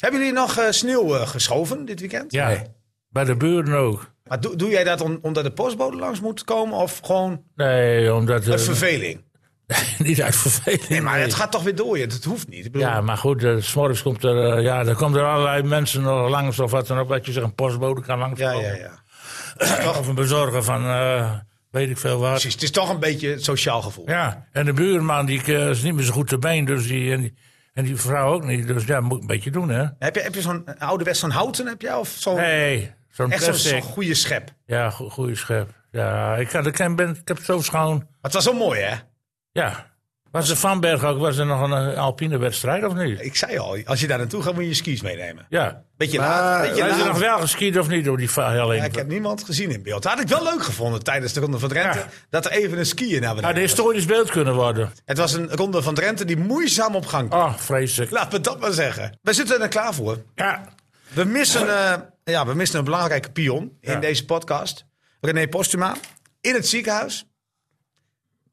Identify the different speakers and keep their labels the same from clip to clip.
Speaker 1: Hebben jullie nog eh, sneeuw eh, geschoven dit weekend?
Speaker 2: Ja,
Speaker 3: Nee.
Speaker 2: bij de buren ook.
Speaker 1: Maar doe, doe jij dat om- omdat de postbode langs moet komen of gewoon
Speaker 2: Nee, omdat... eh,
Speaker 1: uit verveling?
Speaker 2: niet uit verveling.
Speaker 1: Nee, maar
Speaker 2: nee.
Speaker 1: het gaat toch weer door. Het hoeft niet. Ik bedoel,
Speaker 2: Ja, maar goed, eh, s morgens komt er, eh, ja, er komen er allerlei mensen nog langs of wat dan ook. Dat je zegt, een postbode kan langs
Speaker 1: ja, ja,
Speaker 2: komen.
Speaker 1: ja.
Speaker 2: Of een bezorger van eh, weet ik veel wat.
Speaker 1: Precies. Het is toch een beetje het sociaal gevoel.
Speaker 2: Ja, en de buurman die eh, is niet meer zo goed te been. Dus die, en, die, en die vrouw ook niet. Dus ja, moet een beetje doen, hè?
Speaker 1: Heb je, heb je zo'n eh, ouderwets zo'n houten heb je? Of zo'n
Speaker 2: Nee, zo'n
Speaker 1: echt zo'n
Speaker 2: plastic.
Speaker 1: zo'n goede schep? Maar
Speaker 2: Ja, go- goede schep. Ja, ik, kan, ik, ken- ben, ik heb het zo schoon.
Speaker 1: het was wel mooi, hè?
Speaker 2: Ja. Was de Vanberg ook, was er nog een eh, alpine wedstrijd of niet?
Speaker 1: Ik zei al, als je daar naartoe gaat, moet je je skis meenemen.
Speaker 2: Ja.
Speaker 1: Beetje
Speaker 3: Maar-
Speaker 1: laat. Beetje
Speaker 3: Ja,
Speaker 2: Is er
Speaker 1: laat.
Speaker 2: Ah, nog wel geskiet of niet door die
Speaker 1: Ja,
Speaker 2: helling?
Speaker 1: ik heb niemand gezien in beeld. Dat had ik wel leuk gevonden tijdens de Ronde van Drenthe.
Speaker 2: Ja. Nou,
Speaker 1: Dat er even een skier naar
Speaker 2: Had
Speaker 1: beneden
Speaker 2: een
Speaker 1: was.
Speaker 2: historisch beeld kunnen worden.
Speaker 1: Het was een Ronde van Drenthe die moeizaam op gang kwam.
Speaker 2: Oh, vreselijk.
Speaker 1: Laat me dat maar zeggen. We zitten er klaar voor.
Speaker 2: Ja.
Speaker 1: We missen, eh, ja, we missen een belangrijke pion in
Speaker 2: Ja.
Speaker 1: deze podcast. René Postuma in het ziekenhuis.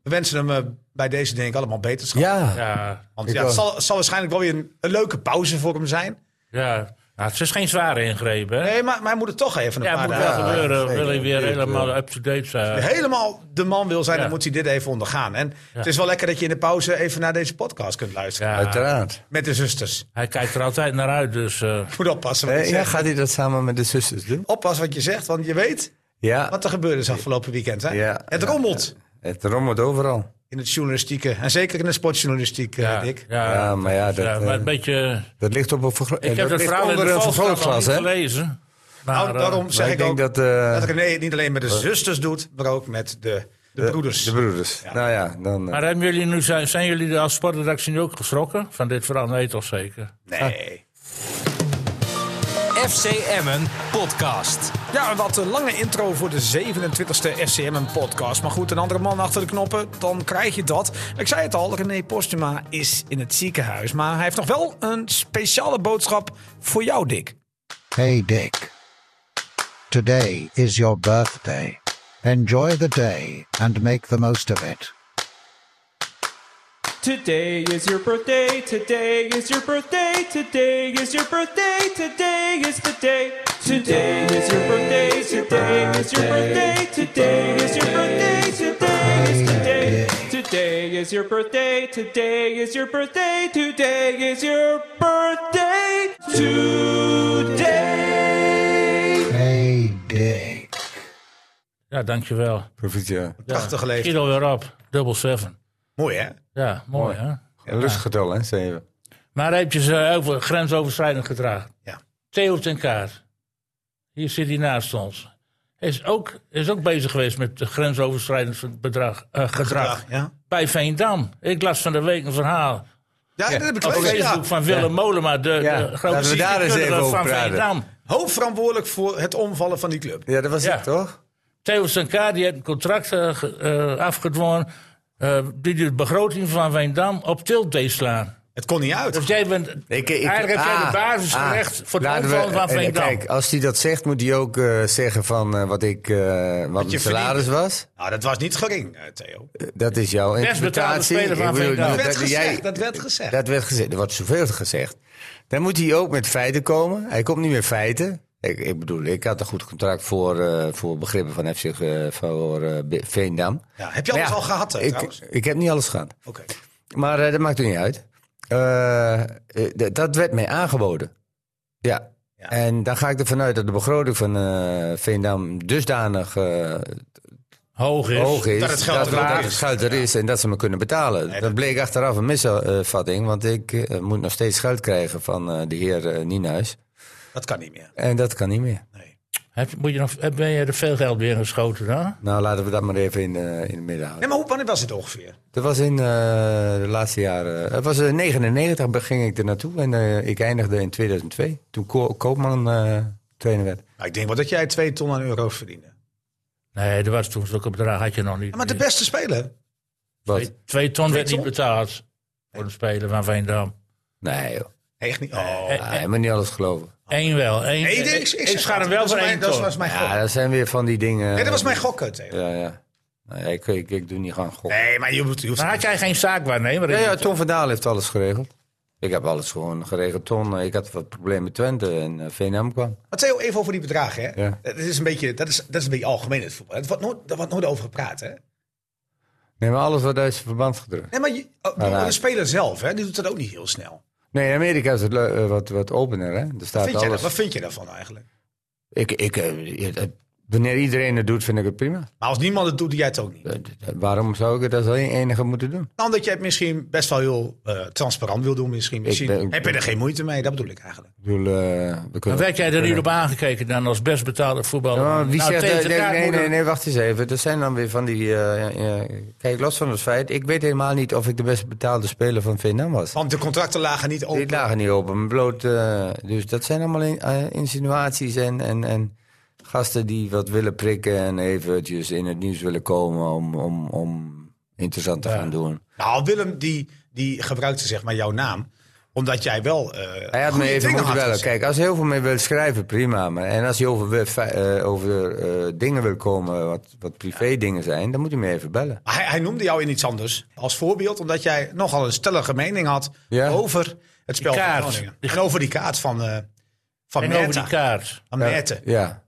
Speaker 1: We wensen hem eh, bij deze denk ik allemaal beterschap.
Speaker 3: Ja.
Speaker 2: Ja.
Speaker 1: Want
Speaker 3: ik
Speaker 1: ja, het
Speaker 3: ook.
Speaker 1: zal, het zal waarschijnlijk wel weer een, een leuke pauze voor hem zijn.
Speaker 2: ja. Nou, het is geen zware ingreep, hè?
Speaker 1: Nee, maar, maar hij moet het toch even een
Speaker 2: Ja,
Speaker 1: paar
Speaker 2: moet
Speaker 1: dagen.
Speaker 2: wel
Speaker 3: ja,
Speaker 2: gebeuren.
Speaker 3: zeker,
Speaker 2: Wil hij weer
Speaker 3: zeker.
Speaker 2: helemaal up-to-date zijn.
Speaker 1: Helemaal de man wil zijn,
Speaker 2: Ja.
Speaker 1: dan moet hij dit even ondergaan. En het is wel lekker dat je in de pauze even naar deze podcast kunt luisteren.
Speaker 2: Ja,
Speaker 3: Uiteraard.
Speaker 1: Met de zusters.
Speaker 2: hij kijkt er altijd naar uit, dus... eh,
Speaker 1: Moet oppassen wat
Speaker 3: Eh,
Speaker 1: je
Speaker 3: ja,
Speaker 1: zegt.
Speaker 3: gaat hij dat samen met de zusters doen?
Speaker 1: Oppassen wat je zegt, want je weet
Speaker 3: Ja.
Speaker 1: wat er gebeurd is afgelopen weekend. Hè?
Speaker 3: Ja.
Speaker 1: het
Speaker 3: Ja.
Speaker 1: rommelt.
Speaker 3: Het rommelt overal.
Speaker 1: In het journalistieke. En zeker in de sportjournalistiek, eh,
Speaker 2: ja,
Speaker 1: Dick.
Speaker 2: Ja,
Speaker 3: Ja, maar ja, dat,
Speaker 2: ja,
Speaker 3: eh,
Speaker 2: maar een beetje...
Speaker 3: dat ligt op een vergro- eh,
Speaker 2: Ik heb het
Speaker 3: dat ligt
Speaker 2: verhaal in
Speaker 3: onder
Speaker 2: de
Speaker 3: een
Speaker 2: vergrootglas
Speaker 3: vergrootglas, hè?
Speaker 2: gelezen. Maar,
Speaker 1: Nou,
Speaker 2: eh,
Speaker 1: daarom zeg
Speaker 3: Maar
Speaker 1: ik,
Speaker 3: ik denk
Speaker 1: ook dat,
Speaker 3: dat, eh,
Speaker 1: René het niet alleen met de zusters doet, maar ook met de, de, broeders.
Speaker 3: De broeders. Nou ja, dan. eh,
Speaker 2: maar hebben jullie nu, zijn, zijn jullie er als sportredactie nu ook geschrokken van dit verhaal? Nee, toch zeker?
Speaker 1: nee.
Speaker 4: FC Emmen podcast.
Speaker 1: Ja, een wat eh, lange intro voor de 27e FCM-podcast. Maar goed, een andere man achter de knoppen, dan krijg je dat. Ik zei het al, René Postuma is in het ziekenhuis. Maar hij heeft nog wel een speciale boodschap voor jou, Dick.
Speaker 5: Hey Dick. Today is your birthday. Enjoy the day and make the most of it.
Speaker 6: Today is your birthday. Today is your birthday. Today is your birthday. Today is the day. Today is your birthday. Today is your birthday. Today is your birthday. Today is the day. Today is your birthday. Today is your birthday. Today is your birthday. Today.
Speaker 5: Hey Dick.
Speaker 2: Ja, dankjewel.
Speaker 3: Proficiat.
Speaker 1: Prachtig geleefd.
Speaker 2: Schiet alweer op. Dubbel seven.
Speaker 1: Mooi, hè?
Speaker 2: Ja, mooi, hè?
Speaker 3: Een lustig getal, hè? Zeven.
Speaker 2: Maar heb je ze over, grensoverschrijdend gedrag?
Speaker 1: Ja.
Speaker 2: Theo ten Kaart. Hier zit hij naast ons. Is ook, is ook bezig geweest met grensoverschrijdend bedrag, eh, gedrag.
Speaker 1: Ja,
Speaker 2: Bij Veendam. Ik las van de week een verhaal
Speaker 1: ja, dat heb ik
Speaker 2: op
Speaker 1: gelezen, ja.
Speaker 2: Facebook van Willem Molema, de,
Speaker 3: Oh, Ja,
Speaker 2: de grote
Speaker 3: laten we daar eens
Speaker 2: ziektekundige
Speaker 3: even over
Speaker 2: van
Speaker 3: praten.
Speaker 2: Veendam.
Speaker 1: Hoofdverantwoordelijk voor het omvallen van die club.
Speaker 3: Ja, dat was
Speaker 2: Ja.
Speaker 3: het toch?
Speaker 2: Theo Sankaar die heeft een contract eh, ge- eh, afgedwongen. eh, die de begroting van Veendam op tilt deed slaan.
Speaker 1: Het kon niet uit.
Speaker 2: Dus jij bent,
Speaker 3: Ah.
Speaker 2: eigenlijk heb jij de basis gelegd voor het omvallen van
Speaker 3: en,
Speaker 2: Veendam.
Speaker 3: eh, Kijk, als hij dat zegt, moet hij ook eh, zeggen van eh, wat, ik, eh, wat
Speaker 1: je
Speaker 3: mijn salaris was.
Speaker 1: Nou, dat was niet gering, eh, Theo.
Speaker 3: Eh, Dat is jouw
Speaker 2: Best betaalde
Speaker 3: interpretatie.
Speaker 2: speler van
Speaker 3: Ik bedoel,
Speaker 2: Veendam.
Speaker 1: Dat
Speaker 2: Dat
Speaker 1: werd
Speaker 3: dat, jij,
Speaker 1: gezegd, dat werd gezegd.
Speaker 3: Dat werd gezegd. Er wordt zoveel gezegd. Dan moet hij ook met feiten komen. Hij komt niet met feiten. Ik, ik bedoel, ik had een goed contract voor, eh, voor begrippen van FC eh, voor eh, Be- Veendam.
Speaker 1: Ja, heb je alles
Speaker 3: Maar Nou ja,
Speaker 1: al gehad, eh,
Speaker 3: ik,
Speaker 1: trouwens? Oké.
Speaker 3: ik heb niet alles gehad. Maar eh, dat maakt er niet uit. Eh, eh, d- dat werd mij aangeboden. Ja.
Speaker 1: Ja.
Speaker 3: En dan ga ik ervan uit dat de begroting van eh, Veendam dusdanig eh,
Speaker 2: Hoog is.
Speaker 3: hoog is.
Speaker 1: dat het geld
Speaker 3: dat,
Speaker 1: er
Speaker 3: dat
Speaker 1: is.
Speaker 3: het geld er is en dat ze me kunnen betalen. dat bleek achteraf een misvatting, want ik eh, moet nog steeds geld krijgen van eh, de heer eh, Nienhuis.
Speaker 1: Dat kan niet meer.
Speaker 3: En dat kan niet meer.
Speaker 2: Heb, moet je nog, heb- ben je er veel geld weer geschoten dan?
Speaker 3: Nou, laten we dat maar even in, eh, in het midden houden.
Speaker 1: Nee, maar hoe, wanneer was het ongeveer?
Speaker 3: Dat was in eh, de laatste jaren. Het was in 99 be- ging ik er naartoe en eh, ik eindigde in 2002. Toen Ko- Koopman eh, trainer werd.
Speaker 1: Nou, ik denk wel dat jij 2 ton aan euro's verdiende.
Speaker 2: Nee, er was toen zulke bedrag had je nog niet.
Speaker 1: Ja, maar de beste speler.
Speaker 3: Wat?
Speaker 2: Twee, twee ton werd
Speaker 1: ton?
Speaker 2: niet betaald voor een speler van Veendam.
Speaker 3: Nee, joh.
Speaker 1: Echt niet. Oh.
Speaker 2: Eh,
Speaker 3: Ah, hij moet niet alles geloven.
Speaker 2: Eén wel. Eén,
Speaker 1: Nee, ik,
Speaker 2: eh,
Speaker 1: ik,
Speaker 2: ik,
Speaker 1: zeg
Speaker 2: schaar
Speaker 1: dat.
Speaker 2: hem wel
Speaker 1: Dat
Speaker 2: voor
Speaker 1: was mijn-
Speaker 2: één
Speaker 1: Dat
Speaker 2: ton.
Speaker 1: was mijn gok.
Speaker 3: Ja, Ah, dat zijn weer van die dingen.
Speaker 1: Nee, dat was mijn gok, eh, Theo.
Speaker 3: Ja, ja. Nou, ja, ik, ik, ik doe niet gaan gokken.
Speaker 1: Nee, maar je hoeft... Je hoeft
Speaker 2: Maar had jij geen zaak waarnemer?
Speaker 3: Ja, ja, Tom van Daal heeft alles geregeld. Ik heb alles gewoon geregeld. Ton, eh, ik had wat problemen met Twente en eh, VNM kwam.
Speaker 1: Maar Theo, even over die bedragen. Hè?
Speaker 3: Ja.
Speaker 1: Dat, is een beetje, dat, is, dat is een beetje algemeen in het voetbal. Er wordt nooit, er wordt nooit over gepraat. Hè?
Speaker 3: Nee, maar alles wordt uit zijn verband gedrukt.
Speaker 1: Nee, maar je- oh,
Speaker 3: Maar, eh,
Speaker 1: de speler zelf hè, die doet dat ook niet heel snel.
Speaker 3: Nee, in Amerika is het leu- eh, wat, wat opener, hè? Er staat
Speaker 1: Vind jij dat,
Speaker 3: alles.
Speaker 1: wat vind je daarvan eigenlijk?
Speaker 3: Ik, ik, eh, eh, eh, wanneer iedereen het doet, vind ik het prima.
Speaker 1: Maar als niemand het doet, doe jij het ook niet.
Speaker 3: Eh, eh, Waarom zou ik het als enige moeten doen?
Speaker 1: Dan dat jij het misschien best wel heel eh, transparant wil doen. Misschien, misschien
Speaker 3: ben-
Speaker 1: heb je er geen moeite mee. Dat bedoel ik eigenlijk.
Speaker 3: Ik bedoel, eh, we
Speaker 2: Maar
Speaker 3: kunnen...
Speaker 2: werd jij er nu op aangekeken dan als best betaalde voetballer?
Speaker 3: Ja, maar wie
Speaker 2: Nou,
Speaker 3: zegt...
Speaker 2: tegen
Speaker 3: eh,
Speaker 2: de
Speaker 3: nee, nee,
Speaker 2: kaartmoeder-
Speaker 3: nee, nee, wacht eens even. Er zijn dan weer van die... eh, eh, kijk, los van het feit... Ik weet helemaal niet of ik de best betaalde speler van Vietnam was.
Speaker 1: Want de contracten lagen niet
Speaker 3: Die
Speaker 1: open.
Speaker 3: lagen niet open, maar bloot. eh, dus dat zijn allemaal in- eh, insinuaties en, en, en gasten die wat willen prikken en eventjes in het nieuws willen komen om, om, om interessant te gaan doen.
Speaker 1: Nou, Willem die, die gebruikte zeg maar jouw naam. Omdat jij wel... eh,
Speaker 3: Hij had
Speaker 1: goede
Speaker 3: me
Speaker 1: dingen
Speaker 3: even moeten
Speaker 1: had
Speaker 3: bellen.
Speaker 1: gezegd.
Speaker 3: Kijk, als hij heel veel mee wil schrijven, prima. Maar, en als hij over, we- fe- eh, over eh, dingen wil komen, wat, wat privé dingen zijn, dan moet hij me even bellen.
Speaker 1: Maar Hij, hij noemde jou in iets anders als voorbeeld. Omdat jij nogal een stellige mening had
Speaker 3: Ja.
Speaker 1: over het spel van
Speaker 2: kaart.
Speaker 1: Groningen. En over die kaart van, eh van
Speaker 2: En
Speaker 1: Mertens.
Speaker 2: over die kaart.
Speaker 1: Van
Speaker 3: Ja,
Speaker 1: Mertens.
Speaker 3: Ja.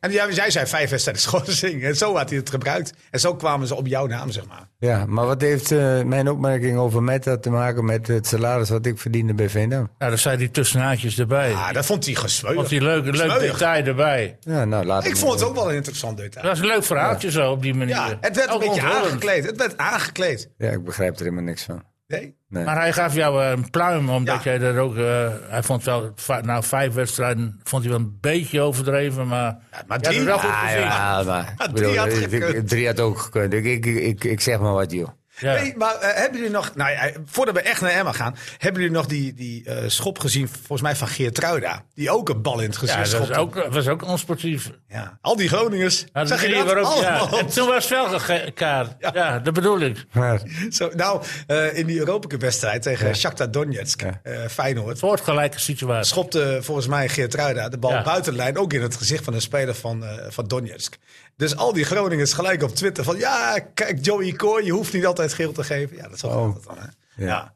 Speaker 1: En jij, jij zei vijf wedstrijden schorsing. En zo had hij het gebruikt. En zo kwamen ze op jouw naam, zeg maar.
Speaker 3: Ja, maar wat heeft eh, mijn opmerking over Meta te maken met het salaris wat ik verdiende bij Veendam?
Speaker 2: Nou, dat zijn die tussenhaakjes erbij.
Speaker 1: Ah, dat vond hij gesweurig.
Speaker 2: Want die leuke, leuk
Speaker 1: Smeuig.
Speaker 2: detail erbij.
Speaker 3: Ja, nou, laat
Speaker 1: Ik
Speaker 3: hem-
Speaker 1: vond het ook wel een interessant detail.
Speaker 2: Dat is een leuk verhaaltje zo op die manier.
Speaker 1: Ja, het werd een
Speaker 2: Ook
Speaker 1: beetje
Speaker 2: onthullend.
Speaker 1: aangekleed. Het werd aangekleed.
Speaker 3: Ja, ik begrijp er helemaal niks van.
Speaker 1: Nee?
Speaker 3: Nee.
Speaker 2: Maar hij gaf jou eh, een pluim, omdat
Speaker 1: Ja.
Speaker 2: jij er ook... eh, hij vond wel, va- na vijf wedstrijden, vond hij wel een beetje overdreven, maar...
Speaker 1: maar
Speaker 2: je had
Speaker 1: drie-
Speaker 2: het wel goed
Speaker 1: Ah,
Speaker 2: gezien.
Speaker 3: Ja, maar,
Speaker 1: Ah,
Speaker 3: ik
Speaker 1: drie
Speaker 3: bedoel,
Speaker 1: had
Speaker 3: ik- ik-
Speaker 1: gekund.
Speaker 3: drie had ook gekund. Ik, ik, ik, ik zeg maar wat, joh.
Speaker 2: Ja.
Speaker 1: Hey, maar eh, hebben jullie nog, nou ja, voordat we echt naar Emma gaan, hebben jullie nog die, die eh, schop gezien, volgens mij van Geert Ruida, die ook een bal in het
Speaker 2: Ja,
Speaker 1: gezicht
Speaker 2: dat was
Speaker 1: schopte.
Speaker 2: ook, dat was ook onsportief.
Speaker 1: Ja. Al die Groningers,
Speaker 2: Nou,
Speaker 1: zag je
Speaker 2: drie
Speaker 1: dat? Oh,
Speaker 2: waarop- ja.
Speaker 1: Allemaal.
Speaker 2: En toen was het wel gekaard. Ja. dat bedoel ik.
Speaker 3: Maar,
Speaker 1: Zo, nou, eh, in die Europa Cup wedstrijd tegen Shakhtar Donetsk,
Speaker 3: Ja.
Speaker 1: eh, Feyenoord,
Speaker 2: Soortgelijke situatie.
Speaker 1: schopte volgens mij Geert Ruida de bal
Speaker 2: Ja.
Speaker 1: buiten de lijn, ook in het gezicht van een speler van, eh, van Donetsk. Dus al die Groningers gelijk op Twitter van, ja, kijk, Joey Kooi, je hoeft niet altijd geel te geven. Ja, dat is wel
Speaker 3: Oh.
Speaker 1: dan, hè? Ja.
Speaker 3: Ja.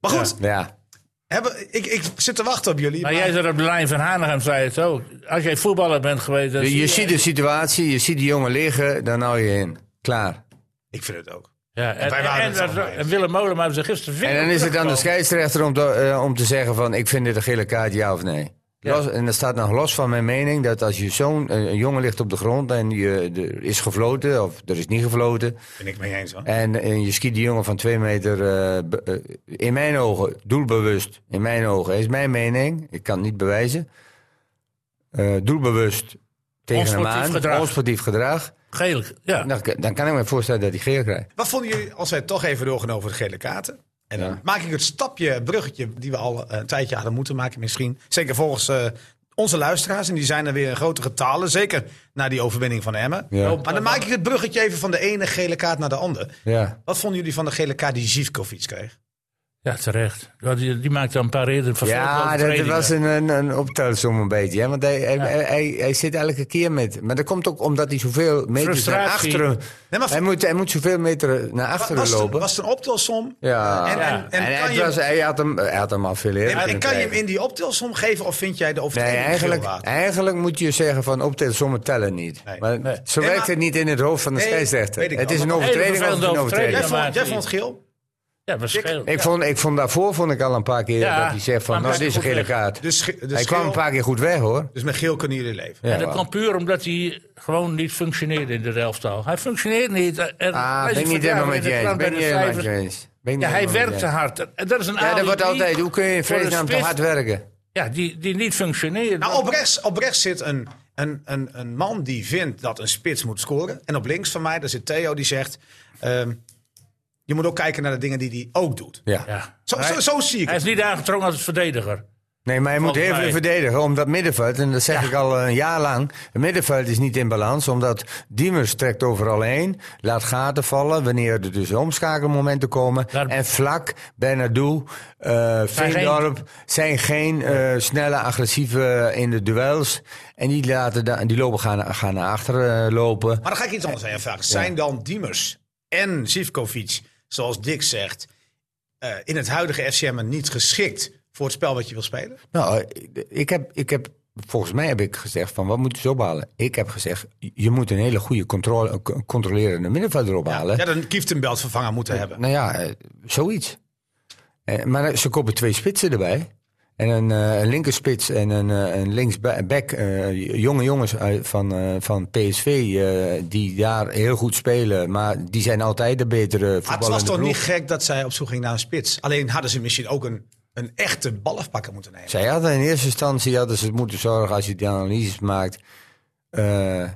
Speaker 1: Maar goed,
Speaker 3: ja,
Speaker 1: hebben, ik, ik zit te wachten op jullie.
Speaker 2: Maar
Speaker 1: maar-
Speaker 2: jij zat op de lijn van Hanegem, zei het ook. Als jij voetballer bent geweest... dan
Speaker 3: je,
Speaker 2: zie
Speaker 3: je ziet de situatie, je ziet die jongen liggen, dan hou je in. Klaar.
Speaker 1: Ik vind het ook.
Speaker 2: Ja, en,
Speaker 1: wij waren
Speaker 2: en,
Speaker 1: het
Speaker 2: en-
Speaker 1: allemaal eens.
Speaker 2: en Willem Molenaar heeft zich gisteren weer
Speaker 3: En dan is het aan de
Speaker 2: teruggekomen.
Speaker 3: scheidsrechter om te, eh, om te zeggen van, ik vind dit een gele kaart, ja of nee. Los, en dat staat nog los van mijn mening dat als je zo'n eh, een jongen ligt op de grond en je, er is gefloten of er is niet gefloten.
Speaker 1: Ben ik mee eens hoor.
Speaker 3: En, en je schiet die jongen van twee meter, eh, be- eh, in mijn ogen, doelbewust. In mijn ogen, is mijn mening, ik kan het niet bewijzen. Eh, doelbewust tegen hem
Speaker 2: Onsportief
Speaker 3: aan,
Speaker 2: gedrag.
Speaker 3: onsportief gedrag.
Speaker 2: Geel, ja.
Speaker 3: Dan, dan kan ik me voorstellen dat hij geel krijgt.
Speaker 1: Wat vonden jullie als wij toch even doorgaan over de gele kaarten? En dan
Speaker 3: Ja.
Speaker 1: maak ik het stapje, het bruggetje, die we al eh, een tijdje hadden moeten maken misschien. Zeker volgens eh, onze luisteraars. En die zijn er weer in grote getalen. Zeker na die overwinning van Emmen.
Speaker 3: Ja.
Speaker 1: Maar dan maak ik het bruggetje even van de ene gele kaart naar de andere.
Speaker 3: Ja.
Speaker 1: Wat vonden jullie van de gele kaart die Zivkovic kreeg?
Speaker 2: Ja, terecht. Ja, Die, die maakte een paar eerder van
Speaker 3: Ja, dat, dat was een, een, een optelsom een beetje. Hè? Want hij, hij, hij, hij- hij zit elke keer met... Maar dat komt ook omdat hij zoveel meters naar
Speaker 2: Frustratie.
Speaker 3: achteren...
Speaker 1: Nee, maar-
Speaker 3: hij, moet, hij moet zoveel meter naar
Speaker 1: Wa-
Speaker 3: achteren
Speaker 1: Was het,
Speaker 3: lopen.
Speaker 1: was het een optelsom? En,
Speaker 3: ja,
Speaker 1: en, en,
Speaker 3: en,
Speaker 1: kan,
Speaker 3: het
Speaker 1: je,
Speaker 3: was, hij, had hem, hij had hem al veel eerder
Speaker 1: en- en
Speaker 3: kunnen
Speaker 1: kan je hem
Speaker 3: krijgen.
Speaker 1: in die optelsom geven? Of vind jij de
Speaker 3: Nee,
Speaker 1: overtreding
Speaker 3: eigenlijk,
Speaker 1: geel waard?
Speaker 3: eigenlijk moet je zeggen van optelsommen tellen niet.
Speaker 1: Nee.
Speaker 3: Maar
Speaker 2: Nee.
Speaker 3: zo
Speaker 1: Nee,
Speaker 3: werkt
Speaker 1: maar-
Speaker 3: het niet in het hoofd van de
Speaker 1: Nee, weet ik
Speaker 3: scheidsrechter. Het
Speaker 1: wel.
Speaker 3: is een
Speaker 1: Maar-
Speaker 3: overtreding
Speaker 2: Hele
Speaker 3: of het is een
Speaker 2: vervelende
Speaker 3: overtreding.
Speaker 1: Jij
Speaker 2: overtreding.
Speaker 1: vond,
Speaker 2: maakt
Speaker 1: jij
Speaker 2: hij.
Speaker 1: vond het geel?
Speaker 2: Ja, was geel.
Speaker 3: Ik vond, ik vond daarvoor vond ik al een paar keer
Speaker 2: Ja,
Speaker 3: dat hij zegt van,
Speaker 2: maar
Speaker 3: nou,
Speaker 2: hij
Speaker 3: dit is een
Speaker 2: is goed
Speaker 3: gele
Speaker 2: weg.
Speaker 3: kaart.
Speaker 1: Dus, ge- dus
Speaker 3: hij kwam
Speaker 1: geel-
Speaker 3: een paar keer goed weg, hoor.
Speaker 1: Dus met geel kunnen jullie leven.
Speaker 3: Ja,
Speaker 2: En dat
Speaker 3: wel.
Speaker 2: kwam puur omdat hij gewoon niet functioneerde in de elftal. Hij functioneerde niet. Er- er-
Speaker 3: Ah,
Speaker 2: hij is
Speaker 3: ben ik niet
Speaker 2: verdraaid
Speaker 3: helemaal
Speaker 2: in
Speaker 3: met je
Speaker 2: de
Speaker 3: eens.
Speaker 2: krant bij
Speaker 3: Ben ik
Speaker 2: de
Speaker 3: niet helemaal met
Speaker 2: cijfers.
Speaker 3: je eens. Ben ik niet
Speaker 2: Ja, hij
Speaker 3: helemaal met je
Speaker 2: werkte
Speaker 3: eens.
Speaker 2: hard. En dat is een
Speaker 3: Ja, dat
Speaker 2: alibi
Speaker 3: wordt altijd. Hoe kun je in
Speaker 2: voor een
Speaker 3: vredesnaam te
Speaker 2: spits
Speaker 3: hard werken?
Speaker 2: Ja, die, die niet functioneerde.
Speaker 1: Nou, op rechts, op rechts zit een, een, een, een man die vindt dat een spits moet scoren. En op links van mij, daar zit Theo, die zegt... ehm, je moet ook kijken naar de dingen die hij ook doet.
Speaker 3: Ja.
Speaker 2: ja.
Speaker 1: Zo,
Speaker 2: Hij-
Speaker 1: zo, zo zie ik
Speaker 2: Hij
Speaker 1: het.
Speaker 2: is niet aangetrokken als verdediger.
Speaker 3: Nee, maar je moet
Speaker 2: Volgens
Speaker 3: even
Speaker 2: mij.
Speaker 3: verdedigen. Omdat middenveld, en dat zeg ik al een jaar lang. Het middenveld is niet in balans. Omdat Diemers trekt overal heen. Laat gaten vallen. Wanneer er dus omschakelmomenten komen.
Speaker 2: Daar-
Speaker 3: En vlak, Bernardo, eh Veendorp. Zijn geen eh, snelle, agressieve eh, in de duels. En die, laten da- die lopen gaan, gaan naar achteren eh, lopen.
Speaker 1: Maar dan ga ik iets anders aan je vragen. Zijn dan Diemers en Zivkovic, zoals Dick zegt... eh, in het huidige FCM niet geschikt voor het spel wat je wil spelen?
Speaker 3: Nou, ik heb, ik heb, volgens mij heb ik gezegd van wat moeten ze ophalen? Ik heb gezegd, je moet een hele goede controle, co- controlerende middenvelder ophalen.
Speaker 1: Ja, dan kieft een beltvervanger moeten hebben.
Speaker 3: Nou ja, eh, zoiets. Eh, Maar ze kopen twee spitsen erbij. En een, eh, een linkerspits en een, eh, een linksback. eh, jonge jongens uit- van, eh, van PSV eh, die daar heel goed spelen. Maar die zijn altijd de
Speaker 1: Maar
Speaker 3: betere voetballers.
Speaker 1: Ah, het was toch niet gek dat zij op zoek ging naar een spits. Alleen hadden ze misschien ook een, een echte balafpakker moeten nemen.
Speaker 3: Zij hadden in eerste instantie hadden ze het moeten zorgen als je die analyses maakt. Eh,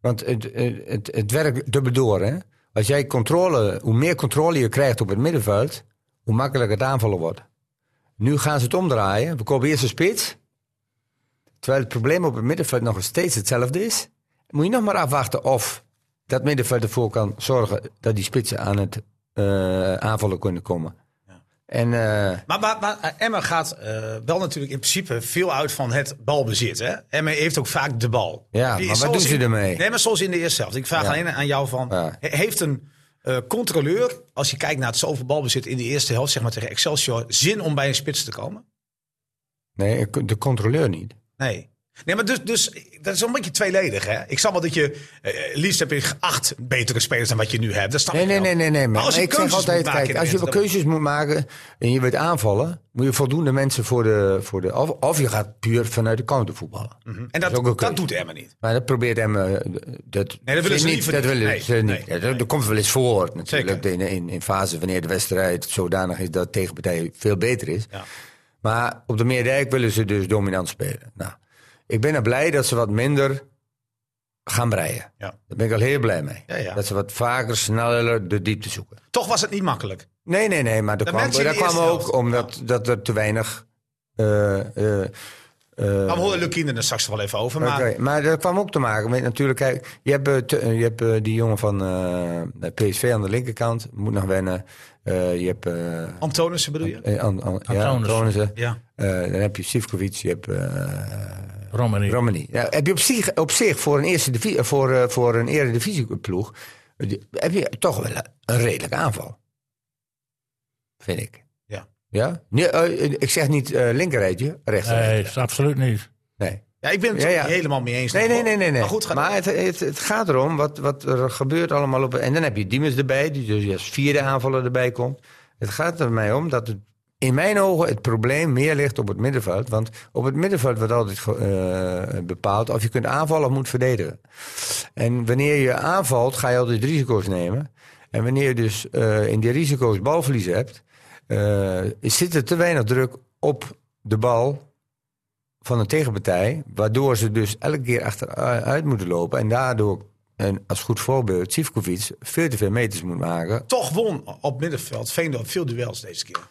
Speaker 3: want het, het, het, het werkt dubbel door. Hè? Als jij controle, hoe meer controle je krijgt op het middenveld, hoe makkelijker het aanvallen wordt. Nu gaan ze het omdraaien. We kopen eerst een spits. Terwijl het probleem op het middenveld nog steeds hetzelfde is. Moet je nog maar afwachten of dat middenveld ervoor kan zorgen dat die spitsen aan het eh, aanvallen kunnen komen. En eh,
Speaker 1: Maar, maar, maar eh, Emma gaat eh, wel natuurlijk in principe veel uit van het balbezit. Hè? Emma heeft ook vaak de bal.
Speaker 3: Ja,
Speaker 1: Die
Speaker 3: maar
Speaker 1: is
Speaker 3: wat
Speaker 1: zoals
Speaker 3: doen ze
Speaker 1: in-
Speaker 3: ermee?
Speaker 1: Nee, maar zoals in de eerste helft. Ik vraag
Speaker 3: Ja.
Speaker 1: alleen aan jou van,
Speaker 3: Ja.
Speaker 1: he- heeft een eh, controleur, als je kijkt naar het zoveel balbezit in de eerste helft, zeg maar tegen Excelsior, zin om bij een spits te komen?
Speaker 3: nee, de controleur niet.
Speaker 1: Nee. Nee, maar dus, dus dat is een beetje tweeledig. Hè? Ik snap wel dat je eh, liefst heb je acht betere spelers dan wat je nu hebt. Dat snap
Speaker 3: Nee,
Speaker 1: ik
Speaker 3: nee,
Speaker 1: wel.
Speaker 3: nee, nee, nee. Maar,
Speaker 1: Maar als je
Speaker 3: ik zeg
Speaker 1: keuzes
Speaker 3: altijd,
Speaker 1: moet maken
Speaker 3: kijk,
Speaker 1: in
Speaker 3: als
Speaker 1: de
Speaker 3: je
Speaker 1: winter, dan-
Speaker 3: keuzes moet maken en je wilt aanvallen, moet je voldoende mensen voor de. Voor de of, of je gaat puur vanuit de counter voetballen.
Speaker 1: Mhm. En
Speaker 3: Dat
Speaker 1: dat,
Speaker 3: is ook een
Speaker 1: dat
Speaker 3: keuze.
Speaker 1: doet Emma niet.
Speaker 3: Maar dat probeert hem. eh, d- Dat,
Speaker 1: Nee, dat willen ze liever
Speaker 3: Dat
Speaker 1: niet.
Speaker 3: willen
Speaker 1: Nee,
Speaker 3: ze niet.
Speaker 1: nee,
Speaker 3: Ja, dat, dat komt wel eens voor, natuurlijk.
Speaker 1: Zeker.
Speaker 3: In, in, in fase wanneer de wedstrijd zodanig is dat de tegenpartij veel beter is.
Speaker 1: Ja.
Speaker 3: Maar op de Meerdijk willen ze dus dominant spelen. Nou, ik ben er blij dat ze wat minder gaan breien.
Speaker 1: Ja.
Speaker 3: Daar ben ik al heel blij mee.
Speaker 1: Ja, ja.
Speaker 3: Dat ze wat vaker, sneller de diepte zoeken.
Speaker 1: Toch was het niet makkelijk.
Speaker 3: Nee, nee, nee, maar dat,
Speaker 1: Dat
Speaker 3: kwam,
Speaker 1: merkte je in
Speaker 3: dat
Speaker 1: de
Speaker 3: kwam ook
Speaker 1: eerste helft.
Speaker 3: omdat dat er te weinig. eh, eh,
Speaker 1: Maar we horen Lukien er straks wel even over. Maar
Speaker 3: Oké, maar dat kwam ook te maken met natuurlijk... Kijk, je hebt, eh, te- eh, je hebt eh, die jongen van eh, PSV aan de linkerkant. Moet nog wennen. Eh, je hebt... eh,
Speaker 1: Antonissen bedoel je?
Speaker 3: eh, An- An- ja,
Speaker 2: Antonissen.
Speaker 3: Antonissen.
Speaker 1: Ja.
Speaker 3: Eh, dan heb je Sivkovic, je hebt eh
Speaker 2: Romani.
Speaker 3: Romani. Nou, heb je op zich, op zich voor een eerste divi- eh, voor, eh, voor een eredivisieploeg... eh, die- heb je toch wel een redelijke aanval. Vind ik.
Speaker 1: Ja.
Speaker 3: Ja? Nee, eh, ik zeg niet eh linkerrijtje,
Speaker 2: nee,
Speaker 3: rechterrijtje.
Speaker 2: is absoluut niet.
Speaker 3: nee.
Speaker 1: ja, ik ben het
Speaker 3: Ja, ja.
Speaker 1: niet helemaal mee eens.
Speaker 3: Nee, nee, nee, nee. nee.
Speaker 1: Maar goed, ga
Speaker 3: het, het, het gaat erom wat, wat er gebeurt allemaal op. En dan heb je Diemers erbij, die dus als vierde aanvaller erbij komt. Het gaat er mij om dat het in mijn ogen het probleem meer ligt op het middenveld. Want op het middenveld wordt altijd ge- eh, bepaald of je kunt aanvallen of moet verdedigen. En wanneer je aanvalt, ga je altijd risico's nemen. En wanneer je dus eh, in die risico's balverlies hebt, eh, zit er te weinig druk op de bal van een tegenpartij, waardoor ze dus elke keer achteruit moeten lopen. En daardoor, en als goed voorbeeld, Sivkovic veel te veel meters moet maken.
Speaker 1: toch won op middenveld Veendorp veel duels deze keer.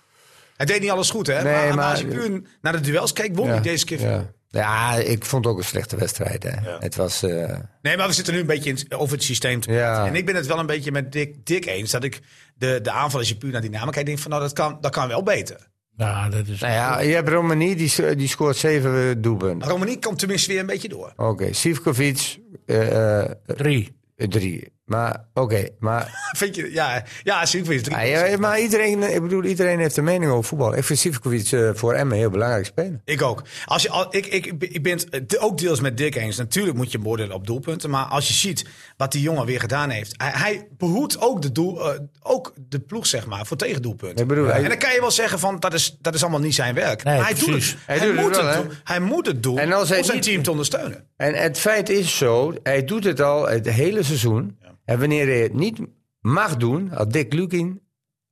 Speaker 1: Hij deed niet alles goed, hè?
Speaker 3: Nee,
Speaker 1: maar, maar
Speaker 3: maar-
Speaker 1: als je puur naar de duels kijkt, won hij deze keer veel.
Speaker 3: ja. Ja, ik vond het ook een slechte wedstrijd. Hè. Het was... eh,
Speaker 1: Nee, maar we zitten nu een beetje in, over het systeem te
Speaker 3: Ja.
Speaker 1: praten. En ik ben het wel een beetje met Dick, Dick eens. Dat ik de, de aanval, als je puur naar dynamica denkt, van nou, dat kan, dat kan wel beter.
Speaker 2: Nou, dat is...
Speaker 3: nou ja, je hebt Romani, die, s- die scoort zeven eh, doelpunten.
Speaker 1: Romani komt tenminste weer een beetje door.
Speaker 3: Oké, Sivkovic, eh, eh,
Speaker 2: Drie.
Speaker 3: drie. Maar oké, maar,
Speaker 1: Vind je, ja, ja, zie ik weer drie.
Speaker 3: ah, ja, maar iedereen, ik bedoel, iedereen heeft een mening over voetbal. Ik vind Sivkovic eh, voor Emmen heel belangrijk spelen.
Speaker 1: Ik ook. Als je, al- ik, ik, ik ben het eh, de- ook deels met Dick eens. Natuurlijk moet je hem beoordelen op doelpunten. Maar als je ziet wat die jongen weer gedaan heeft. Hij, hij behoedt ook de, doel, eh, ook de ploeg zeg maar, voor tegendoelpunten.
Speaker 3: Ik bedoel, hij-
Speaker 1: en dan kan je wel zeggen van dat is, dat is allemaal niet zijn werk.
Speaker 2: Nee,
Speaker 1: maar hij doet
Speaker 2: precies.
Speaker 1: het.
Speaker 3: Hij doet het
Speaker 1: moet
Speaker 3: wel, hè?
Speaker 1: doen. Hij moet het doen
Speaker 3: En als hij
Speaker 1: om zijn
Speaker 3: niet-
Speaker 1: team te ondersteunen.
Speaker 3: En het feit is zo, hij doet het al het hele seizoen. En wanneer hij het niet mag doen, had Dick Lukin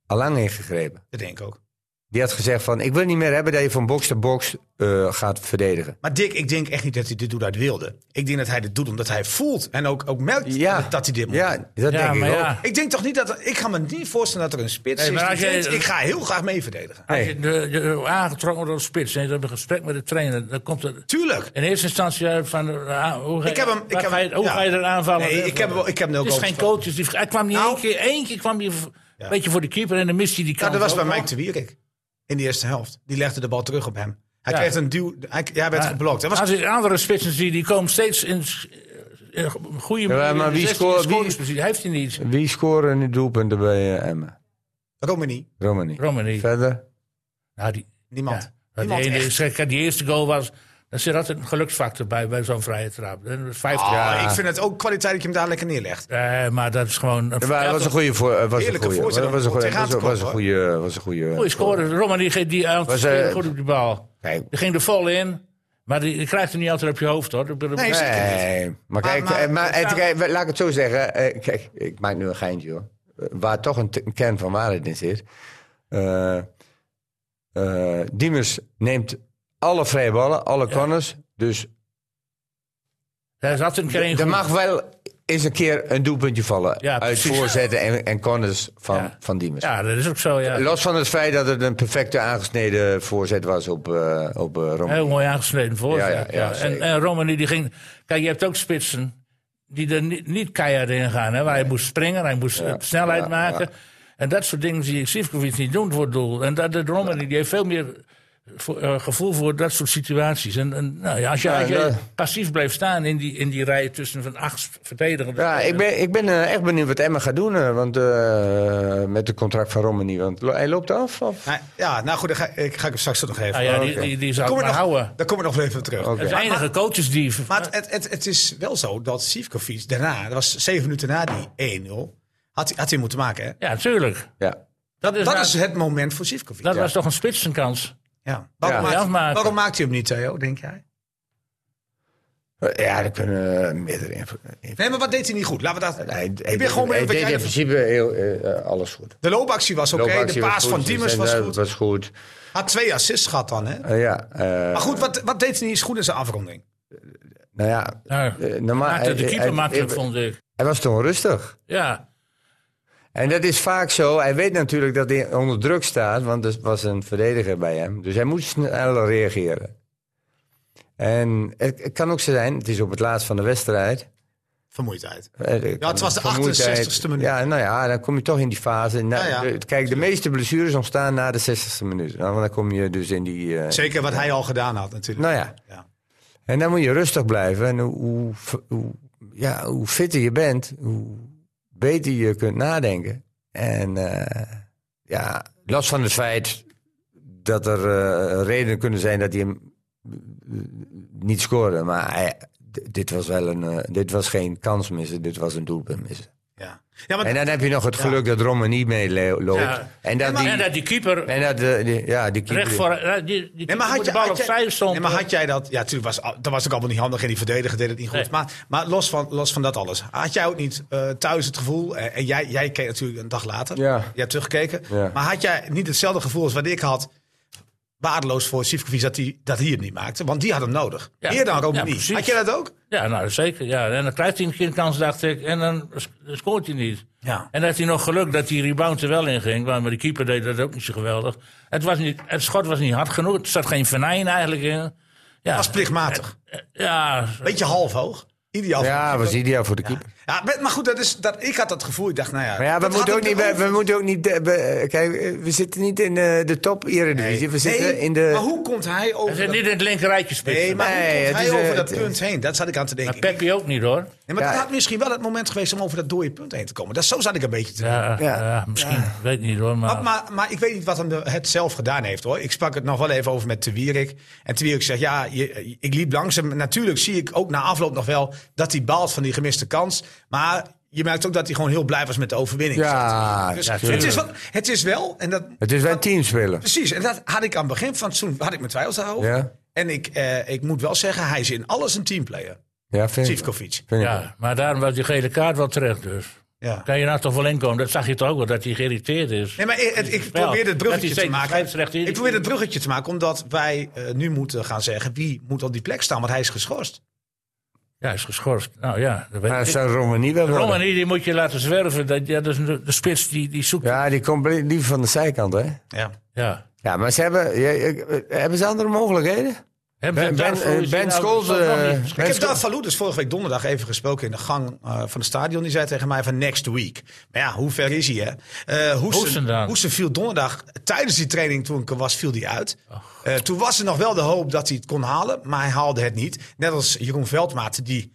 Speaker 3: al lang ingegrepen.
Speaker 1: Dat denk ik ook.
Speaker 3: Die had gezegd van, ik wil niet meer hebben dat je van box te box eh, gaat verdedigen.
Speaker 1: Maar Dick, ik denk echt niet dat hij dit doet uit wilde. Ik denk dat hij dit doet omdat hij voelt en ook, ook merkt
Speaker 3: Ja,
Speaker 1: dat, dat hij dit moet doen.
Speaker 3: Ja, dat
Speaker 2: Ja,
Speaker 3: denk
Speaker 2: maar
Speaker 3: ik
Speaker 2: ja.
Speaker 3: ook.
Speaker 1: Ik denk toch niet dat... Ik ga me niet voorstellen dat er een spits
Speaker 2: Nee,
Speaker 1: is
Speaker 2: maar
Speaker 1: die
Speaker 2: als je-
Speaker 1: denkt, ik ga heel graag mee verdedigen.
Speaker 2: Als je, de, je wordt aangetrokken door de spits en je hebt een gesprek met de trainer, dan komt er
Speaker 1: Tuurlijk.
Speaker 2: in eerste instantie uit van ah, hoe ga je,
Speaker 1: Ik heb hem- ik
Speaker 2: waar
Speaker 1: heb
Speaker 2: ga je,
Speaker 1: hem-
Speaker 2: hoe
Speaker 1: ja.
Speaker 2: ga je er aanvallen?
Speaker 1: Nee, ik heb hem- ik heb hem ook
Speaker 2: Het is
Speaker 1: over
Speaker 2: geen
Speaker 1: gesproken.
Speaker 2: coach. dus die- hij kwam niet
Speaker 1: Nou.
Speaker 2: één keer, één keer kwam hij een beetje voor de keeper en dan mist hij die
Speaker 1: Nou,
Speaker 2: kans.
Speaker 1: dat was bij
Speaker 2: ook
Speaker 1: Mike
Speaker 2: nog.
Speaker 1: de Wierik in de eerste helft. Die legde de bal terug op hem. Hij
Speaker 2: Ja.
Speaker 1: kreeg een duw. Hij, hij werd
Speaker 2: Ja,
Speaker 1: geblokt. Dat was,
Speaker 2: Als ik andere spitsen zie, die komen steeds in, in goede
Speaker 3: maar
Speaker 2: in de
Speaker 3: wie
Speaker 2: 16e
Speaker 3: scoort- wie-
Speaker 2: scoringspositie. Heeft hij niet.
Speaker 3: Wie scoren nu doelpunten bij eh, Emmen?
Speaker 1: Romani.
Speaker 3: Romani.
Speaker 2: Romani.
Speaker 3: Verder?
Speaker 2: Nou, die,
Speaker 1: Niemand.
Speaker 2: Ja. Maar
Speaker 1: Niemand
Speaker 2: die, ene-
Speaker 1: echt.
Speaker 2: zeg, die eerste goal was. Er zit altijd een geluksfactor bij, bij zo'n vrije trap. Dat is 50
Speaker 1: Ah,
Speaker 2: jaar.
Speaker 1: Ik vind het ook kwaliteit dat je hem daar lekker neerlegt.
Speaker 2: Eh, maar dat is gewoon. Een,
Speaker 3: Ja, maar het was een goede voor, eh, was een
Speaker 1: Heerlijke
Speaker 3: goede, was
Speaker 1: voorzet
Speaker 3: een
Speaker 1: om
Speaker 3: goede, was een
Speaker 1: tegenaan te
Speaker 3: goede, was een
Speaker 1: komen,
Speaker 3: goede, was een goede,
Speaker 2: goede score. Roman die, die
Speaker 3: Was,
Speaker 2: anticipeerde
Speaker 3: eh,
Speaker 2: goed op die bal.
Speaker 3: Kijk,
Speaker 2: Die ging er vol in. Maar die, die krijgt hem niet altijd op je hoofd hoor. Dat- dat-
Speaker 1: Nee, zeker.
Speaker 3: nee, maar kijk,
Speaker 1: maar-
Speaker 3: eh, maar, eh,
Speaker 1: Ja.
Speaker 3: kijk, laat ik het zo zeggen. eh, Kijk, ik maak nu een geintje hoor. Eh, Waar toch een, t- een kern van waarheid in zit. Eh eh Diemers neemt alle vrije ballen, alle corners. Dus
Speaker 2: Daar zat een keer een
Speaker 3: er
Speaker 2: goed-
Speaker 3: mag wel eens een keer een doelpuntje vallen.
Speaker 2: Ja,
Speaker 3: uit
Speaker 2: precies.
Speaker 3: voorzetten en, en corners van,
Speaker 2: Ja.
Speaker 3: van Diemers.
Speaker 2: Ja, dat is ook zo. Ja.
Speaker 3: Los van het feit dat het een perfecte aangesneden voorzet was op, eh op eh, Romelu.
Speaker 2: Heel mooi aangesneden voor.
Speaker 3: Ja, ja, ja,
Speaker 2: en
Speaker 3: zeker.
Speaker 2: en Romani die ging. Kijk, je hebt ook spitsen die er niet, niet keihard in gaan. Hè? Maar hij moest springen, hij moest eh, snelheid
Speaker 3: ja,
Speaker 2: maken. En dat soort dingen zie ik Sivkovic niet doen voor het doel. En dat, dat Romani die heeft veel meer voor- eh, gevoel voor dat soort situaties. En, en nou, ja, als je,
Speaker 3: Ja,
Speaker 2: als je
Speaker 3: dat-
Speaker 2: passief blijft staan in die, in die rij tussen van acht verdedigers.
Speaker 3: Ja, ik ben, ik ben eh, echt benieuwd wat Emma gaat doen eh, want, eh, met het contract van Romani. Want lo- hij loopt af? Of?
Speaker 1: Nou, ja, nou goed, dan ga, ik ga ik hem straks ook nog even. Oh,
Speaker 2: Nou ja, die,
Speaker 3: Oké.
Speaker 2: die, die zou
Speaker 1: Daar
Speaker 2: ik
Speaker 1: kom
Speaker 2: maar
Speaker 1: ik nog-
Speaker 2: houden.
Speaker 1: Daar kom ik nog wel even op terug.
Speaker 3: Oké.
Speaker 2: Het
Speaker 1: Maar-
Speaker 2: enige coachesdief.
Speaker 1: Maar het, het, het, het is wel zo dat Sivkovic daarna, dat was zeven minuten na die 1-0, had, hij- had hij moeten maken. Hè?
Speaker 2: Ja, tuurlijk.
Speaker 3: Ja.
Speaker 2: Dat is,
Speaker 1: Dat
Speaker 2: nou-
Speaker 1: is het moment voor Sivkovic.
Speaker 2: dat was toch een spitsenkans.
Speaker 1: ja. Waarom,
Speaker 3: Ja.
Speaker 1: maakt,
Speaker 2: Afmaken.
Speaker 1: waarom maakt hij hem niet, Theo, denk jij?
Speaker 3: Eh, Ja, dan kunnen eh, meerdere invloed.
Speaker 1: Nee, maar wat deed hij niet goed? Laten we dat...
Speaker 3: Hij, hij,
Speaker 1: ben gewoon
Speaker 3: hij
Speaker 1: benieuwd wat
Speaker 3: deed
Speaker 1: jij
Speaker 3: in
Speaker 1: ervan-
Speaker 3: principe heel, eh, eh, alles goed.
Speaker 1: De loopactie was oké, de
Speaker 3: Loopactie was
Speaker 1: paas
Speaker 3: goed,
Speaker 1: van
Speaker 3: dus
Speaker 1: Diemers
Speaker 3: en
Speaker 1: was
Speaker 3: dat
Speaker 1: goed.
Speaker 3: was goed.
Speaker 1: Had twee assists gehad dan, hè?
Speaker 3: Eh, ja, eh,
Speaker 1: Maar goed, wat, wat deed hij niet eens goed in zijn afronding?
Speaker 3: nou ja,
Speaker 2: Nou,
Speaker 3: eh, normaal,
Speaker 2: maakte de
Speaker 3: hij-
Speaker 2: keeper
Speaker 3: hij-
Speaker 2: makkelijk,
Speaker 3: hij-
Speaker 2: vond ik.
Speaker 3: hij was toch rustig.
Speaker 2: Ja,
Speaker 3: En dat is vaak zo. Hij weet natuurlijk dat hij onder druk staat, want er was een verdediger bij hem. Dus hij moet sneller reageren. En het, het kan ook zo zijn, het is op het laatst van de wedstrijd. Eh,
Speaker 1: Vermoeidheid.
Speaker 3: Ja,
Speaker 1: het was de 68e minuut.
Speaker 3: Ja, nou ja, dan kom je toch in die fase. Nou,
Speaker 1: Ja, ja.
Speaker 3: de- Kijk, de meeste blessures ontstaan na de 60e minuut. Nou, want dan kom je dus in die... eh,
Speaker 1: Zeker wat hij al gedaan had natuurlijk.
Speaker 3: Nou ja.
Speaker 1: Ja.
Speaker 3: En dan moet je rustig blijven. En hoe, hoe, hoe- ja, hoe fitter je bent, hoe beter je kunt nadenken. En eh, ja, los van het feit dat er eh, redenen kunnen zijn dat hij hem eh, niet scoorde. Maar hij- d- dit, was wel een, eh, dit was geen kans missen, dit was een doelpunt missen.
Speaker 1: Ja. Ja, maar
Speaker 3: En dan heb je nog het geluk dat Rommen niet meeloopt.
Speaker 2: Ja.
Speaker 3: En dat
Speaker 2: en
Speaker 3: die...
Speaker 2: dat die keeper
Speaker 3: En dat, eh, die- ja, die keeper-
Speaker 2: recht voor... Die, die keeper
Speaker 1: Nee, maar had,
Speaker 2: moet
Speaker 1: je,
Speaker 2: de bal
Speaker 1: had jij-
Speaker 2: opzij stond.
Speaker 1: nee, maar had jij dat... Ja, natuurlijk was, dat was ook allemaal niet handig en die verdediger deed het niet goed.
Speaker 2: Nee.
Speaker 1: Maar, maar los, van, los van dat alles. Had jij ook niet eh, thuis het gevoel... eh, en jij, jij keek natuurlijk een dag later.
Speaker 3: Ja.
Speaker 1: Jij hebt teruggekeken.
Speaker 3: Ja.
Speaker 1: Maar had jij niet hetzelfde gevoel als wat ik had... waardeloos voor Sivkovic dat hij, dat hij het niet maakte? Want die had hem nodig.
Speaker 2: Ja.
Speaker 1: Meer dan
Speaker 2: Ja,
Speaker 1: Romani.
Speaker 2: precies.
Speaker 1: had jij dat ook?
Speaker 2: Ja, nou zeker. Ja. En dan krijgt hij een keer een kans, dacht ik. En dan sc- scoort hij niet.
Speaker 1: Ja.
Speaker 2: En dan had hij nog geluk dat die rebound er wel in ging. Maar maar die keeper deed dat ook niet zo geweldig. Het, was niet, het schot was niet hard genoeg. Er zat geen venijn eigenlijk in. Ja,
Speaker 1: Was plichtmatig.
Speaker 2: ja,
Speaker 1: Beetje half hoog. Ideaal. voor-
Speaker 3: Ja, was ideaal voor de keeper.
Speaker 1: Ja, maar- maar goed, dat is, dat, ik had dat gevoel. Ik dacht, nou ja...
Speaker 3: Maar ja, we
Speaker 1: dat
Speaker 3: moeten,
Speaker 1: had
Speaker 3: ook
Speaker 1: ik
Speaker 3: niet,
Speaker 1: er
Speaker 3: we,
Speaker 1: ook-
Speaker 3: we moeten ook niet. eh, be- Kijk, eh, we zitten niet in eh, de top Eredivisie. We zitten
Speaker 1: Nee,
Speaker 3: in de.
Speaker 1: Maar hoe komt hij
Speaker 2: hij
Speaker 1: over...
Speaker 2: zit
Speaker 1: dat-
Speaker 2: niet in het linkerrijtje spitsen.
Speaker 1: Nee, maar hoe
Speaker 3: Nee,
Speaker 1: komt
Speaker 3: het
Speaker 1: hij
Speaker 3: is, eh,
Speaker 1: over dat
Speaker 3: het-
Speaker 1: punt heen? Dat zat ik aan te denken.
Speaker 2: Maar Peppi ook niet hoor.
Speaker 1: Nee, maar het
Speaker 3: Ja.
Speaker 1: had misschien wel het moment geweest om over dat dode punt heen te komen. Dat, zo zat ik een beetje te denken.
Speaker 2: Ja, ja.
Speaker 3: Ja.
Speaker 2: misschien. Weet niet hoor. Maar,
Speaker 1: Maar, maar, maar ik weet niet wat hem de- het zelf gedaan heeft hoor. Ik sprak het nog wel even over met Te Wierik. En Te Wierik zegt, ja, je- ik liep langzaam. Natuurlijk zie ik ook na afloop nog wel dat hij baalt van die gemiste kans. Maar je merkt ook dat hij gewoon heel blij was met de overwinning.
Speaker 3: ja,
Speaker 1: Dus
Speaker 3: natuurlijk.
Speaker 1: het, is wel, het is wel, en dat,
Speaker 3: het is wel een teamspeler.
Speaker 1: precies, en dat had ik aan het begin van het seizoen, had ik mijn twijfels daarover.
Speaker 3: Ja.
Speaker 1: En ik, eh, ik moet wel zeggen, hij is in alles een teamplayer,
Speaker 3: Ja, vind ik.
Speaker 1: Sivkovic.
Speaker 3: Vind ik.
Speaker 2: ja, maar daarom was die gele kaart wel terecht dus.
Speaker 1: Ja.
Speaker 2: Kan je nou toch wel inkomen? Dat zag je toch ook wel, dat hij geïrriteerd is.
Speaker 1: Nee, maar ik, het- ik
Speaker 2: Wel,
Speaker 1: probeer het
Speaker 2: dat hij
Speaker 1: bruggetje te
Speaker 2: steeds
Speaker 1: maken.
Speaker 2: scheidsrecht in-
Speaker 1: Ik probeer het bruggetje te maken, omdat wij eh, nu moeten gaan zeggen wie moet op die plek staan, want hij is geschorst.
Speaker 2: Ja, hij is geschorst. Nou ja, dat weet
Speaker 3: Maar
Speaker 2: ik.
Speaker 3: het zou Romani wel worden.
Speaker 2: Romani, die moet je laten zwerven. Dat, ja, dat is de, de spits die, die zoekt. Ja.
Speaker 3: Ja, die komt li- liever van de zijkant, hè?
Speaker 1: Ja.
Speaker 3: Ja, maar ze hebben, ja, eh, hebben ze andere mogelijkheden?
Speaker 2: Hebben ze
Speaker 3: Ben,
Speaker 2: daar
Speaker 3: ben,
Speaker 2: voor
Speaker 3: eh,
Speaker 2: gezien?
Speaker 3: ben
Speaker 2: Nou,
Speaker 3: Scholes.
Speaker 2: dat is nog
Speaker 3: eh,
Speaker 2: niet.
Speaker 3: Ben
Speaker 1: Ik heb
Speaker 3: Scholes-
Speaker 1: David Valou dus vorige week donderdag even gesproken in de gang eh, van het stadion. Die zei tegen mij van next week. Maar ja, hoe ver is hij hè? Eh
Speaker 2: Hoesen
Speaker 1: Hoesen,
Speaker 2: dan.
Speaker 1: Hoesen viel donderdag tijdens die training toen ik er was, viel hij uit. Eh, toen was er nog wel de hoop dat hij het kon halen, maar hij haalde het niet. Net als Jeroen Veldmaat die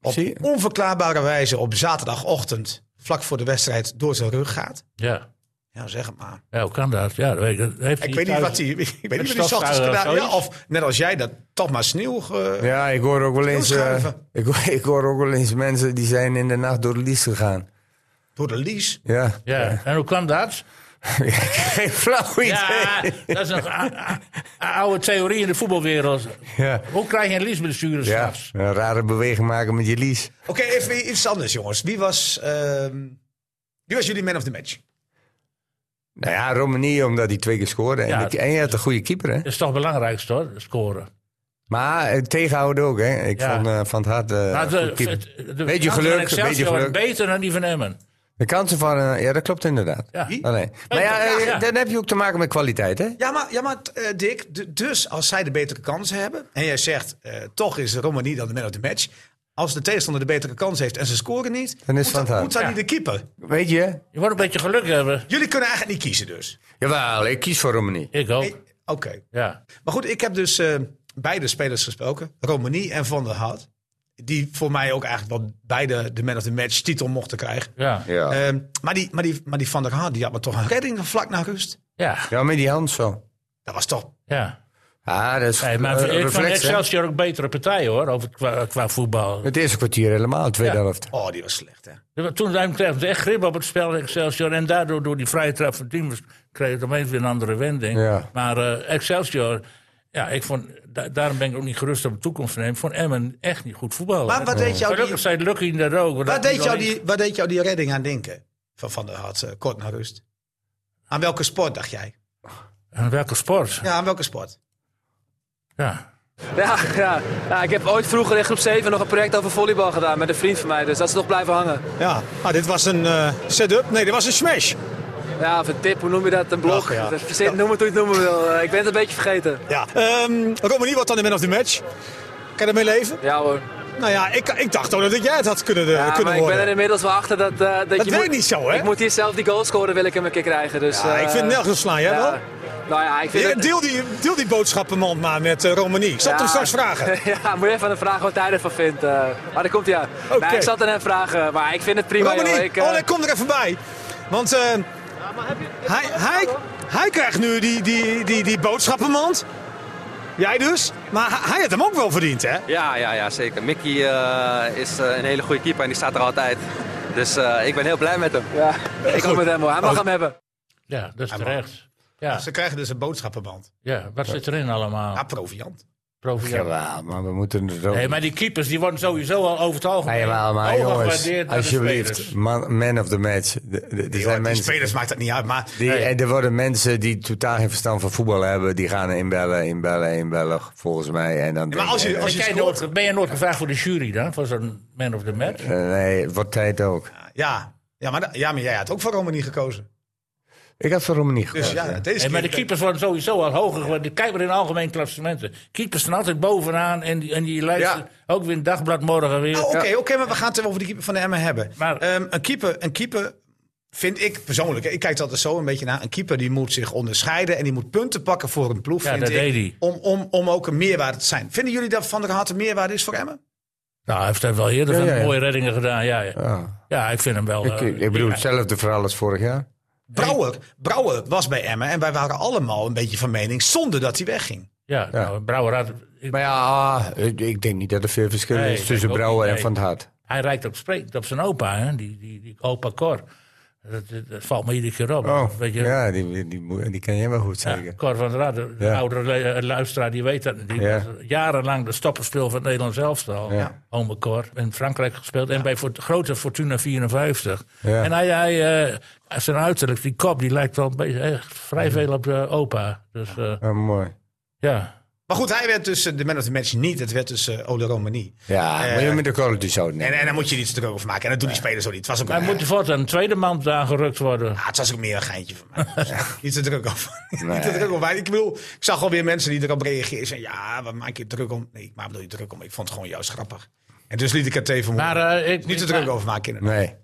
Speaker 1: op
Speaker 3: Zie je?
Speaker 1: onverklaarbare wijze op zaterdagochtend vlak voor de wedstrijd door zijn rug gaat.
Speaker 2: Ja.
Speaker 1: Ja, zeg het maar.
Speaker 2: Ja, hoe kan dat? Ja, dat weet ik, dat heeft
Speaker 1: Ik weet niet wat hij. Ik weet niet wat hij zachtjes
Speaker 2: stofzuiger of
Speaker 1: gedaan. Ja,
Speaker 2: zoiets?
Speaker 1: of net als jij dat toch maar sneeuw. eh, ge-
Speaker 3: Ja, ik hoor ook wel eens, eh,
Speaker 1: schuiven.
Speaker 3: ik, hoor- ik hoor ook wel eens mensen die zijn in de nacht door de lies gegaan.
Speaker 1: door de lies.
Speaker 3: Ja,
Speaker 2: Ja, en hoe kan dat?
Speaker 3: geen flauw idee.
Speaker 2: Ja, dat is een a- a- a- oude theorie in de voetbalwereld.
Speaker 3: Ja.
Speaker 2: Hoe krijg je een liesblessure
Speaker 3: Ja,
Speaker 2: straks?
Speaker 3: een rare beweging maken met je lies.
Speaker 1: Oké, even weer iets anders, jongens. Wie was, ehm, wie was jullie man of the match?
Speaker 3: Nou ja, Romani, omdat hij twee keer scoorde. En,
Speaker 2: Ja.
Speaker 3: de- en je had een goede keeper, hè?
Speaker 2: Dat is toch het belangrijkste hoor, scoren.
Speaker 3: Maar eh, tegenhouden ook, hè? Ik
Speaker 2: Ja.
Speaker 3: vond eh, van het hart eh,
Speaker 2: Maar
Speaker 3: een goed
Speaker 2: de,
Speaker 3: keeper.
Speaker 2: het- de,
Speaker 3: Beetje
Speaker 2: kansen van
Speaker 3: geluk,
Speaker 2: Excelsior
Speaker 3: beetje
Speaker 2: waren
Speaker 3: geluk.
Speaker 2: beter dan die van Emmen.
Speaker 3: De kansen van... eh, ja, dat klopt inderdaad.
Speaker 2: Ja.
Speaker 3: Allee. Maar ja,
Speaker 2: Ja,
Speaker 3: eh,
Speaker 2: ja.
Speaker 3: dan heb je ook te maken met kwaliteit, hè?
Speaker 1: Ja, maar, ja, maar eh, Dick, d- dus als zij de betere kansen hebben. en jij zegt eh, toch is Romani dan de man of the match. Als de tegenstander de betere kans heeft en ze scoren niet.
Speaker 3: Dan is
Speaker 1: moet,
Speaker 3: Van
Speaker 1: dan,
Speaker 3: Gaal.
Speaker 1: moet dan
Speaker 2: Ja.
Speaker 1: niet de keeper.
Speaker 3: Weet je?
Speaker 2: Je moet een beetje geluk hebben.
Speaker 1: Jullie kunnen eigenlijk niet kiezen, dus.
Speaker 3: Jawel, ik kies voor Romani.
Speaker 2: Ik
Speaker 1: Eh, Oké.
Speaker 2: ook. Ja.
Speaker 1: Maar goed, ik heb dus eh, beide spelers gesproken. Romani en Van der Hout. Die voor mij ook eigenlijk wel beide de man of the match titel mochten krijgen.
Speaker 2: Ja.
Speaker 3: Ja.
Speaker 1: Ehm, maar, die, maar, die, maar die Van der Haar, die had me toch een redding vlak na rust.
Speaker 2: Ja.
Speaker 3: ja, met die hand zo.
Speaker 1: Dat was toch...
Speaker 2: ja.
Speaker 3: Ah, dat is
Speaker 2: Nee, maar
Speaker 3: eh,
Speaker 2: ik vond
Speaker 3: reflex, hè?
Speaker 2: Excelsior ook betere partijen hoor, over, qua, qua voetbal.
Speaker 3: Het eerste kwartier helemaal, tweede
Speaker 2: Ja.
Speaker 3: helft.
Speaker 1: Oh, die was slecht, hè?
Speaker 2: Toen zijn kreeg het echt grip op het spel Excelsior. En daardoor door die vrije trap van Diemers kreeg het opeens weer een andere wending.
Speaker 3: Ja.
Speaker 2: Maar eh, Excelsior, ja, ik vond, da- daarom ben ik ook niet gerust op de toekomst van hem. Ik vond Emmen echt niet goed voetballen.
Speaker 1: Maar wat deed jou die,
Speaker 2: Gelukkig zei Lucky in de ook.
Speaker 1: waar deed jou die, waar deed jou die redding aan denken? Van Van der Hart, eh, kort na rust. Aan welke sport dacht jij?
Speaker 2: Aan welke sport?
Speaker 1: Ja, aan welke sport?
Speaker 2: Ja.
Speaker 7: Ja, ja, ja, ik heb ooit vroeger in groep 7 nog een project over volleybal gedaan met een vriend van mij. Dus dat is nog blijven hangen.
Speaker 8: Ja, ah, dit was een eh, setup. Nee, dit was een smash.
Speaker 7: Ja, of een tip, hoe noem je dat? Een blok?
Speaker 8: Ach, ja.
Speaker 7: Dat verzin- Noem het hoe je het noemen wil. Eh, Ik ben het een beetje vergeten.
Speaker 8: Ja. Ehm Romani wordt dan de man of the match. Kan je ermee leven?
Speaker 7: Ja hoor.
Speaker 8: Nou ja, ik, ik dacht ook dat jij het had kunnen, eh,
Speaker 7: Ja,
Speaker 8: kunnen
Speaker 7: maar ik
Speaker 8: worden.
Speaker 7: ben er inmiddels wel achter dat, eh, dat, je
Speaker 8: werkt
Speaker 7: moet-
Speaker 8: niet zo, hè?
Speaker 7: Ik moet hier zelf die goal scoren, wil ik hem een keer krijgen. Dus,
Speaker 8: Ja, Ah, ik
Speaker 7: eh,
Speaker 8: vind het nergens slaan, jij wel?
Speaker 7: Nou ja, ik vind
Speaker 8: Ja,
Speaker 7: het...
Speaker 8: Deel die, deel die boodschappenmand maar met eh, Romani. Ik zal het
Speaker 7: Ja.
Speaker 8: hem straks vragen.
Speaker 7: ja, moet je even aan hem vragen wat hij ervan vindt. eh. maar dan komt hij aan. Nee,
Speaker 8: Oké.
Speaker 7: ik zat aan hem vragen, maar ik vind het prima.
Speaker 8: Romani,
Speaker 7: joh.
Speaker 1: Oh,
Speaker 7: Ik, eh,
Speaker 8: Oleg, kom er even bij. Want eh, hij, hij, hij krijgt nu die, die, die, die boodschappenmand. Jij dus. Maar hij- hij had hem ook wel verdiend, hè?
Speaker 9: Ja, ja, ja zeker. Mickey eh, is eh, een hele goede keeper en die staat er altijd. Dus eh, ik ben heel blij met hem.
Speaker 7: ja, ik kom met hem hoor. Hij mag hem hebben.
Speaker 2: ja, dat is terecht. Ja,
Speaker 1: Ze krijgen dus een boodschappenband.
Speaker 2: ja, wat zit erin allemaal?
Speaker 1: Ja, proviant.
Speaker 2: Proviant.
Speaker 3: Jawel, maar we moeten er ook...
Speaker 2: Nee, maar Oh, die keepers die worden sowieso al over het algemeen.
Speaker 3: Ja, jawel, maar
Speaker 2: hoog
Speaker 3: jongens,
Speaker 2: gewaardeerd door de spelers.
Speaker 3: alsjeblieft, man, man of the match. De- de- er
Speaker 1: Die,
Speaker 3: zijn
Speaker 1: die
Speaker 3: mensen,
Speaker 1: spelers maakt dat niet uit, maar...
Speaker 3: die, en er worden mensen die totaal geen verstand van voetbal hebben, die gaan inbellen, inbellen, inbellen, volgens mij. En dan
Speaker 1: maar
Speaker 3: denk
Speaker 1: als je-
Speaker 3: ik, eh,
Speaker 1: als
Speaker 2: Ben jij
Speaker 1: scoort-
Speaker 2: nooit- ben je nooit gevraagd voor de jury dan? Voor zo'n man of the match?
Speaker 3: eh, nee, het wordt tijd ook.
Speaker 1: Ja, ja, maar, da- ja, maar jij had ook voor Romani gekozen.
Speaker 3: Ik had voor Romani
Speaker 1: Dus
Speaker 3: gekozen.
Speaker 1: ja,
Speaker 3: ja.
Speaker 1: deze
Speaker 2: Nee, maar de
Speaker 1: keer-
Speaker 2: keepers worden sowieso al hoger geworden. Kijk maar in algemeen klassementen. Keepers staan altijd bovenaan en die, en die lijsten ook weer een dagblad morgen weer.
Speaker 1: Oh, Oké, oké, maar we gaan het even over de keeper van de Emmen hebben.
Speaker 2: Maar-
Speaker 1: Ehm, een, keeper, een keeper vind ik persoonlijk, hè, ik kijk er altijd zo een beetje naar. Een keeper die moet zich onderscheiden en die moet punten pakken voor een ploeg.
Speaker 2: Ja,
Speaker 1: vind
Speaker 2: dat
Speaker 1: ik,
Speaker 2: deed hij.
Speaker 1: Om, om, om ook een meerwaarde te zijn. Vinden jullie dat Van der Hart een meerwaarde is voor Emmen?
Speaker 2: Nou, hij heeft daar wel eerder
Speaker 3: Ja,
Speaker 2: van
Speaker 3: ja, ja.
Speaker 2: mooie reddingen gedaan. Ja, ja.
Speaker 3: Ja.
Speaker 2: ja ik vind hem wel.
Speaker 3: Ik,
Speaker 2: eh,
Speaker 3: ik bedoel,
Speaker 2: ja.
Speaker 3: hetzelfde verhaal als vorig jaar.
Speaker 1: Brouwer, Brouwer was bij Emmen en wij waren allemaal een beetje van mening zonder dat hij wegging.
Speaker 2: Ja, nou, Brouwer had- ik-
Speaker 3: Maar ja, ah, ik, ik denk niet dat er veel verschil
Speaker 2: Nee, ik
Speaker 3: is
Speaker 2: denk
Speaker 3: tussen
Speaker 2: ook
Speaker 3: Brouwer
Speaker 2: niet,
Speaker 3: en
Speaker 2: nee.
Speaker 3: Van het Hart.
Speaker 2: hij reikt ook sprekend op zijn opa, hè? Die, die, die opa Cor. Dat, dat- dat valt me iedere keer op.
Speaker 3: Oh,
Speaker 2: Weet je,
Speaker 3: ja, die, die, die, moet- die ken jij wel goed
Speaker 2: Ja,
Speaker 3: zeker.
Speaker 2: Cor van der Raad, de
Speaker 3: Ja.
Speaker 2: oude le- luisteraar, die weet dat. Die
Speaker 3: Ja.
Speaker 2: was jarenlang de stopperspeel van het Nederlands elftal.
Speaker 3: Ja.
Speaker 2: Ome Cor, in Frankrijk gespeeld. En bij Fort- grote Fortuna 54.
Speaker 3: Ja.
Speaker 2: En hij, hij eh, zijn uiterlijk, die kop, die lijkt wel een beetje, echt vrij veel op eh, opa. Dus eh,
Speaker 3: Ah, mooi.
Speaker 2: ja.
Speaker 1: Maar goed, hij werd dus eh, de man of the match niet. Het werd dus eh Ole Romani.
Speaker 3: Ja,
Speaker 1: Eh,
Speaker 3: moet je met de quality zo nemen.
Speaker 1: En, en daar moet je er iets terug over maken. En dat doen die spelers ook niet. Het was ook,
Speaker 2: Hij
Speaker 1: een,
Speaker 2: moet voortaan een tweede man aangerukt worden.
Speaker 1: Ah, het was ook meer een geintje van mij. Niet te druk over.
Speaker 3: Nee.
Speaker 1: Niet te druk om. Maar ik bedoel, ik zag alweer mensen die erop reageerden. Zeiden, ja, wat maak je het druk om? Nee, ik maak bedoel je druk om. Ik vond het gewoon juist grappig. En dus liet ik het even
Speaker 2: Maar
Speaker 1: maar,
Speaker 2: eh, ik,
Speaker 1: Niet te druk over maken, kinderen.
Speaker 3: Nee,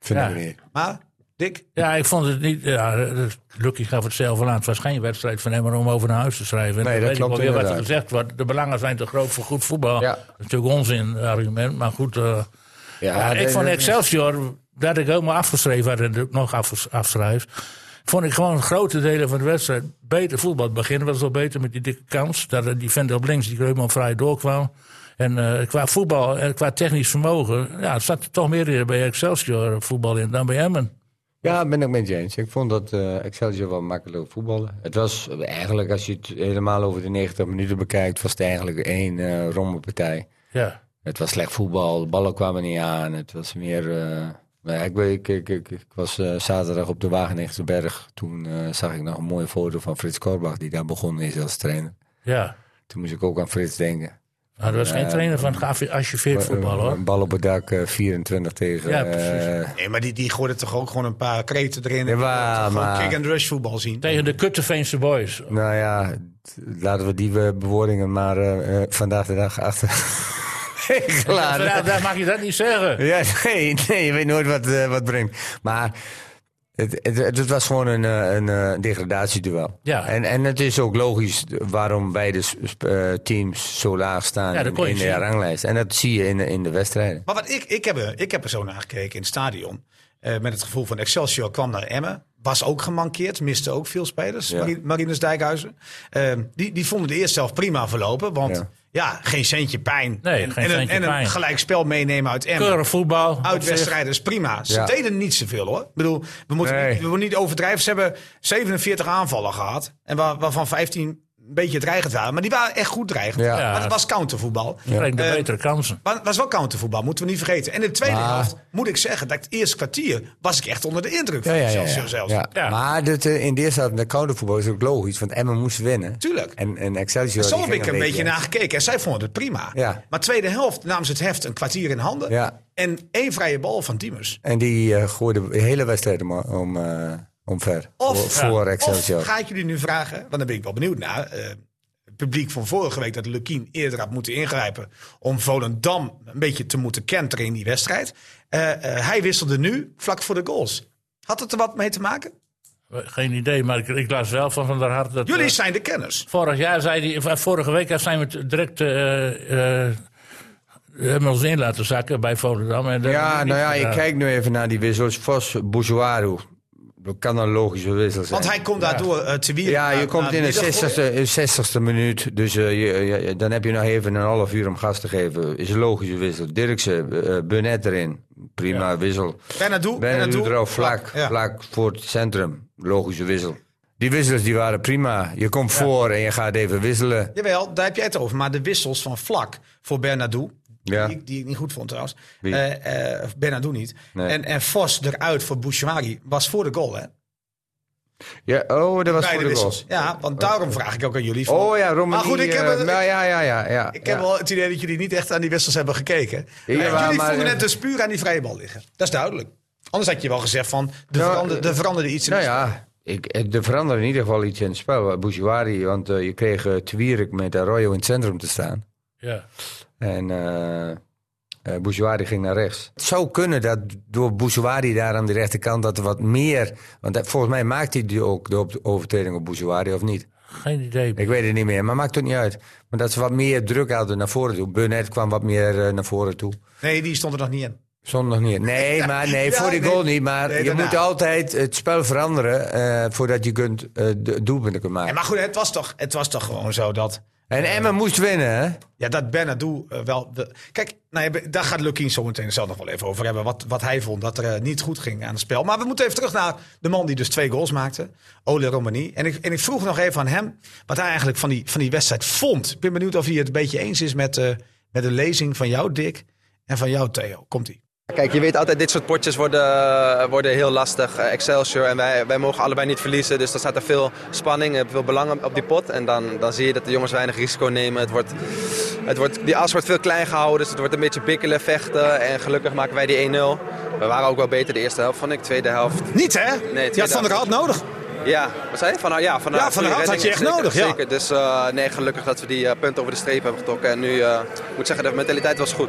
Speaker 3: vind
Speaker 2: Ja.
Speaker 3: ik niet.
Speaker 1: Maar, Dick,
Speaker 2: Ja, ik vond het niet. Ja, dat- Lucky gaf het zelf al aan. Het was geen wedstrijd van hem om over naar huis te schrijven. En dan
Speaker 3: Nee, dat
Speaker 2: weet ik
Speaker 3: klopt
Speaker 2: wel weer wat er
Speaker 3: inderdaad.
Speaker 2: gezegd wordt. De belangen zijn te groot voor goed voetbal.
Speaker 3: Ja.
Speaker 2: Dat is Natuurlijk onzin argument, maar goed. eh, ja,
Speaker 3: dat-
Speaker 2: ik vond
Speaker 3: dat-
Speaker 2: Excelsior, dat ik helemaal afgeschreven had en dat ik nog af, afschrijf. vond ik gewoon grote delen van de wedstrijd beter voetbal. Het begin was wel beter met die dikke kans. Dat, eh, die vent op links die helemaal vrij doorkwam. En eh, qua voetbal en qua technisch vermogen ja, zat er toch meer bij Excelsior voetbal in dan bij Emmen.
Speaker 3: Ja, ik ben ik met je eens. Ik vond dat eh, Excelsior wel makkelijk voetballen. Het was eh, eigenlijk, als je het helemaal over de 90 minuten bekijkt, was het eigenlijk één eh rommelpartij.
Speaker 2: Ja.
Speaker 3: Het was slecht voetbal, de ballen kwamen niet aan. Het was meer. eh, nou ja, ik, weet- ik, ik, ik, ik was eh, zaterdag op de Wageningse Berg. Toen eh, zag ik nog een mooie foto van Frits Korbach, die daar begonnen is als trainer.
Speaker 2: Ja.
Speaker 3: Toen moest ik ook aan Frits denken.
Speaker 2: Nou, er was geen
Speaker 3: Eh,
Speaker 2: trainer van geafficheerd voetbal hoor.
Speaker 3: Een bal op het dak, eh, 24 tegen. eh,
Speaker 2: Ja,
Speaker 3: Ja,
Speaker 2: precies.
Speaker 1: Nee, maar die, die gooide toch ook gewoon een paar kreten erin. en
Speaker 3: Jawel,
Speaker 1: liet gewoon
Speaker 3: maar-
Speaker 1: kick-and-rush voetbal zien.
Speaker 2: Tegen de Kutteveense boys.
Speaker 3: nou ja, t- laten we die eh, bewoordingen maar eh, eh, vandaag de dag achter.
Speaker 2: Ja,
Speaker 3: Klaar.
Speaker 2: daar, daar mag je eh, dat niet zeggen.
Speaker 3: Ja, nee, nee, je weet nooit wat, eh, wat brengt. Maar het, het, het was gewoon een, eh, een eh, degradatieduel.
Speaker 2: Ja.
Speaker 3: En, en het is ook logisch waarom beide s- s- eh, teams zo laag staan
Speaker 2: Ja, dat
Speaker 3: in,
Speaker 2: kon je
Speaker 3: in de
Speaker 2: zien.
Speaker 3: ranglijst. En dat zie je in, de- in de wedstrijden.
Speaker 1: Maar wat ik, ik, heb, er- ik heb er zo naar gekeken in het stadion. Eh, met het gevoel van Excelsior kwam naar Emmen. Was ook gemankeerd, miste ook veel spelers.
Speaker 3: Ja.
Speaker 1: Mari- Marinus Dijkhuizen. Eh, die, die vonden de eerste helft prima verlopen. Want ja,
Speaker 3: Ja.
Speaker 1: geen centje pijn.
Speaker 2: Nee,
Speaker 1: en,
Speaker 2: geen
Speaker 1: en
Speaker 2: centje
Speaker 1: een, en
Speaker 2: pijn.
Speaker 1: een gelijkspel meenemen uit Emmen.
Speaker 2: Keurig voetbal.
Speaker 1: Uitwedstrijden is prima. Ze
Speaker 3: Ja.
Speaker 1: deden niet zoveel hoor. Ik bedoel, we moeten,
Speaker 3: Nee.
Speaker 1: niet, we moeten niet overdrijven. Ze hebben 47 aanvallen gehad. En waar, waarvan 15 een beetje dreigend waren. Maar die waren echt goed dreigend.
Speaker 3: Ja.
Speaker 1: Maar het was countervoetbal.
Speaker 2: Ze kregen de
Speaker 1: Eh,
Speaker 2: betere kansen.
Speaker 1: Maar het was wel countervoetbal, moeten we niet vergeten. En in de tweede
Speaker 3: Maar-
Speaker 1: helft moet ik zeggen dat het eerste kwartier was ik echt onder de indruk van Excelsior zelfs. Dus
Speaker 3: Ja.
Speaker 2: Ja.
Speaker 3: Maar dit, eh, in de eerste helft, de koude voetbal is ook logisch, want Emmen moest winnen.
Speaker 1: Tuurlijk.
Speaker 3: En, en Excelsior...
Speaker 1: Zo
Speaker 3: die
Speaker 1: heb ik
Speaker 3: ging
Speaker 1: een beetje naar gekeken. En zij vonden het prima.
Speaker 3: Ja.
Speaker 1: Maar tweede helft namen ze het heft een kwartier in handen.
Speaker 3: Ja.
Speaker 1: En één vrije bal van Diemers.
Speaker 3: En die eh gooide de hele wedstrijd om, om, eh, omver.
Speaker 1: Of,
Speaker 3: voor voor Excelsior.
Speaker 1: of ga ik jullie nu vragen, want daar ben ik wel benieuwd naar. eh, het publiek van vorige week dat Lukien eerder had moeten ingrijpen. om Volendam een beetje te moeten kenteren in die wedstrijd. Eh, eh, hij wisselde nu vlak voor de goals. Had het er wat mee te maken?
Speaker 2: Geen idee, maar ik, ik las wel van Van der Hart dat...
Speaker 1: Jullie
Speaker 2: eh,
Speaker 1: zijn de kenners.
Speaker 2: vorig jaar zei hij... of, eh, Vorige week zijn we t- direct... eh, eh, hebben we ons in laten zakken bij Volendam. En dat hebben
Speaker 3: Ja,
Speaker 2: we
Speaker 3: nou
Speaker 2: niet
Speaker 3: ja, ik
Speaker 2: gedaan.
Speaker 3: kijk nu even naar die wissels. Vos, Bourgeois, dat kan een logische wissel zijn.
Speaker 1: Want hij komt daardoor eh, te wieren.
Speaker 3: ja, je
Speaker 1: naar-
Speaker 3: komt
Speaker 1: naar
Speaker 3: in de
Speaker 1: middengooi.
Speaker 3: 60ste, 60ste minuut, dus eh, je, je- je- dan heb je nog even een half uur om gas te geven. Is een logische wissel. Dirkse, Burnett erin, prima wissel.
Speaker 1: Benadou,
Speaker 3: Ben
Speaker 1: Benadou.
Speaker 3: erop, vlak,
Speaker 1: Ja.
Speaker 3: vlak voor het centrum, logische wissel. Die wissels die waren prima. Je komt voor en je gaat even wisselen.
Speaker 1: Jawel, daar heb jij het over. Maar de wissels van vlak voor Bernadou.
Speaker 3: Ja.
Speaker 1: Die, ik- die ik niet goed vond trouwens.
Speaker 3: Wie?
Speaker 1: Eh, eh, Bernadou niet.
Speaker 3: Nee.
Speaker 1: En, en Vos eruit voor Bouchouari was voor de goal, hè?
Speaker 3: Ja, oh, dat was
Speaker 1: Bij
Speaker 3: voor
Speaker 1: de
Speaker 3: de goal.
Speaker 1: wissels. Ja, want daarom vraag ik ook aan jullie. van-
Speaker 3: Oh ja, Romani.
Speaker 1: Maar goed, ik heb,
Speaker 3: eh,
Speaker 1: het-
Speaker 3: nou, ja, ja, ja, ja.
Speaker 1: ik heb
Speaker 3: ja.
Speaker 1: wel het idee dat jullie niet echt aan die wissels hebben gekeken.
Speaker 3: Ja,
Speaker 1: Eh, jullie
Speaker 3: maar-
Speaker 1: vonden het dus puur aan die vrije bal liggen. Dat is duidelijk. Anders had je wel gezegd van, er
Speaker 3: Nou,
Speaker 1: veranderde, er veranderde iets in
Speaker 3: Nou
Speaker 1: het
Speaker 3: ja, ik, er veranderde in ieder geval iets in het spel. Bouchouari, want eh, je kreeg eh Twierik met Arroyo in het centrum te staan.
Speaker 2: Ja.
Speaker 3: En eh eh, Bouchouari ging naar rechts. Het zou kunnen dat door Bouchouari daar aan de rechterkant dat er wat meer... Want dat- volgens mij maakt hij die ook de op- overtreding op Bouchouari of niet?
Speaker 2: Geen idee.
Speaker 3: Ik weet het niet meer, maar maakt het niet uit. Maar dat ze wat meer druk hadden naar voren toe. Burnett kwam wat meer eh, naar voren toe.
Speaker 1: Nee, die stond er nog niet in.
Speaker 3: Zondag niet. Nee, maar nee,
Speaker 1: Ja,
Speaker 3: voor die
Speaker 1: nee.
Speaker 3: goal niet. Maar
Speaker 1: Nee,
Speaker 3: je
Speaker 1: daarna.
Speaker 3: moet altijd het spel veranderen eh, voordat je kunt, eh, de doelpunten kunt
Speaker 1: Ja,
Speaker 3: maken.
Speaker 1: maar goed, het was, toch, het was toch gewoon zo dat...
Speaker 3: En Emmen moest winnen, hè?
Speaker 1: Ja, dat Bernardo eh, wel... de- kijk, nou ja, daar gaat Lukien zo meteen zelf nog wel even over hebben. Wat, wat hij vond dat er eh, niet goed ging aan het spel. Maar we moeten even terug naar de man die dus twee goals maakte. Ole Romani. En ik, en ik vroeg nog even aan hem wat hij eigenlijk van die, van die wedstrijd vond. Ik ben benieuwd of hij het een beetje eens is met, eh, met de lezing van jou, Dick. En van jou, Theo. Komt-ie.
Speaker 10: Kijk, je weet altijd, dit soort potjes worden, worden heel lastig. Eh, Excelsior en wij, wij mogen allebei niet verliezen. Dus dan staat er veel spanning en veel belang op- op die pot. En dan, dan zie je dat de jongens weinig risico nemen. Het wordt, het wordt, die as wordt veel klein gehouden. Dus het wordt een beetje bikkelen, vechten. En gelukkig maken wij die 1-0. We waren ook wel beter de eerste helft, vond ik. Tweede helft.
Speaker 1: Niet, hè?
Speaker 10: Nee,
Speaker 1: je had Van der Hart nodig.
Speaker 10: Ja, wat zei je? Van, ja, van,
Speaker 1: Ja, Van der Hart had je echt
Speaker 10: Zeker,
Speaker 1: nodig, ja.
Speaker 10: Zeker. Dus eh, nee, gelukkig dat we die eh, punten over de streep hebben getrokken. En nu, eh, ik moet zeggen, de mentaliteit was goed.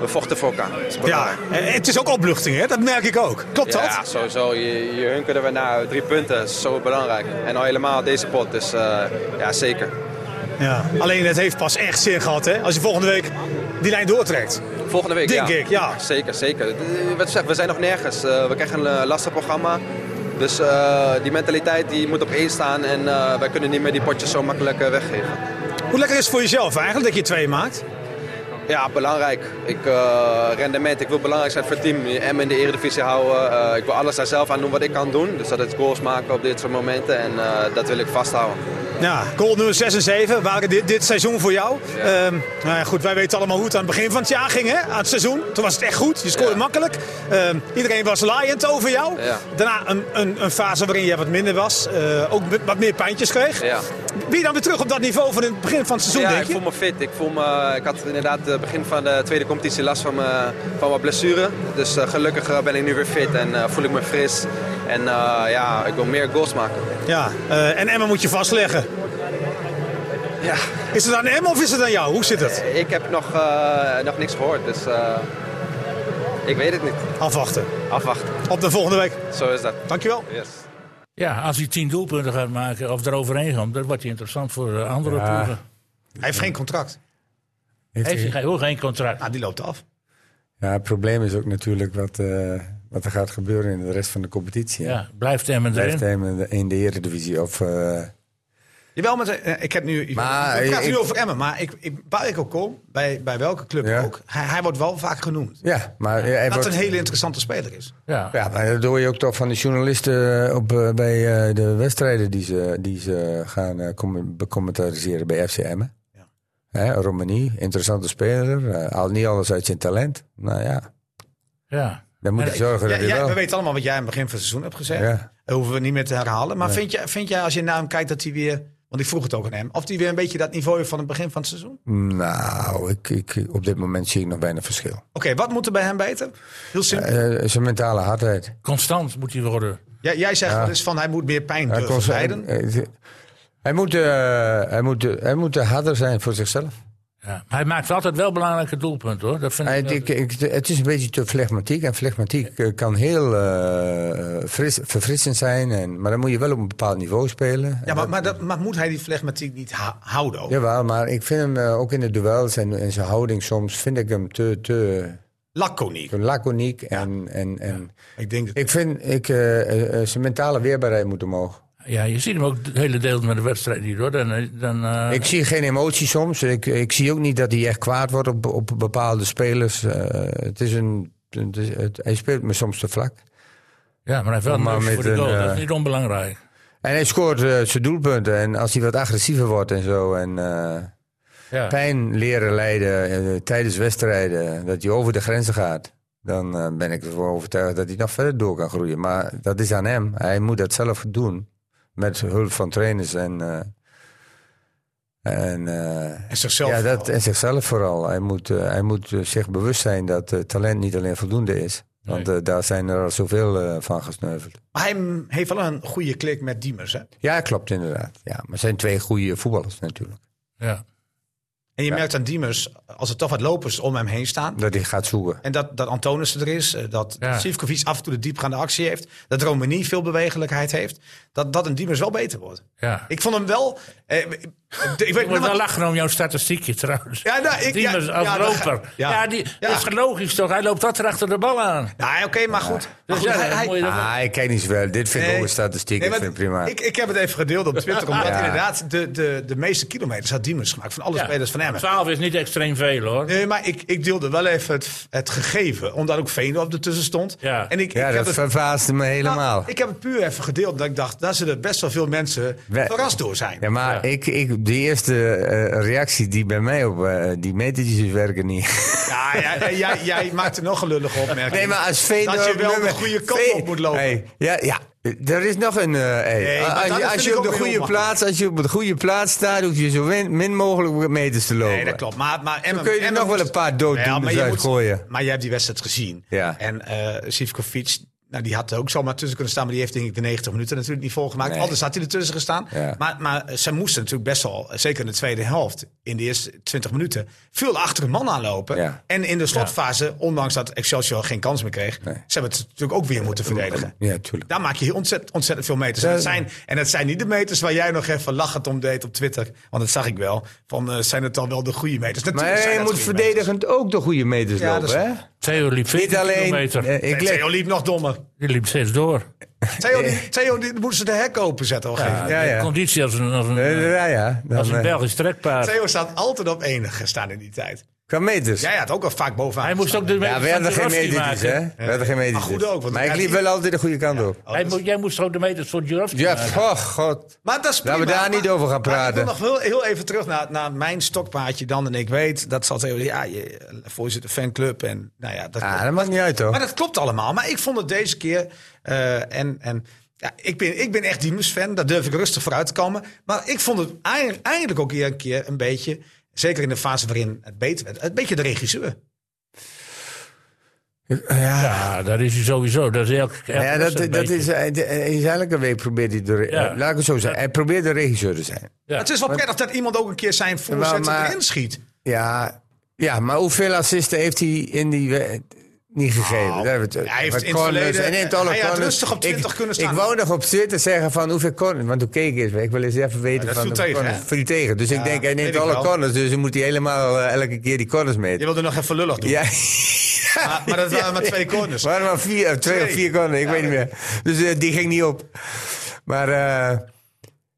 Speaker 10: We vochten voor elkaar. Dat is
Speaker 1: Ja,
Speaker 10: belangrijk.
Speaker 1: eh, het is ook opluchting, hè? Dat merk ik ook. Klopt dat?
Speaker 10: Ja, sowieso. Je, je hunkerde we naar drie punten. Dat is zo belangrijk. En al helemaal deze pot. Dus eh, ja, zeker.
Speaker 1: Ja. Alleen het heeft pas echt zin gehad, hè? Als je volgende week die lijn doortrekt.
Speaker 10: Volgende week,
Speaker 1: Denk
Speaker 10: ja.
Speaker 1: ik, ja.
Speaker 10: Zeker, zeker. Eh, Wat ik zeg, we zijn nog nergens. Eh, we krijgen een eh, lastig programma. Dus die mentaliteit die moet op één staan en eh, wij kunnen niet meer die potjes zo makkelijk eh, weggeven.
Speaker 1: Hoe lekker is het voor jezelf eigenlijk dat je twee maakt?
Speaker 10: Ja, belangrijk. Ik, eh, rendement. Ik wil belangrijk zijn voor het team. M in de Eredivisie houden. Eh, ik wil alles daar zelf aan doen wat ik kan doen. Dus dat is goals maken op dit soort momenten. En eh, dat wil ik vasthouden.
Speaker 1: Ja, goal nummer 6 en 7 waren dit, dit seizoen voor jou. Ehm, nou ja, goed, wij weten allemaal hoe het aan het begin van het jaar ging, hè? aan het seizoen. Toen was het echt goed, je scoorde makkelijk. Ehm, iedereen was laaiend over jou.
Speaker 10: Ja.
Speaker 1: Daarna een, een, een fase waarin jij wat minder was, eh, ook met- wat meer pijntjes kreeg.
Speaker 10: Ja.
Speaker 1: Ben je dan weer terug op dat niveau van het begin van het seizoen,
Speaker 10: ja,
Speaker 1: denk
Speaker 10: ik
Speaker 1: je?
Speaker 10: voel me fit. Ik, voel me, ik had inderdaad het begin van de tweede competitie last van, mijn- van mijn blessure. Dus eh, gelukkig eh, ben ik nu weer fit en eh, voel ik me fris. En eh, ja, ik wil meer goals maken.
Speaker 1: Ja, eh, en Emma moet je vastleggen.
Speaker 10: Ja.
Speaker 1: Is het aan Emma of is het aan jou? Hoe zit het?
Speaker 10: Ik heb nog, eh, nog niks gehoord, dus eh, ik weet het niet.
Speaker 1: Afwachten.
Speaker 10: Afwachten.
Speaker 1: Op de volgende week.
Speaker 10: Zo is dat.
Speaker 1: Dankjewel.
Speaker 10: Yes.
Speaker 2: Ja, als hij tien doelpunten gaat maken of eroverheen komt, dan wordt hij interessant voor eh, andere
Speaker 3: Ja.
Speaker 2: ploegen.
Speaker 1: Hij heeft geen contract.
Speaker 2: Heeft hij geen- ook geen contract?
Speaker 1: Nou, die loopt af.
Speaker 3: Ja, het probleem is ook natuurlijk wat, eh, wat er gaat gebeuren in de rest van de competitie. hè.
Speaker 2: Ja, blijft Emmen erin.
Speaker 3: Blijft hij in de, in de Eredivisie of... eh,
Speaker 1: Jawel, maar eh, ik heb nu.
Speaker 3: Maar,
Speaker 1: ik praat
Speaker 3: eh,
Speaker 1: nu
Speaker 3: ik-
Speaker 1: over Emmen, maar ik, ik, waar ik ook kom, bij, bij welke club
Speaker 3: Ja.
Speaker 1: ook, hij, hij wordt wel vaak genoemd.
Speaker 3: ja, maar eh, hij
Speaker 1: Dat het
Speaker 3: wordt,
Speaker 1: een hele interessante speler is.
Speaker 2: Ja.
Speaker 3: ja, maar dat hoor je ook toch van de journalisten op, eh, bij eh, de wedstrijden die ze, die ze gaan eh, com- becommentariseren bij FC Emmen. Hè, Romani, interessante speler. eh, al niet alles uit zijn talent. Nou ja,
Speaker 2: ja.
Speaker 3: dan moet je zorgen
Speaker 1: Ja,
Speaker 3: dat hij
Speaker 1: jij-
Speaker 3: wel...
Speaker 1: we weten allemaal wat jij aan het begin van het seizoen hebt gezegd.
Speaker 3: Ja.
Speaker 1: Dat hoeven we niet meer te herhalen. Maar vind, jij, vind jij, als je naar hem kijkt, dat hij weer. Want ik vroeg het ook aan hem. Of hij weer een beetje dat niveau heeft van het begin van het seizoen? Oké,
Speaker 3: Nou, ik, ik, op dit moment zie ik nog weinig verschil.
Speaker 1: wat moet er bij hem beter? Heel simpel.
Speaker 3: Eh, zijn mentale hardheid.
Speaker 2: Constant moet hij worden.
Speaker 1: jij, jij zegt wel eens van hij moet meer pijn
Speaker 3: Hij, kon
Speaker 1: durven
Speaker 3: ze-
Speaker 1: lijden.
Speaker 3: hij- hij- hij moet, eh, hij, moet, eh, hij moet harder zijn voor zichzelf.
Speaker 2: Ja. Hij maakt altijd wel belangrijke doelpunten hoor. Dat vind
Speaker 3: Hij-
Speaker 2: ik,
Speaker 3: ik, ik, het is een beetje te flegmatiek. En flegmatiek eh, kan heel eh, fris, verfrissend zijn. En, maar dan moet je wel op een bepaald niveau spelen.
Speaker 1: Ja, maar, maar, dat, maar moet hij die flegmatiek niet ha- houden? Ook?
Speaker 3: Jawel, maar ik vind hem eh, ook in de duels en, en zijn houding soms vind ik hem te, te,
Speaker 1: Laconiek.
Speaker 3: te laconiek. En, en, en,
Speaker 1: Ik denk dat.
Speaker 3: Ik vind ik, eh, eh, eh, zijn mentale weerbaarheid moet omhoog.
Speaker 2: ja, je ziet hem ook het hele deel met de wedstrijd hier hoor. Dan, dan, eh,
Speaker 3: Ik zie geen emotie soms. Ik, ik zie ook niet dat hij echt kwaad wordt op, op bepaalde spelers. Eh, het is een, het is- het- hij speelt me soms te vlak.
Speaker 2: ja, maar hij heeft wel een
Speaker 3: Maar
Speaker 2: neus
Speaker 3: met
Speaker 2: voor de
Speaker 3: een,
Speaker 2: goal. Dat
Speaker 3: eh,
Speaker 2: is niet onbelangrijk.
Speaker 3: En hij scoort eh, zijn doelpunten. En als hij wat agressiever wordt en zo. En eh,
Speaker 2: Ja.
Speaker 3: pijn leren leiden eh, tijdens wedstrijden. Dat hij over de grenzen gaat. Dan eh, ben ik ervoor overtuigd dat hij nog verder door kan groeien. Maar dat is aan hem. Hij moet dat zelf doen. Met hulp van trainers en... eh, en eh,
Speaker 1: En zichzelf.
Speaker 3: Ja, dat,
Speaker 1: vooral.
Speaker 3: en zichzelf vooral. Hij moet, eh, hij moet eh, zich bewust zijn dat eh, talent niet alleen voldoende is. Want eh, daar zijn er al zoveel eh, van gesneuveld.
Speaker 1: Maar hij mm, heeft wel een goede klik met Diemers. Hè?
Speaker 3: Ja, klopt inderdaad. Ja, maar het zijn twee goede voetballers natuurlijk.
Speaker 2: Ja.
Speaker 1: En je merkt aan Diemers, als er toch wat lopers om hem heen staan.
Speaker 3: Dat hij gaat zoeken.
Speaker 1: En dat, dat Antonissen er is, eh, dat
Speaker 2: Ja.
Speaker 1: Sivkovic af en toe de diepgaande actie heeft. Dat Romani veel bewegelijkheid heeft. Dat, dat een Diemers wel beter wordt.
Speaker 2: Ja.
Speaker 1: Ik vond hem wel... Eh, ik, ik weet
Speaker 2: Ik moet
Speaker 1: nou,
Speaker 2: wel lachen om jouw statistiekje trouwens.
Speaker 1: Ja, nou, ik-
Speaker 2: Diemers
Speaker 1: ja,
Speaker 2: als
Speaker 1: ja, dat-
Speaker 2: loper.
Speaker 1: ja.
Speaker 2: ja. die,
Speaker 1: Ja.
Speaker 2: dat is logisch toch? Hij loopt wat er achter de bal aan.
Speaker 1: Nou, oké, maar goed. Maar
Speaker 2: Dus
Speaker 1: goed,
Speaker 2: ja,
Speaker 1: hij-
Speaker 2: dan
Speaker 1: hij-
Speaker 2: moet je dat-
Speaker 3: Ah, ik kijk niet zoveel. Dit vind ik
Speaker 1: Nee.
Speaker 3: ook een statistiek.
Speaker 1: Nee,
Speaker 3: ik
Speaker 1: maar
Speaker 3: vind het prima.
Speaker 1: Ik, ik heb het even gedeeld op Twitter, omdat
Speaker 3: Ja.
Speaker 1: inderdaad de, de, de meeste kilometers had Diemers gemaakt. Van alle
Speaker 2: Ja.
Speaker 1: spelers van Emmen.
Speaker 2: 12 is niet extreem veel hoor.
Speaker 1: Nee, maar ik, ik deelde wel even het, het gegeven, omdat ook Veendorp ertussen stond.
Speaker 2: Ja.
Speaker 1: en ik,
Speaker 3: ja,
Speaker 1: ik heb
Speaker 3: dat
Speaker 1: het-
Speaker 3: verbaasde me helemaal.
Speaker 1: Nou, ik heb het puur even gedeeld, omdat ik dacht, daar zullen best wel veel mensen
Speaker 3: We-
Speaker 1: verrast door zijn.
Speaker 3: ja, maar Ik, ik, de eerste eh, reactie die bij mij op eh, die metertjes werken niet.
Speaker 1: Ja, ja, jij, jij maakt er nog een lullige opmerking.
Speaker 3: Nee, maar als Veendorp...
Speaker 1: Dat je wel
Speaker 3: nummer-
Speaker 1: de goede kant
Speaker 3: Veen-
Speaker 1: op moet lopen.
Speaker 3: Hey, ja, ja, er is nog een... eh, hey.
Speaker 1: Nee, maar
Speaker 3: als,
Speaker 1: dat
Speaker 3: je-
Speaker 1: vind
Speaker 3: als
Speaker 1: ik
Speaker 3: je op
Speaker 1: ook
Speaker 3: de
Speaker 1: weer
Speaker 3: goede
Speaker 1: onmakkelijk.
Speaker 3: plaats, als je op de goede plaats staat, hoef je zo min, min mogelijk meters te lopen.
Speaker 1: Nee, dat klopt. Maar, maar Emma,
Speaker 3: Dan kun je er nog wel een paar dooddoeners uitgooien.
Speaker 1: Maar jij hebt die wedstrijd gezien.
Speaker 3: Ja.
Speaker 1: En eh Sivkovic, nou, die had er ook zomaar tussen kunnen staan. Maar die heeft denk ik de 90 minuten natuurlijk niet volgemaakt.
Speaker 3: Nee.
Speaker 1: Anders had hij ertussen gestaan.
Speaker 3: Ja.
Speaker 1: Maar, maar ze moesten natuurlijk best wel, zeker in de tweede helft... in de eerste 20 minuten, veel achter een man aanlopen.
Speaker 3: Ja.
Speaker 1: En in de slotfase, ondanks dat Excelsior geen kans meer kreeg...
Speaker 3: Nee.
Speaker 1: ze hebben het natuurlijk ook weer moeten verdedigen.
Speaker 3: Ja, tuurlijk.
Speaker 1: Daar maak je ontzettend, ontzettend veel meters. En
Speaker 3: Ja.
Speaker 1: het, zijn, en het zijn niet de meters waar jij nog even lachend om deed op Twitter. Want dat zag ik wel. Van, eh, zijn het dan wel de goede meters?
Speaker 3: Maar
Speaker 1: Natuurlijk zijn
Speaker 3: hij
Speaker 1: dat
Speaker 3: moet
Speaker 1: goede meters.
Speaker 3: verdedigend ook de goede meters
Speaker 1: Ja, dat
Speaker 3: lopen,
Speaker 1: is-
Speaker 3: hè?
Speaker 2: Theo liep 14
Speaker 3: Niet alleen.
Speaker 2: kilometer.
Speaker 3: eh, ik leg-
Speaker 1: Theo liep nog dommer.
Speaker 2: Die liep steeds door.
Speaker 1: Theo, die, Theo die, moesten de hek openzetten. Al ja,
Speaker 3: ja, ja.
Speaker 2: Conditie als een, als een,
Speaker 3: Eh, ja, ja. Dan,
Speaker 2: als een
Speaker 3: eh,
Speaker 2: Belgisch trekpaard.
Speaker 1: Theo staat altijd op enige staan in die tijd.
Speaker 3: Qua meters.
Speaker 1: Jij had ook al vaak bovenaan.
Speaker 2: Hij moest
Speaker 1: gestaan.
Speaker 2: ook de
Speaker 3: Ja,
Speaker 2: meters
Speaker 3: we
Speaker 2: van
Speaker 3: hadden geen
Speaker 2: Jurowski
Speaker 3: medische, hè?
Speaker 2: maken.
Speaker 3: We hadden geen medische.
Speaker 1: Maar goed ook, want
Speaker 3: Maar ik
Speaker 1: ja,
Speaker 3: liep
Speaker 1: die-
Speaker 3: wel altijd de goede kant op.
Speaker 1: Oh,
Speaker 2: Hij mo- jij moest ook de meters voor Jurowski
Speaker 3: Ja,
Speaker 2: maken.
Speaker 3: oh god.
Speaker 1: Maar dat is
Speaker 3: Laten we
Speaker 1: prima,
Speaker 3: daar
Speaker 1: maar-
Speaker 3: niet over
Speaker 1: maar
Speaker 3: gaan praten.
Speaker 1: ik wil nog heel, heel even terug naar, naar mijn stokpaardje dan. En ik weet, dat zal heel... Ja, je, voorzitter fanclub en... Nou ja, dat,
Speaker 3: Ah, dat maakt niet uit,
Speaker 1: Maar
Speaker 3: toch?
Speaker 1: dat klopt allemaal. Maar ik vond het deze keer... eh, en en ja, ik, ben, ik ben echt Diemus-fan. Daar durf ik rustig voor uit te komen. Maar ik vond het eind- eindelijk ook weer een keer een beetje... Zeker in de fase waarin het beter werd. Een beetje de regisseur.
Speaker 2: Ja, dat is hij sowieso. Dat is elke elke
Speaker 3: Ja, dat,
Speaker 2: wedstrijd
Speaker 3: dat
Speaker 2: een
Speaker 3: is, eh,
Speaker 2: beetje.
Speaker 3: hij- hij is eigenlijk een week probeert hij de... re- eh,
Speaker 2: Ja.
Speaker 3: Laat ik het zo zeggen. Hij probeert de regisseur te zijn.
Speaker 2: Ja.
Speaker 1: Het is wel prettig dat iemand ook een keer zijn voorzet
Speaker 3: maar-
Speaker 1: erin schiet.
Speaker 3: Ja, ja, maar hoeveel assisten heeft hij in die... we- Niet gegeven. Daar hebben we het-
Speaker 1: Nou, hij heeft
Speaker 3: maar
Speaker 1: in het
Speaker 3: corners,
Speaker 1: verleden-
Speaker 3: hij neemt alle
Speaker 1: hij had
Speaker 3: corners.
Speaker 1: rustig op 20
Speaker 3: ik,
Speaker 1: kunnen staan.
Speaker 3: Ik wou nog op Twitter zeggen van hoeveel corners... Want toen keek ik eens, ik wil eens even weten
Speaker 1: dat
Speaker 3: van...
Speaker 1: viel
Speaker 3: de
Speaker 1: tegen,
Speaker 3: corners.
Speaker 1: hè?
Speaker 3: Viel tegen. Dus ik denk, hij
Speaker 1: weet
Speaker 3: neemt
Speaker 1: ik
Speaker 3: alle
Speaker 1: wel.
Speaker 3: corners. Dus dan moet hij helemaal eh, elke keer die corners
Speaker 1: Je
Speaker 3: meten.
Speaker 1: wilde nog even lullig doen.
Speaker 3: Ja,
Speaker 1: Maar, maar dat waren maar twee
Speaker 2: Dus
Speaker 1: corners.
Speaker 3: waren maar vier, eh, twee,
Speaker 1: Twee.
Speaker 3: of vier corners, ik weet niet meer. Dus eh, die ging niet op. Maar eh,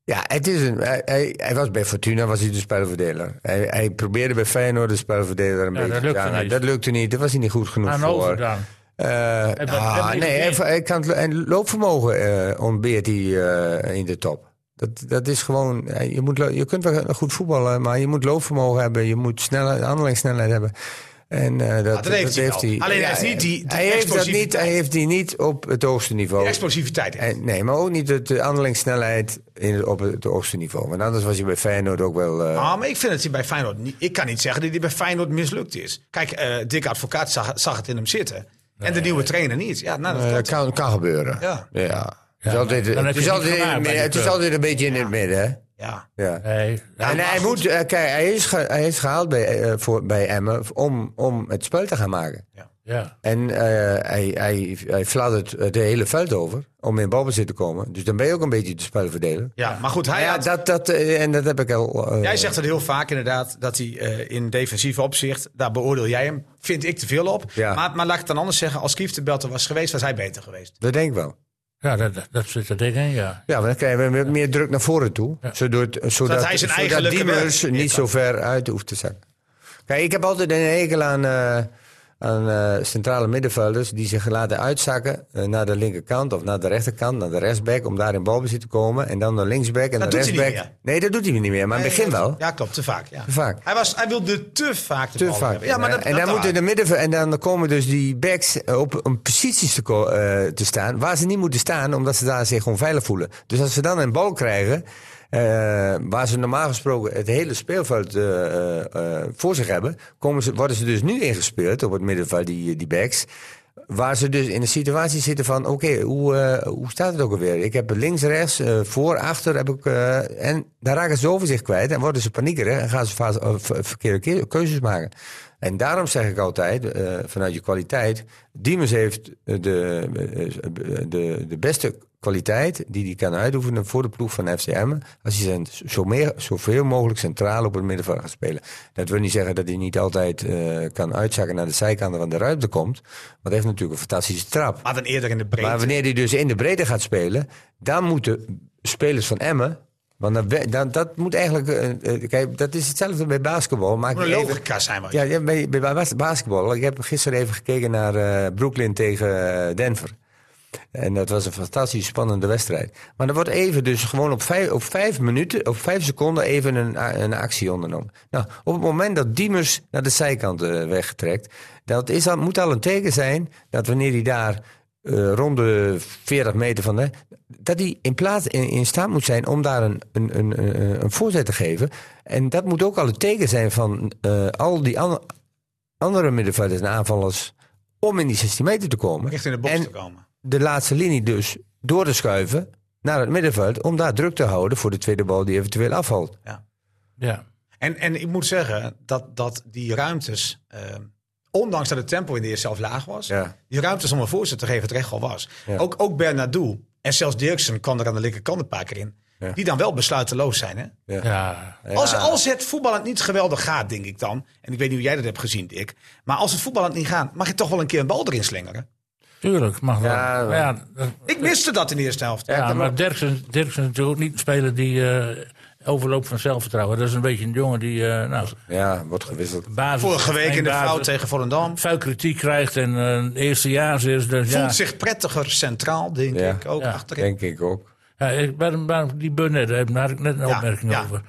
Speaker 3: ja, het is een, hij, hij, hij was bij Fortuna was hij de spelverdeler. Hij, hij probeerde bij Feyenoord de spelverdeler een
Speaker 2: Ja,
Speaker 3: beetje
Speaker 2: dat
Speaker 3: te
Speaker 2: lukte
Speaker 3: gaan.
Speaker 2: niet.
Speaker 3: Dat lukte niet, daar was hij niet goed genoeg
Speaker 2: Hannover
Speaker 3: voor.
Speaker 2: dan.
Speaker 3: Eh,
Speaker 2: wat-
Speaker 3: ah,
Speaker 2: wat is
Speaker 3: nee,
Speaker 2: het
Speaker 3: hij,
Speaker 2: in?
Speaker 3: hij kan, het- en loopvermogen eh, ontbeert hij eh, in de top. Dat, dat is gewoon, eh, je, moet, lo- je kunt wel goed voetballen, maar je moet loopvermogen hebben. Je moet snelle, handelingssnelheid hebben. En eh, dat,
Speaker 1: Ah, dat heeft hij wel. Alleen hij heeft niet die- die
Speaker 3: hij heeft dat niet.
Speaker 1: explosiviteit.
Speaker 3: Hij heeft die niet op het hoogste niveau.
Speaker 1: Explosiviteit. in.
Speaker 3: En, nee, maar ook niet het, de handelingssnelheid in het, op het hoogste niveau. Want anders was je bij Feyenoord ook wel... eh,
Speaker 1: Ah, maar ik vind dat hij bij Feyenoord niet. Ik kan niet zeggen dat hij bij Feyenoord mislukt is. Kijk, eh Dick Advocaat zag, zag het in hem zitten. en de nieuwe trainer niet. Ja, nou, dat
Speaker 3: Eh,
Speaker 1: klopt.
Speaker 3: kan, kan gebeuren.
Speaker 1: Ja.
Speaker 3: Het is altijd-
Speaker 2: dan heb
Speaker 3: het
Speaker 2: je
Speaker 3: is
Speaker 2: het
Speaker 3: altijd
Speaker 2: niet
Speaker 3: in
Speaker 2: gedaan
Speaker 3: het
Speaker 2: bij
Speaker 3: midden-
Speaker 2: die
Speaker 3: het is
Speaker 2: club.
Speaker 3: altijd een beetje in het midden,
Speaker 1: ja.
Speaker 3: hè? Ja.
Speaker 2: Nee,
Speaker 3: en hij moet, eh, kijk, hij is, ge- hij is gehaald bij, eh, voor, bij Emmen om, om het spel te gaan maken.
Speaker 2: ja.
Speaker 3: En eh, hij, hij, hij fladdert het hele veld over om in balbezit te komen. Dus dan ben je ook een beetje de spelverdeler.
Speaker 1: ja, maar goed, hij
Speaker 3: Maar ja,
Speaker 1: had-
Speaker 3: dat, dat, eh, en dat heb ik al... eh,
Speaker 1: jij zegt het heel vaak inderdaad dat hij eh, in defensief opzicht, daar beoordeel jij hem, vind ik te veel op.
Speaker 3: Ja.
Speaker 1: Maar, maar laat ik het dan anders zeggen, als Kieft de Belter was geweest, was hij beter geweest.
Speaker 3: Dat denk ik wel.
Speaker 2: Ja, dat, dat, dat zit er dik in, ja.
Speaker 3: Ja, want dan krijgen we meer druk naar voren toe. Zodat, zodat, zodat
Speaker 1: hij zijn eigen lukken
Speaker 3: Diemers
Speaker 1: werkt.
Speaker 3: niet zo ver uit hoeft te zakken. Kijk, ik heb altijd een hekel aan, eh, aan eh, centrale middenvelders die zich laten uitzakken eh, naar de linkerkant of naar de rechterkant, naar de rechtsback, om daar in balbezit te komen. En dan de linksback en
Speaker 1: Dat
Speaker 3: de
Speaker 1: doet hij niet
Speaker 3: rechtsback.
Speaker 1: meer.
Speaker 3: nee, dat doet hij niet meer, maar in het begin wel.
Speaker 1: Ja, klopt, te vaak. Ja.
Speaker 3: Te vaak.
Speaker 1: Hij, was, hij wilde te vaak de
Speaker 3: Te
Speaker 1: bal
Speaker 3: vaak.
Speaker 1: hebben. Ja, maar dat,
Speaker 3: en,
Speaker 1: dat
Speaker 3: dan moeten de middenve- en dan komen dus die backs op een posities te, ko- eh, te staan waar ze niet moeten staan, omdat ze daar zich onveilig voelen. Dus als ze dan een bal krijgen, eh, waar ze normaal gesproken het hele speelveld eh, eh, eh, voor zich hebben, komen ze, worden ze dus nu ingespeeld op het middenveld, die, die backs. Waar ze dus in een situatie zitten van, oké, hoe, eh, hoe staat het ook alweer? Ik heb links, rechts, eh, voor, achter heb ik... eh, en daar raken ze over zich kwijt en worden ze paniekerig en gaan ze vaas- eh, ver- verkeerde ke- keuzes maken. En daarom zeg ik altijd, eh, vanuit je kwaliteit... Diemers heeft eh, de, eh, de, de beste kwaliteit die hij kan uitoefenen voor de ploeg van FCM... als hij zijn, zo meer, zoveel mogelijk centraal op het middenveld gaat spelen. Dat wil niet zeggen dat hij niet altijd eh, kan uitzakken naar de zijkanten van de ruimte komt... want hij heeft natuurlijk een fantastische trap.
Speaker 1: had een eerder in de breedte.
Speaker 3: Maar wanneer hij dus in de breedte gaat spelen, dan moeten spelers van Emmen. Want dan, we- dan, dat moet eigenlijk. eh, eh, kijk, dat is hetzelfde bij basketbal. Maak
Speaker 1: Een
Speaker 3: je even,
Speaker 1: logica zijn we.
Speaker 3: ja, ja, bij, bij bas- basketbal. Ik heb gisteren even gekeken naar eh, Brooklyn tegen eh, Denver. En dat was een fantastisch spannende wedstrijd. Maar er wordt even dus gewoon op vijf, op vijf minuten, op vijf seconden even een, a- een actie ondernomen. Nou, op het moment dat Diemers naar de zijkant eh, wegtrekt, dat is al, moet al een teken zijn dat wanneer hij daar eh rond de 40 meter van de, dat hij in plaats in, in staat moet zijn om daar een, een, een, een, een voorzet te geven. En dat moet ook al een teken zijn van eh, al die an- andere middenvelders en aanvallers om in die 16 meter te komen.
Speaker 1: Echt in de box
Speaker 3: En
Speaker 1: te komen.
Speaker 3: de laatste linie dus door te schuiven naar het middenveld. Om daar druk te houden voor de tweede bal die eventueel afvalt.
Speaker 2: ja.
Speaker 1: En, en ik moet zeggen dat, dat die ruimtes, eh, ondanks dat het tempo in de eerste helft laag was,
Speaker 3: Ja.
Speaker 1: die ruimtes om een voorzet te geven het recht al was.
Speaker 3: Ja.
Speaker 1: Ook, ook Bernardo en zelfs Dirksen kwam er aan de linkerkant een paar keer in. Ja. Die dan wel besluiteloos zijn. Hè?
Speaker 2: Ja.
Speaker 1: Als, als het voetballend niet geweldig gaat, denk ik dan. En ik weet niet hoe jij dat hebt gezien, Dick. Maar als het voetballend niet gaat, mag je toch wel een keer een bal erin slingeren.
Speaker 2: Tuurlijk, mag wel.
Speaker 1: Ja,
Speaker 2: Maar ja, dat-
Speaker 1: Ik miste dat in de eerste helft.
Speaker 2: ja, maar Derksen, Derksen is natuurlijk ook niet een speler die eh, overloopt van zelfvertrouwen. Dat is een beetje een jongen die eh, nou,
Speaker 3: Ja, wordt gewisseld.
Speaker 2: basis,
Speaker 1: Vorige week in de
Speaker 2: basis-
Speaker 1: fout tegen Volendam.
Speaker 2: veel kritiek krijgt en een eerstejaars is. Dus ja,
Speaker 1: Voelt zich prettiger centraal, denk
Speaker 3: Ja.
Speaker 1: ik. Ook
Speaker 2: Ja.
Speaker 1: achterin.
Speaker 3: Denk ik ook.
Speaker 2: ja, ik- waarom- waarom die Burnett, daar heb- daar had ik net een
Speaker 1: Ja,
Speaker 2: opmerking
Speaker 1: ja.
Speaker 2: over.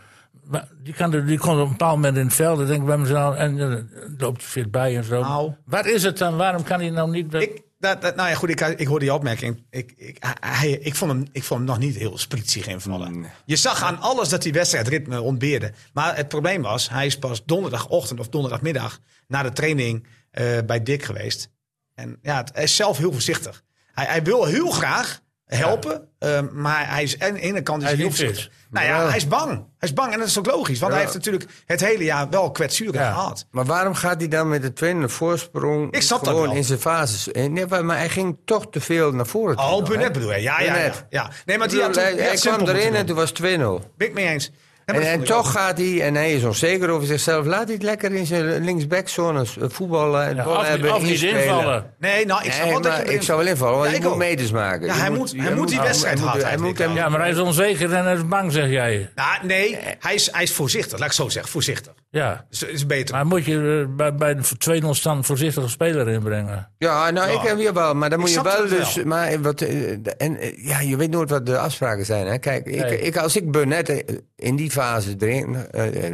Speaker 2: Maar die, kan, er- die komt op een bepaald moment in het veld en denk ik bij mezelf, en eh, loopt fit bij en zo.
Speaker 1: Nou.
Speaker 2: Wat is het dan? Waarom kan hij nou niet... dat-
Speaker 1: Ik, dat, dat- nou ja, goed, ik, ik hoorde die opmerking. Ik, ik, hij, ik, vond hem, ik vond hem nog niet heel spritzig invallen. Je zag aan alles dat die wedstrijdritme ontbeerde. Maar het probleem was, hij is pas donderdagochtend of donderdagmiddag... na de training eh, bij Dick geweest. En ja, het- hij is zelf heel voorzichtig. Hij, hij wil heel graag helpen, eh, maar hij is aan de ene kant is
Speaker 2: Hij
Speaker 1: hij
Speaker 2: is
Speaker 1: heel
Speaker 2: niet fit.
Speaker 1: voorzichtig. Nou ja, hij is bang. Hij is bang en dat is ook logisch. Want hij heeft natuurlijk het hele jaar wel kwetsuren
Speaker 2: Ja.
Speaker 1: gehad.
Speaker 3: Maar waarom gaat hij dan met de trainer voorsprong
Speaker 1: Ik snap dat
Speaker 3: gewoon
Speaker 1: wel.
Speaker 3: in zijn fases? Eh, Nee, maar maar hij ging toch te veel naar voren. toe
Speaker 1: Oh,
Speaker 3: nog, hè?
Speaker 1: Burnett bedoel je? Ja, ja, ja,
Speaker 3: Burnett.
Speaker 1: ja. Nee, maar
Speaker 3: Ik
Speaker 1: die had
Speaker 3: bedoel,
Speaker 1: toen,
Speaker 3: Hij,
Speaker 1: die
Speaker 3: hij
Speaker 1: had simpel
Speaker 3: kwam
Speaker 1: moeten
Speaker 3: erin
Speaker 1: doen.
Speaker 3: en toen was 2-0.
Speaker 1: Ben ik mee eens. Nee, maar
Speaker 3: En,
Speaker 1: dat
Speaker 3: en
Speaker 1: vond ik ook.
Speaker 3: Eh, toch gaat hij, en hij is onzeker over zichzelf, laat hij het lekker in zijn linksbackzones eh, voetballen en
Speaker 2: Ja,
Speaker 3: ballen
Speaker 2: of, niet-
Speaker 3: hebben
Speaker 2: of niet
Speaker 3: inspelen.
Speaker 2: invallen.
Speaker 1: Nee, nou, ik
Speaker 3: Nee,
Speaker 1: zou wel dat
Speaker 3: maar
Speaker 1: je erin-
Speaker 3: ik zou wel invallen, want
Speaker 1: Ja,
Speaker 3: je
Speaker 1: ik
Speaker 3: moet dus-
Speaker 1: ook.
Speaker 3: medes maken.
Speaker 1: Ja,
Speaker 3: Je
Speaker 1: hij moet- hij
Speaker 3: je
Speaker 1: moet die wedstrijd
Speaker 3: hij
Speaker 1: hard
Speaker 3: moet- Hij moet
Speaker 1: uitwikkelen.
Speaker 3: hem
Speaker 2: Ja, maar hij is onzeker en hij is bang, zeg jij.
Speaker 1: Nou, nee, hij is, hij is voorzichtig. Laat ik zo zeggen, voorzichtig.
Speaker 2: Ja.
Speaker 1: Is, is beter.
Speaker 2: Maar moet je eh, bij, bij de 2-0 stand voorzichtige speler inbrengen?
Speaker 3: Ja, nou, ik heb hier wel, maar dan moet je
Speaker 1: snap
Speaker 3: wel
Speaker 1: het wel.
Speaker 3: dus. Maar wat, eh, en, eh, ja, je weet nooit wat de afspraken zijn. Hè? Kijk, ik,
Speaker 2: Nee.
Speaker 3: ik, als ik Burnett eh, in die fase erin. eh, eh,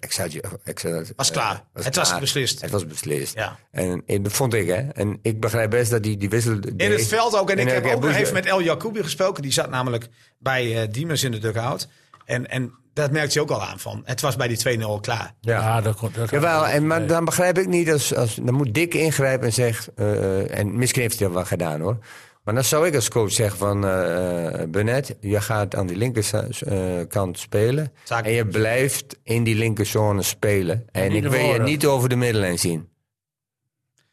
Speaker 3: Excelsior- Excelsior, eh,
Speaker 1: Was klaar. Het was beslist.
Speaker 3: Het was beslist.
Speaker 1: Ja.
Speaker 3: En eh, dat vond ik, hè? En ik begrijp best dat hij die wissel.
Speaker 1: in het veld ook. En ik heb ook nog even
Speaker 3: heeft
Speaker 1: met El Jacoubi gesproken. Die zat namelijk bij eh, Diemers in de dugout. En, en dat merkte je ook al aan van. Het was bij die 2-0 al klaar.
Speaker 2: Ja, dat komt. Dat
Speaker 3: Jawel, en, maar dan begrijp ik niet als, als dan moet Dick ingrijpen en zegt, eh, eh, en misschien heeft hij dat wel gedaan hoor. Maar dan zou ik als coach zeggen van eh eh, Burnett, je gaat aan die linkerkant spelen
Speaker 1: Zaak-
Speaker 3: en je blijft in die linkerzone spelen. En
Speaker 2: Niet
Speaker 3: ik wil je
Speaker 2: ervoor.
Speaker 3: niet over de middenlijn zien.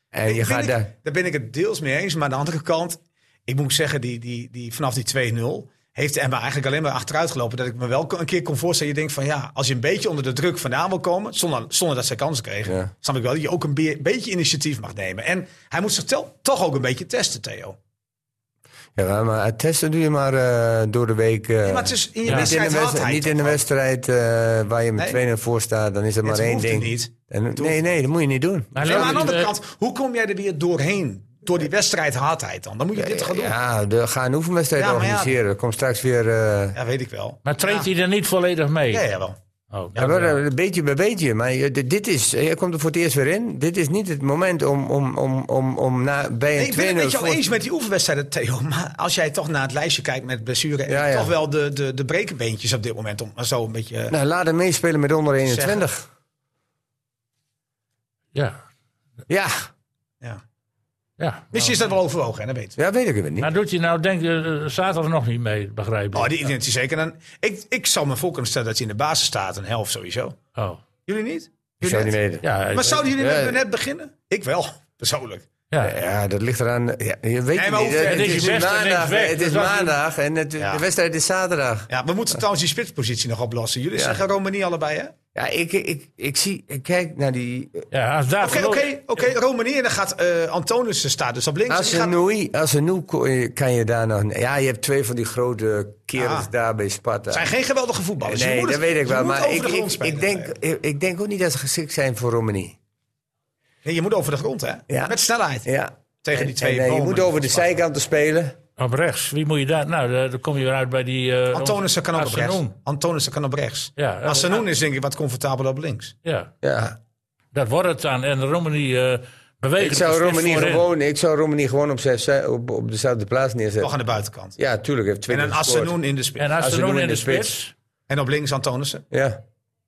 Speaker 3: En je
Speaker 1: Ik-
Speaker 3: gaat
Speaker 1: ben ik,
Speaker 3: daar.
Speaker 1: daar ben ik het deels mee eens. Maar aan de andere kant, ik moet zeggen, die, die, die, vanaf die 2-0 heeft de Emma eigenlijk alleen maar achteruit gelopen. Dat ik me wel een keer kon voorstellen. Je denkt van ja, als je een beetje onder de druk vandaan wil komen, zonder, zonder dat zij kansen kregen,
Speaker 3: Ja.
Speaker 1: snap ik wel dat je ook een be- beetje initiatief mag nemen. En hij moet zich tel- toch ook een beetje testen, Theo.
Speaker 3: Ja, maar het testen doe je maar eh, door de week. eh,
Speaker 1: Nee, maar het is in je
Speaker 3: niet in de
Speaker 1: wedstrijd had
Speaker 3: wedstrijd,
Speaker 1: hij
Speaker 3: niet
Speaker 1: toch
Speaker 3: in de
Speaker 1: wel.
Speaker 3: wedstrijd eh, waar je met
Speaker 1: Nee.
Speaker 3: 2-0 voor staat, dan is het maar
Speaker 1: Het
Speaker 3: één
Speaker 1: hoeft
Speaker 3: ding.
Speaker 1: niet.
Speaker 3: En, nee, nee, dat moet je niet doen.
Speaker 2: Maar
Speaker 1: Nee, maar aan de
Speaker 2: loopt
Speaker 1: andere
Speaker 2: hij- eh,
Speaker 1: kant, hoe kom jij er weer doorheen? Door die wedstrijdhardheid dan? Dan moet je dit gaan doen. Ja,
Speaker 3: Ja, de, ga een oefenwedstrijd
Speaker 1: Ja, maar ja.
Speaker 3: organiseren. Kom straks weer. eh,
Speaker 1: weet ik wel.
Speaker 2: Maar treedt hij er niet volledig mee?
Speaker 1: Ja, ja, wel.
Speaker 2: Oh,
Speaker 3: ja, maar, eh, beetje bij beetje. Maar je- dit- dit is, eh, je komt er voor het eerst weer in. Dit is niet het moment om, om, om, om, om na, bij
Speaker 1: Nee,
Speaker 3: een
Speaker 1: ik ben het met
Speaker 3: 2-0
Speaker 1: je al
Speaker 3: voor-
Speaker 1: eens met die oefenwedstrijden, Theo. Maar als jij toch naar het lijstje kijkt met blessure... en
Speaker 3: Ja, ja.
Speaker 1: toch wel de, de, de brekenbeentjes op dit moment, om maar zo een beetje... eh,
Speaker 3: Nou, laat hem meespelen met onder 21.
Speaker 2: ja.
Speaker 3: Ja,
Speaker 1: ja.
Speaker 2: ja.
Speaker 1: Misschien is dat wel overwogen, hè? dat weet ik.
Speaker 3: ja, weet ik het niet.
Speaker 2: Maar doet hij nou, denk je, eh, zaterdag nog niet mee, begrijp ik?
Speaker 1: Oh, die identiteit zeker. En dan, ik, ik zou me voor kunnen stellen dat hij in de basis staat, een helft sowieso.
Speaker 2: Oh.
Speaker 1: Jullie niet?
Speaker 3: ik zou het niet weten.
Speaker 2: Ja, eh, ik-
Speaker 1: Maar zouden jullie
Speaker 3: Ja.
Speaker 1: met net beginnen? Ik wel, persoonlijk.
Speaker 2: ja.
Speaker 3: Ja, dat ligt eraan. eh, Ja, je weet
Speaker 1: maar
Speaker 3: het
Speaker 1: hoe
Speaker 3: niet.
Speaker 1: ver-
Speaker 3: hè.
Speaker 1: Het
Speaker 2: is je beste
Speaker 3: maandag.
Speaker 2: linksback.
Speaker 3: Het is
Speaker 2: Dat was-
Speaker 3: maandag en het,
Speaker 1: Ja.
Speaker 3: de wedstrijd is zaterdag.
Speaker 1: Ja, we moeten trouwens die spitspositie nog oplossen. Jullie zeggen Romani allebei, hè?
Speaker 3: Ja, ik, ik, ik zie, ik kijk naar die
Speaker 2: ja, als daar
Speaker 1: Oké,
Speaker 2: verlo-
Speaker 1: oké, oké. Romani en dan gaat eh Antonissen staat dus op
Speaker 3: Nou,
Speaker 1: links. Die gaat-
Speaker 3: Asenoui, Asenoui ko- eh, kan je daar nog... Ja, je hebt twee van die grote kerels
Speaker 1: Ah.
Speaker 3: daar bij Sparta.
Speaker 1: zijn geen geweldige voetballers. Je
Speaker 3: nee,
Speaker 1: moet
Speaker 3: dat
Speaker 1: het-
Speaker 3: weet ik
Speaker 1: je
Speaker 3: wel.
Speaker 1: moet
Speaker 3: Maar
Speaker 1: over
Speaker 3: ik,
Speaker 1: de grond
Speaker 3: ik,
Speaker 1: spelen.
Speaker 3: ik, denk, ik, ik denk ook niet dat ze geschikt zijn voor Romani.
Speaker 1: Nee, je moet over de grond, hè?
Speaker 3: Ja.
Speaker 1: Met snelheid.
Speaker 3: Ja.
Speaker 1: Tegen die
Speaker 3: En,
Speaker 1: twee
Speaker 3: eh, je
Speaker 1: bomen.
Speaker 3: moet over de zijkanten spelen.
Speaker 2: Op rechts, wie moet je daar... Nou, daar- dan kom je weer uit bij die... eh,
Speaker 1: Antonissen kan ook op rechts.
Speaker 2: Asenoen.
Speaker 1: Antonissen kan op rechts.
Speaker 2: Ja, eh,
Speaker 1: Asanoen is denk ik wat comfortabeler op links.
Speaker 2: Ja,
Speaker 3: Ja.
Speaker 2: dat wordt het dan. En Romani eh beweegt...
Speaker 3: Ik, zou
Speaker 2: zich
Speaker 3: Romani
Speaker 2: voorin.
Speaker 3: gewoon, ik zou Romani gewoon op, zes, eh, op, op dezelfde plaats
Speaker 1: Toch
Speaker 3: neerzetten.
Speaker 1: aan de buitenkant.
Speaker 3: Ja, tuurlijk. Heeft twee
Speaker 1: En een
Speaker 3: keer gescoord.
Speaker 1: Asanoen in de spits.
Speaker 2: En
Speaker 1: En,
Speaker 2: Asenoen in de spits.
Speaker 1: op links Nou Antonissen.
Speaker 3: Ja.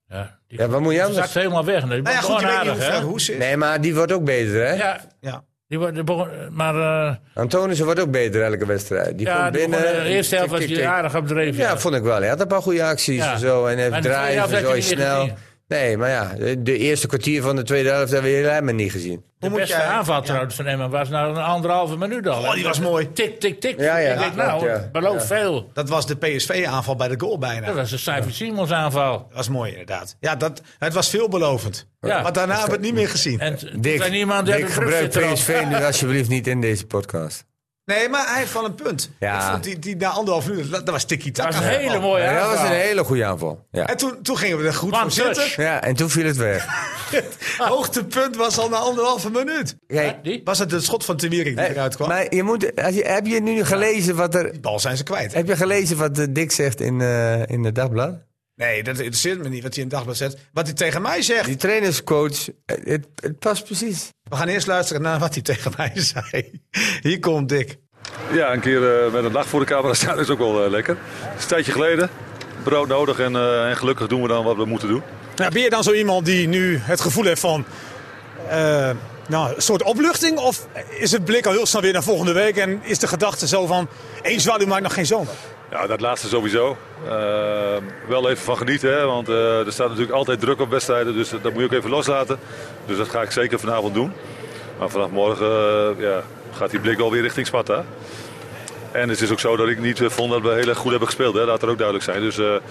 Speaker 2: Ja, die
Speaker 3: ja, wat moet je
Speaker 2: Die zakt
Speaker 3: anders?
Speaker 2: helemaal weg. Nee, die
Speaker 1: Nou ja,
Speaker 2: wordt
Speaker 1: goed, ik weet niet
Speaker 2: onaardig,
Speaker 1: hoe
Speaker 2: hè?
Speaker 1: ver Hoes is.
Speaker 3: Nee, maar die wordt ook beter, hè?
Speaker 2: Ja,
Speaker 1: Ja.
Speaker 2: die wordt, die begon- maar eh,
Speaker 3: Antonissen wordt ook beter elke wedstrijd. Die
Speaker 2: ja,
Speaker 3: komt
Speaker 2: die
Speaker 3: binnen.
Speaker 2: begon, eh, de eerste helft
Speaker 3: tik,
Speaker 2: was
Speaker 3: tik,
Speaker 2: hij
Speaker 3: tik.
Speaker 2: aardig op dreef.
Speaker 3: Ja, vond ik wel. Hij had een paar goede acties
Speaker 2: Ja.
Speaker 3: en zo. En
Speaker 2: Maar in
Speaker 3: even
Speaker 2: de tweede
Speaker 3: draaien
Speaker 2: helft
Speaker 3: en zo
Speaker 2: werd
Speaker 3: hij
Speaker 2: hij
Speaker 3: snel.
Speaker 2: niet
Speaker 3: Nee, maar ja, de- de eerste kwartier van de tweede helft hebben we helemaal niet gezien.
Speaker 2: De beste aanval trouwens van Emma was na een anderhalve minuut al.
Speaker 1: Oh, die was mooi.
Speaker 2: Tik, tik, tik.
Speaker 3: Ja, ja,
Speaker 2: ik denk,
Speaker 3: ja,
Speaker 2: nou,
Speaker 3: klopt, ja.
Speaker 2: het belooft
Speaker 1: Ja.
Speaker 2: veel.
Speaker 1: Dat was de PSV-aanval bij de goal bijna.
Speaker 2: Dat was een Simon Simons aanval.
Speaker 1: Dat was mooi inderdaad. Ja, dat, het was veelbelovend.
Speaker 2: Ja.
Speaker 1: Maar daarna hebben we het niet meer gezien.
Speaker 2: En t-
Speaker 3: Dick,
Speaker 2: toen niemand
Speaker 3: Dick,
Speaker 2: uit de brug
Speaker 3: gebruik
Speaker 2: zit erop.
Speaker 3: PSV nu alsjeblieft niet in deze podcast.
Speaker 1: Nee, maar hij heeft wel een punt.
Speaker 3: Ja.
Speaker 1: Ik vond die, die na anderhalf uur, dat, dat was tikkie
Speaker 2: Dat
Speaker 1: taka.
Speaker 2: was een hele mooie
Speaker 3: Ja, dat
Speaker 2: aanval.
Speaker 3: was een hele goede aanval. Ja,
Speaker 1: En toen, toen gingen we er goed
Speaker 2: One
Speaker 1: voor zitten.
Speaker 2: touch.
Speaker 3: ja en toen viel het weg.
Speaker 1: Hoogtepunt was al na anderhalve minuut.
Speaker 3: Kijk,
Speaker 2: Die?
Speaker 1: Was het het schot van Temirik die eruit kwam?
Speaker 3: maar je moet, als je, heb je nu gelezen wat er...
Speaker 1: Die bal zijn ze kwijt.
Speaker 3: Heb je gelezen wat eh, Dick zegt in, eh, in het dagblad?
Speaker 1: Nee, dat interesseert me niet wat hij in het dagblad zegt. Wat hij tegen mij zegt.
Speaker 3: Die trainerscoach, eh, het, het past precies.
Speaker 1: We gaan eerst luisteren naar wat hij tegen mij zei. Hier komt Dick.
Speaker 11: Ja, een keer eh, met een lach voor de camera staan is ook wel eh, lekker. Het is een tijdje geleden. Brood nodig en, eh, en gelukkig doen we dan wat we moeten doen.
Speaker 12: Nou, ben je dan zo iemand die nu het gevoel heeft van. eh, nou, een soort opluchting? Of is het blik al heel snel weer naar volgende week? En is de gedachte zo van. één zwaluw maakt nog geen zomer?
Speaker 11: Ja, dat laatste sowieso. Ehm, wel even van genieten, hè, want eh, er staat natuurlijk altijd druk op wedstrijden. Dus dat, dat moet je ook even loslaten. Dus dat ga ik zeker vanavond doen. Maar vanaf morgen eh, ja, gaat die blik wel weer richting Sparta. En het is ook zo dat ik niet eh, vond dat we heel erg goed hebben gespeeld. Hè. Laat er ook duidelijk zijn. Dus eh, eh,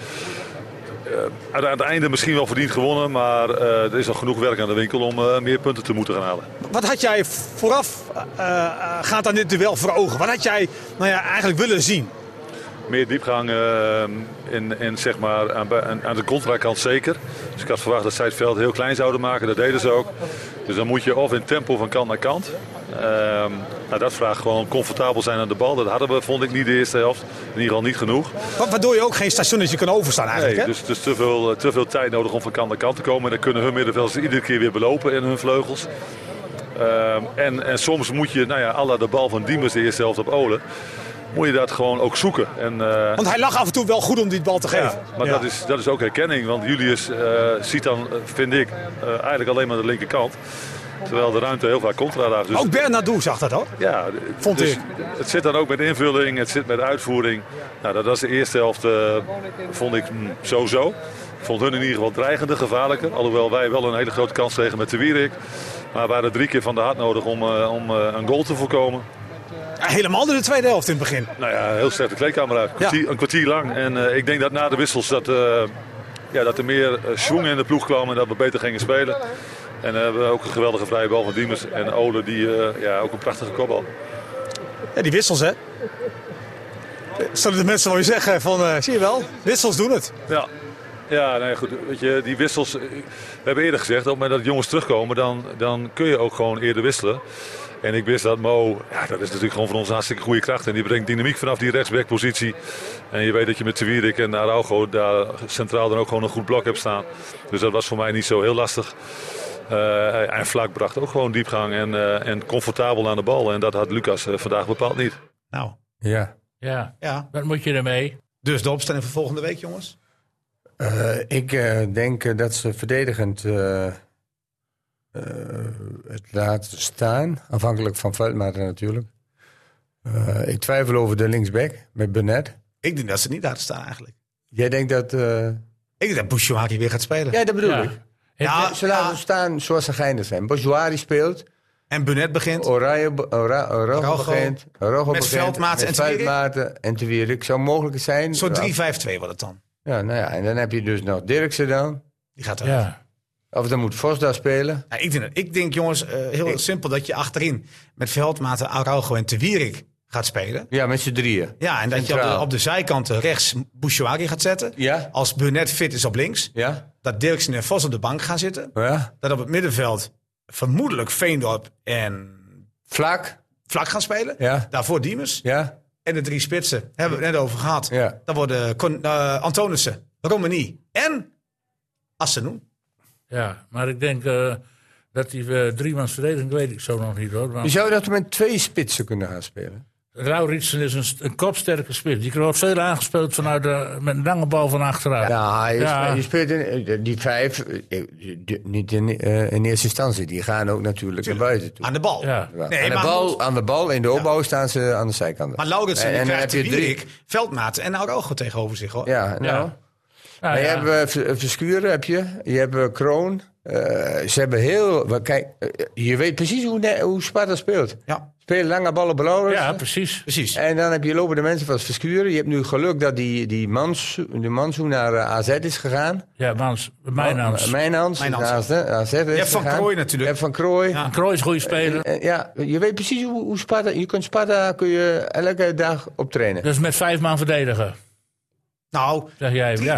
Speaker 11: aan, aan het einde misschien wel verdiend gewonnen. Maar eh, er is nog genoeg werk aan de winkel om eh, meer punten te moeten gaan halen.
Speaker 12: Wat had jij vooraf eh, gaat aan dit duel voor ogen? Wat had jij nou ja, eigenlijk willen zien?
Speaker 11: meer diepgang eh, in, in, zeg maar, aan, aan- aan de contrakant zeker. Dus ik had verwacht dat zij het veld heel klein zouden maken. Dat deden ze ook. Dus dan moet je of in tempo van kant naar kant. Ehm, nou, dat vraagt gewoon comfortabel zijn aan de bal. Dat hadden we, vond ik, niet de eerste helft. In ieder geval niet genoeg.
Speaker 12: Wa- Waardoor je ook geen stationnetje kan overstaan eigenlijk.
Speaker 11: Nee,
Speaker 12: hè?
Speaker 11: dus dus te, veel, eh, te veel tijd nodig om van kant naar kant te komen. En dan kunnen hun middenvelders iedere keer weer belopen in hun vleugels. Ehm, en, en soms moet je, nou ja, à la de bal van Diemers de eerste helft op Olen... moet je dat gewoon ook zoeken. En, eh,
Speaker 12: Want hij lag af en toe wel goed om die bal te geven.
Speaker 11: ja, maar Dat, is, dat is ook herkenning. Want Julius eh, ziet dan, eh, vind ik, eh, eigenlijk alleen maar de linkerkant. Terwijl de ruimte heel vaak contra daagt. Dus,
Speaker 12: Ook Bernardo zag dat hoor.
Speaker 11: ja,
Speaker 12: vond
Speaker 11: dus
Speaker 12: ik.
Speaker 11: Het zit dan ook met invulling, het zit met uitvoering. Nou, dat was de eerste helft, eh, vond ik mm, sowieso. Ik vond hun in ieder geval dreigender, gevaarlijker. Alhoewel wij wel een hele grote kans kregen met de Wierik. Maar we hadden drie keer van de hart nodig om, eh, om eh, een goal te voorkomen.
Speaker 12: Ja, helemaal door de tweede helft in het begin.
Speaker 11: Nou ja, heel slecht de kleedkamer uit. Kwartier- Een kwartier lang. En eh, ik denk dat na de wissels dat, eh, ja, dat er meer eh, schwung in de ploeg kwam en dat we beter gingen spelen. En eh, we hebben ook een geweldige vrije bal van Diemers. En Ole, die eh, ja, ook een prachtige kopbal.
Speaker 12: Ja, die wissels hè. Zullen de mensen wel weer zeggen van, eh, zie je wel, wissels doen het.
Speaker 11: Ja, ja nee, goed. Weet je, die wissels. eh, We hebben eerder gezegd, op het moment dat jongens terugkomen, dan, dan kun je ook gewoon eerder wisselen. En ik wist dat Mo, ja, dat is natuurlijk gewoon van ons een hartstikke goede kracht. En die brengt dynamiek vanaf die rechtsbackpositie. En je weet dat je met Tewierik en Araujo daar centraal dan ook gewoon een goed blok hebt staan. Dus dat was voor mij niet zo heel lastig. Eh, en Vlak bracht ook gewoon diepgang en, eh, en comfortabel aan de bal. En dat had Lucas eh, vandaag bepaald niet.
Speaker 1: Nou,
Speaker 3: Ja.
Speaker 2: Ja,
Speaker 1: ja.
Speaker 2: wat moet je ermee?
Speaker 1: Dus de opstelling voor volgende week, jongens.
Speaker 3: Eh, ik eh, denk eh, dat ze verdedigend eh, eh, het laten staan. Afhankelijk van Veldmaten natuurlijk. Eh, ik twijfel over de linksback met Burnett.
Speaker 1: Ik denk dat ze niet laten staan eigenlijk.
Speaker 3: Jij denkt dat... eh,
Speaker 1: Ik denk dat Bouchouaki weer gaat spelen.
Speaker 3: Ja, dat bedoel
Speaker 2: Ja.
Speaker 3: ik.
Speaker 1: Ja, Ah,
Speaker 3: Eh, ze laten
Speaker 1: ja.
Speaker 3: staan zoals ze geinig zijn. Bojuari speelt.
Speaker 1: En Bunet begint.
Speaker 11: Oh,
Speaker 3: Oranje, be- Ora- Rogo
Speaker 1: Rogo.
Speaker 3: begint. Rogo
Speaker 1: Met
Speaker 3: begint.
Speaker 1: Veldmaat en
Speaker 3: met
Speaker 1: Te Wierik.
Speaker 3: Veldmaten en Te Wierik. Zou mogelijk het zijn.
Speaker 1: Zo'n 3-5-2 wordt het dan.
Speaker 3: Ja, nou ja. En dan heb je dus nog Dirksen dan.
Speaker 1: Die gaat eruit.
Speaker 2: Ja.
Speaker 3: Of dan moet Vos daar spelen.
Speaker 1: Nou, ik, denk, dat- ik denk, jongens, eh, heel simpel dat je achterin met Veldmaten, Araujo en Te Wierik gaat spelen.
Speaker 3: Ja, met z'n drieën.
Speaker 1: Ja, en dat je op
Speaker 3: Centraal.
Speaker 1: de, op de zijkanten rechts Bouchouaki gaat zetten.
Speaker 3: Ja?
Speaker 1: Als Bunet fit is op links.
Speaker 3: Ja?
Speaker 1: Dat Dirksen en Vos op de bank gaan zitten.
Speaker 3: Ja?
Speaker 1: Dat op het middenveld vermoedelijk Veendorp en
Speaker 3: Vlak?
Speaker 1: Vlak gaan spelen.
Speaker 3: Ja?
Speaker 1: Daarvoor Diemers.
Speaker 3: Ja?
Speaker 1: En de drie spitsen. Hebben we het net over gehad.
Speaker 3: Ja.
Speaker 1: Dan worden Con- eh, Antonissen, Romani en Assenoen.
Speaker 2: Ja, maar ik denk eh, dat die eh, driemans verdediging, weet ik zo nog niet hoor.
Speaker 3: Je
Speaker 2: Want
Speaker 3: zou dat met twee spitsen kunnen gaan spelen.
Speaker 2: Lauritsen is een, st- een kopsterke spits. Die wordt veel aangespeeld vanuit de, met een lange bal van achteruit.
Speaker 3: Ja, je,
Speaker 2: Ja.
Speaker 3: spe- je speelt in, eh, die vijf, eh, die- niet in, eh, in eerste instantie. Die gaan ook natuurlijk naar buiten toe.
Speaker 1: Aan de bal.
Speaker 2: Ja.
Speaker 3: Ja,
Speaker 1: Nee,
Speaker 3: aan, de
Speaker 1: maar
Speaker 3: bal,
Speaker 1: goed.
Speaker 3: aan de bal, in de opbouw staan ze aan de zijkanten.
Speaker 1: Maar Lauritsen
Speaker 3: En- en
Speaker 1: krijgt
Speaker 3: dan heb je drie.
Speaker 1: Wierik, Veldmaat en Araujo tegenover zich. Hoor.
Speaker 3: Ja, nou.
Speaker 2: Ja.
Speaker 3: maar je hebt eh, Vers- Verschuren, heb je. Je hebt eh, Kroon. Eh, ze hebben heel... wel, Kijk, eh, je weet precies hoe, ne- hoe Sparta speelt.
Speaker 1: Ja.
Speaker 3: Spelen lange ballen blauw.
Speaker 2: Ja, precies.
Speaker 1: Precies.
Speaker 3: En dan heb je lopende mensen van Verschuren. Je hebt nu geluk dat die, die Mans, de Mansoe naar eh, AZ is gegaan. Eh,
Speaker 2: Ja, Mans, mijn Hans.
Speaker 3: Oh, Mijn Hans.
Speaker 2: Mijn
Speaker 3: Mijn
Speaker 2: Hans.
Speaker 3: AZ, AZ is
Speaker 1: hebt Van
Speaker 3: gegaan.
Speaker 1: Krooi natuurlijk.
Speaker 3: Je hebt Van Krooi.
Speaker 1: Ja.
Speaker 2: Krooi is een goede speler.
Speaker 3: Eh, Ja, je weet precies hoe, hoe Sparta... Je kunt Sparta kun je elke dag op trainen.
Speaker 2: Dus met vijf man verdedigen.
Speaker 1: Nou,
Speaker 2: Zeg jij, ja.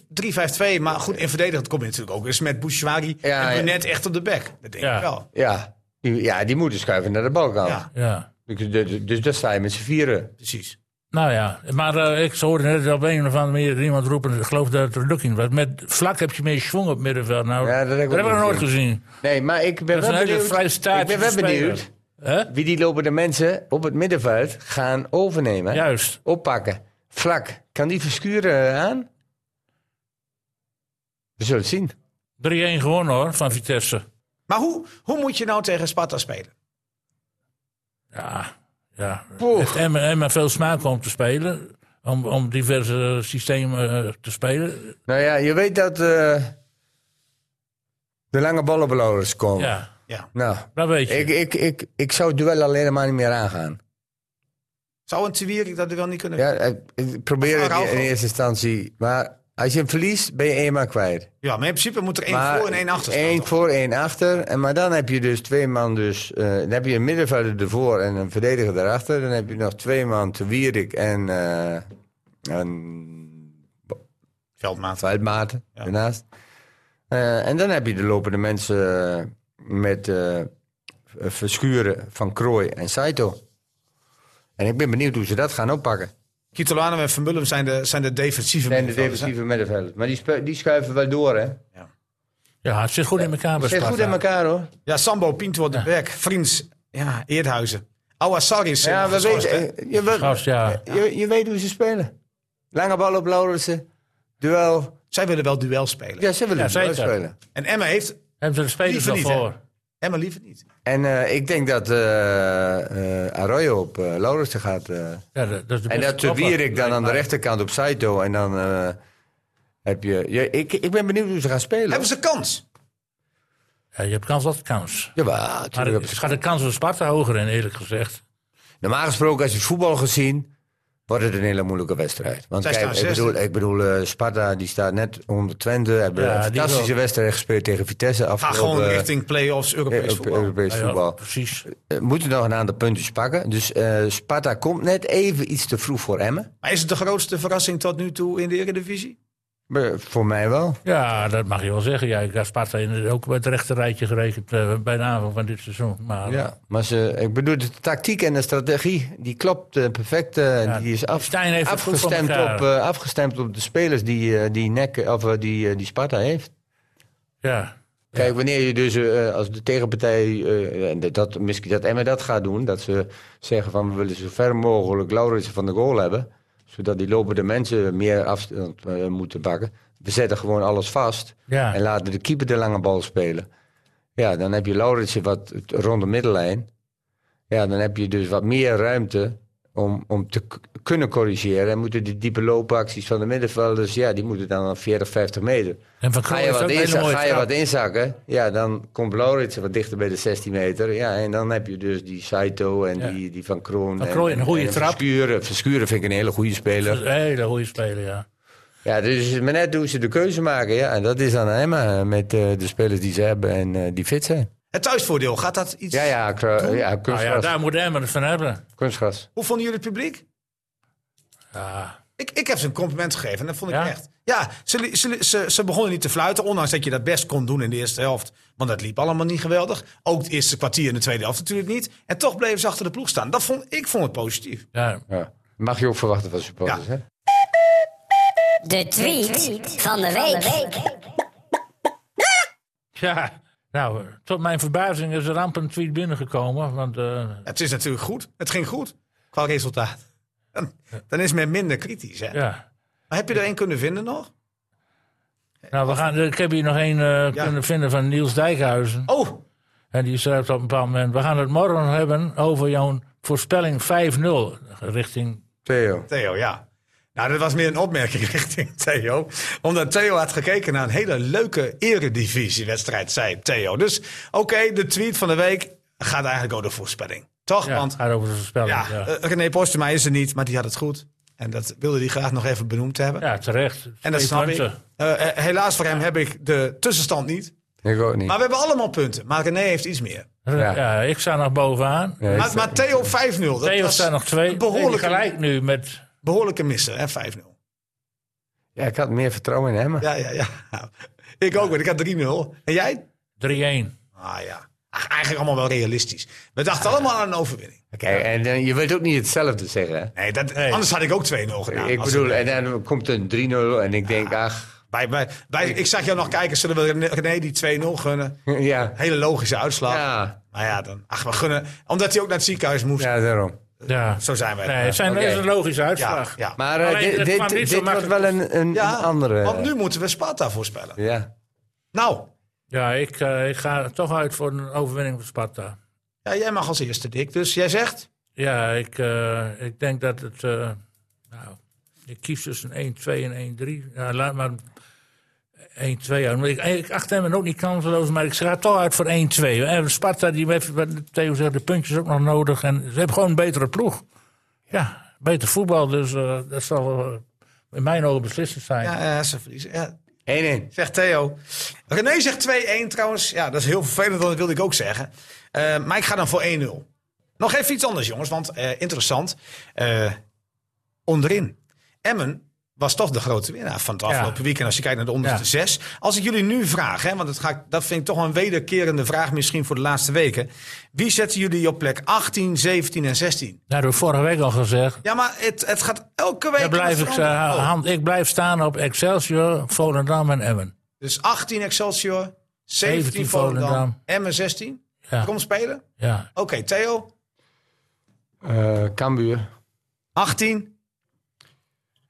Speaker 1: 3-5-2, maar goed, in verdedigend kom je natuurlijk ook. Dus met Bouchouari
Speaker 3: Ja,
Speaker 1: en
Speaker 3: ja.
Speaker 1: Brunet echt op de bek. Dat denk
Speaker 2: Ja.
Speaker 1: ik wel.
Speaker 3: Ja, die, ja, die moeten schuiven naar de balkant.
Speaker 1: Ja.
Speaker 2: Ja.
Speaker 3: Dus, dus, dus daar sta je met z'n vieren.
Speaker 1: Precies.
Speaker 2: Nou ja, maar eh, ik hoorde net op een of andere manier iemand roepen. Ik geloof dat het Lukking was. Met vlak heb je meer schwung op middenveld. Nou,
Speaker 3: Ja,
Speaker 2: dat, hebben we nog nooit gezien.
Speaker 3: Nee, maar ik ben
Speaker 2: Dat is
Speaker 3: wel
Speaker 2: een hele
Speaker 3: benieuwd.
Speaker 2: vrij
Speaker 3: ik ben wel benieuwd wie die lopende mensen op het middenveld gaan overnemen.
Speaker 2: Juist.
Speaker 3: Oppakken. Vlak. Kan die verskuren aan? We zullen het zien.
Speaker 2: 3-1 gewonnen hoor, van Vitesse.
Speaker 1: Maar hoe, hoe moet je nou tegen Sparta spelen?
Speaker 2: Ja, ja. Heeft Emma, Emma veel smaak om te spelen. Om, om diverse systemen eh, te spelen.
Speaker 3: Nou ja, je weet dat eh, de lange ballenbeloders komen.
Speaker 2: Ja,
Speaker 1: Ja.
Speaker 3: Nou,
Speaker 2: dat weet je.
Speaker 3: ik, ik, ik, ik zou het duel alleen helemaal niet meer aangaan.
Speaker 1: Zou een Tewierik dat wel niet kunnen? Ja,
Speaker 3: Ja, eh, ik probeer
Speaker 1: Of
Speaker 3: het
Speaker 1: Araujo.
Speaker 3: in eerste instantie. Maar als je hem verliest, ben je eenmaal kwijt.
Speaker 1: maar in principe moet er één
Speaker 3: maar
Speaker 1: voor en één achter staan.
Speaker 3: één
Speaker 1: toch?
Speaker 3: voor, één achter. En, maar dan heb je dus twee man. Dus, eh, dan heb je een middenvelder ervoor en een verdediger erachter. Dan heb je nog twee man te Wierik en, eh en
Speaker 1: Veldmaat.
Speaker 3: Veldmaten daarnaast. Eh, en dan heb je de lopende mensen eh, met eh, Verschuren, Van Krooi en Saito. En ik ben benieuwd hoe ze dat gaan oppakken.
Speaker 1: Kitolano en Van Bullum zijn de, zijn de defensieve
Speaker 3: Zijn de
Speaker 1: middenvelders, hè?
Speaker 3: defensieve middenvelders. Maar die, spu- die schuiven wel door, hè?
Speaker 2: Ja, het zit goed in elkaar bij
Speaker 3: Zit goed
Speaker 2: Sparta.
Speaker 3: in elkaar, hoor.
Speaker 1: Ja, Sambo, Pinto, De Bek, Vriends, ja, Eerdhuizen. Awassari is
Speaker 3: Ja,
Speaker 1: eh,
Speaker 3: we
Speaker 1: geschorst, hè?
Speaker 3: weten, eh, je, weet,
Speaker 2: Gast, ja.
Speaker 3: je, je weet hoe ze spelen. Lange bal op Laurensen. Duel.
Speaker 1: Zij willen wel duel spelen.
Speaker 3: Ja, ze willen
Speaker 2: Ja,
Speaker 3: duel
Speaker 2: zeker.
Speaker 3: spelen.
Speaker 1: En Emma heeft
Speaker 2: Hebben ze de spelers
Speaker 1: Liever
Speaker 2: al
Speaker 1: niet, hè?
Speaker 2: voor?
Speaker 1: Emma liever niet.
Speaker 3: En eh, ik denk dat eh eh, Arroyo op eh Laurensen gaat. eh,
Speaker 2: Ja, dat, dat is de
Speaker 3: en
Speaker 2: beste
Speaker 3: dat
Speaker 2: topper.
Speaker 3: Wierik dan aan de rechterkant op Saito. En dan eh, heb je... je ik, ik ben benieuwd hoe ze gaan spelen.
Speaker 1: Hebben ze kans?
Speaker 2: Ja, je hebt kans altijd kans.
Speaker 3: Ja, maar,
Speaker 2: Maar
Speaker 3: natuurlijk
Speaker 2: het
Speaker 3: hebben ze-
Speaker 2: gaat de kans van Sparta hoger in, eerlijk gezegd.
Speaker 3: Normaal gesproken, als je het voetbal gezien, wordt het een hele moeilijke wedstrijd. Want
Speaker 1: Zij
Speaker 3: kijk,
Speaker 1: staan
Speaker 3: ik bedoel, ik bedoel eh, Sparta die staat net onder Twente. Hebben
Speaker 2: Ja,
Speaker 3: een
Speaker 2: die
Speaker 3: fantastische
Speaker 2: wel.
Speaker 3: wedstrijd gespeeld tegen Vitesse.
Speaker 1: Ga
Speaker 3: Afgelopen,
Speaker 1: gewoon richting play-offs,
Speaker 3: eh,
Speaker 1: Europees
Speaker 3: op-
Speaker 1: voetbal.
Speaker 3: Europees
Speaker 2: Ja,
Speaker 3: voetbal.
Speaker 2: precies.
Speaker 3: Eh, moeten nog een aantal puntjes pakken. Dus eh, Sparta komt net even iets te vroeg voor Emmen.
Speaker 1: Maar is het de grootste verrassing tot nu toe in de Eredivisie?
Speaker 3: Maar eh, Voor mij wel.
Speaker 2: Ja, dat mag je wel zeggen. Ja, ik had Sparta inderdaad ook bij het rechterrijtje gerekend eh, bij de aanvang van dit seizoen. Maar
Speaker 3: Ja, maar ze, ik bedoel, de tactiek en de strategie, die klopt eh, perfect. eh,
Speaker 2: Ja,
Speaker 3: die is af-
Speaker 2: Stijn heeft het goed voor
Speaker 3: afgestemd,
Speaker 2: elkaar.
Speaker 3: op, eh, afgestemd op de spelers die, eh, die, nek, of, eh, die, eh, die Sparta heeft.
Speaker 2: ja,
Speaker 3: Kijk, wanneer je dus eh, als de tegenpartij, eh, en dat, misschien dat Emmen dat gaat doen, dat ze zeggen van we willen zo ver mogelijk Lauritsen van de goal hebben, zodat die lopende mensen meer afstand eh, moeten pakken. We zetten gewoon alles vast
Speaker 2: ja.
Speaker 3: en laten de keeper de lange bal spelen. Ja, dan heb je Lauritsen wat rond de middenlijn. Ja, dan heb je dus wat meer ruimte om, om te k- kunnen corrigeren. En moeten die diepe loopacties van de middenvelders, ja, die moeten dan aan 40, 50 meter.
Speaker 2: En Van
Speaker 3: Ga
Speaker 2: Krooi is
Speaker 3: je,
Speaker 2: ook
Speaker 3: wat
Speaker 2: een hele
Speaker 3: inza-
Speaker 2: mooie
Speaker 3: ga je
Speaker 2: trap.
Speaker 3: wat inzakken, ja, dan komt Lauritsen wat dichter bij de 16 meter. Ja, en dan heb je dus die Saito en
Speaker 2: Ja.
Speaker 3: die, die Van Kroon.
Speaker 2: Van Kroon,
Speaker 3: en-
Speaker 2: een goede
Speaker 3: en
Speaker 2: trap.
Speaker 3: Verschuren. Verschuren vind ik een hele goede speler.
Speaker 2: Een hele goede speler, ja.
Speaker 3: Ja, dus maar net hoe ze de keuze maken. Ja, en dat is aan hem eh, met eh, de spelers die ze hebben en eh, die fit zijn.
Speaker 1: Het thuisvoordeel, gaat dat iets...
Speaker 3: Ja, ja, kru- ja
Speaker 2: Nou ja,
Speaker 3: kunstgras.
Speaker 2: daar moet Emmen het van hebben.
Speaker 3: kunstgras.
Speaker 1: Hoe vonden jullie het publiek?
Speaker 2: Ja,
Speaker 1: Ik, ik heb ze een compliment gegeven en dat vond ik
Speaker 2: Ja?
Speaker 1: echt. Ja, ze, li- ze, li- ze, ze begonnen niet te fluiten, ondanks dat je dat best kon doen in de eerste helft. Want dat liep allemaal niet geweldig. Ook het eerste kwartier en de tweede helft natuurlijk niet. En toch bleven ze achter de ploeg staan. Dat vond, ik vond het positief.
Speaker 2: ja.
Speaker 3: Ja. Mag je ook verwachten van supporters,
Speaker 1: Ja.
Speaker 3: hè?
Speaker 13: De tweet van de week.
Speaker 2: ja. Nou, eh, tot mijn verbazing is er amper een tweet binnengekomen. Want eh,
Speaker 1: Het is natuurlijk goed. Het ging goed qua resultaat. Dan, dan is men minder kritisch. Hè?
Speaker 2: ja.
Speaker 1: Maar heb je er één kunnen vinden nog?
Speaker 2: Nou, we gaan, ik heb hier nog één eh,
Speaker 1: Ja.
Speaker 2: kunnen vinden van Niels Dijkhuizen.
Speaker 1: Oh,
Speaker 2: En die schrijft op een bepaald moment... We gaan het morgen hebben over jouw voorspelling 5-0 richting...
Speaker 3: Theo.
Speaker 1: Theo, ja. Nou, dat was meer een opmerking richting Theo. Omdat Theo had gekeken naar een hele leuke eredivisiewedstrijd, zei Theo. Dus oké, de tweet van de week gaat eigenlijk over de voorspelling. Toch?
Speaker 2: Ja,
Speaker 1: Want
Speaker 2: gaat over de voorspelling.
Speaker 1: ja,
Speaker 2: Ja,
Speaker 1: eh, René Postema is er niet, maar die had het goed. En dat wilde hij graag nog even benoemd hebben.
Speaker 2: Ja, terecht.
Speaker 1: en dat
Speaker 2: Twee
Speaker 1: snap ik.
Speaker 2: punten.
Speaker 1: Eh, eh, helaas voor hem heb ik de tussenstand niet.
Speaker 3: Ik ook niet.
Speaker 1: Maar we hebben allemaal punten. Maar René heeft iets meer.
Speaker 2: Ja. ik sta nog bovenaan.
Speaker 3: Ja,
Speaker 1: Maar, maar Theo 5-0. dat
Speaker 2: Theo
Speaker 1: was
Speaker 2: staat nog twee.
Speaker 1: een Behoorlijke,
Speaker 2: Nee, gelijk nu met...
Speaker 1: behoorlijke missen, hè, 5-0.
Speaker 3: Ja, ik had meer vertrouwen in hem.
Speaker 1: Ja, ja, ja. Ik ook, want ik had 3-0. En jij?
Speaker 2: 3-1.
Speaker 1: Ah ja. Ach, eigenlijk allemaal wel realistisch. We dachten allemaal aan een overwinning.
Speaker 3: Kijk, en eh, je wilt ook niet hetzelfde zeggen. hè?
Speaker 1: Nee, dat, anders had ik ook 2-0 gedaan.
Speaker 3: ik
Speaker 1: Als-
Speaker 3: bedoel, eh, en dan komt een 3-0 en ik denk, ach,
Speaker 1: Bij, bij, bij, ik zag jou nog kijken, zullen we René- René die 2-0 gunnen?
Speaker 3: ja.
Speaker 1: Hele logische uitslag.
Speaker 3: Ja,
Speaker 1: Maar ja, dan, ach, we gunnen. Omdat hij ook naar het ziekenhuis moest.
Speaker 3: ja daarom.
Speaker 2: Ja.
Speaker 1: Zo zijn wij.
Speaker 2: Nee, het zijn,
Speaker 3: Oké.
Speaker 2: is een logische
Speaker 1: ja,
Speaker 2: uitslag.
Speaker 1: ja.
Speaker 3: Maar eh,
Speaker 2: Alleen,
Speaker 3: dit,
Speaker 2: het
Speaker 3: dit,
Speaker 2: kwam niet zo
Speaker 3: dit wordt
Speaker 2: makkelijk.
Speaker 3: wel een, een,
Speaker 1: Ja,
Speaker 3: een andere. eh,
Speaker 1: Want nu moeten we Sparta voorspellen.
Speaker 3: Ja.
Speaker 1: Nou,
Speaker 2: Ja, ik, eh, ik ga er toch uit voor een overwinning van Sparta.
Speaker 1: ja, jij mag als eerste, Dick. Dus jij zegt?
Speaker 2: Ja, ik, eh, ik denk dat het... eh, nou, ik kies tussen 1-2 en 1-3. Ja, laat maar 1-2 uit. Ik, ik acht hem ook niet kansloos, maar ik ga toch uit voor 1-2. En Sparta, die heeft, wat Theo zegt, de puntjes ook nog nodig. En ze hebben gewoon een betere ploeg. Ja, beter voetbal. Dus eh, dat zal wel in mijn ogen beslissend zijn.
Speaker 1: Ja, ja, ze verliezen. Ja,
Speaker 3: 1-1.
Speaker 1: Zegt Theo. René zegt 2-1 trouwens. Ja, dat is heel vervelend, want dat wilde ik ook zeggen. Eh, maar ik ga dan voor 1-0. Nog even iets anders, jongens, want eh, interessant. Eh, onderin. Emmen was toch de grote winnaar van het afgelopen weekend. Als je kijkt naar de onderste
Speaker 2: Ja.
Speaker 1: zes. Als ik jullie nu vraag, hè, want dat, ga ik, dat vind ik toch een wederkerende vraag misschien voor de laatste weken. Wie zetten jullie op plek 18, 17 en 16?
Speaker 2: Dat hebben we vorige week al gezegd.
Speaker 1: Ja, maar het, het gaat elke week...
Speaker 2: Daar blijf ik, eh,
Speaker 1: veranderen. Oh,
Speaker 2: hand, ik blijf staan op Excelsior, Volendam en Emmen.
Speaker 1: Dus 18 Excelsior, 17
Speaker 2: 17
Speaker 1: Volendam,
Speaker 2: Volendam.
Speaker 1: Emmen 16.
Speaker 2: Ja.
Speaker 1: Kom spelen.
Speaker 2: Ja.
Speaker 1: Oké, Theo,
Speaker 3: Eh, Cambuur.
Speaker 1: 18.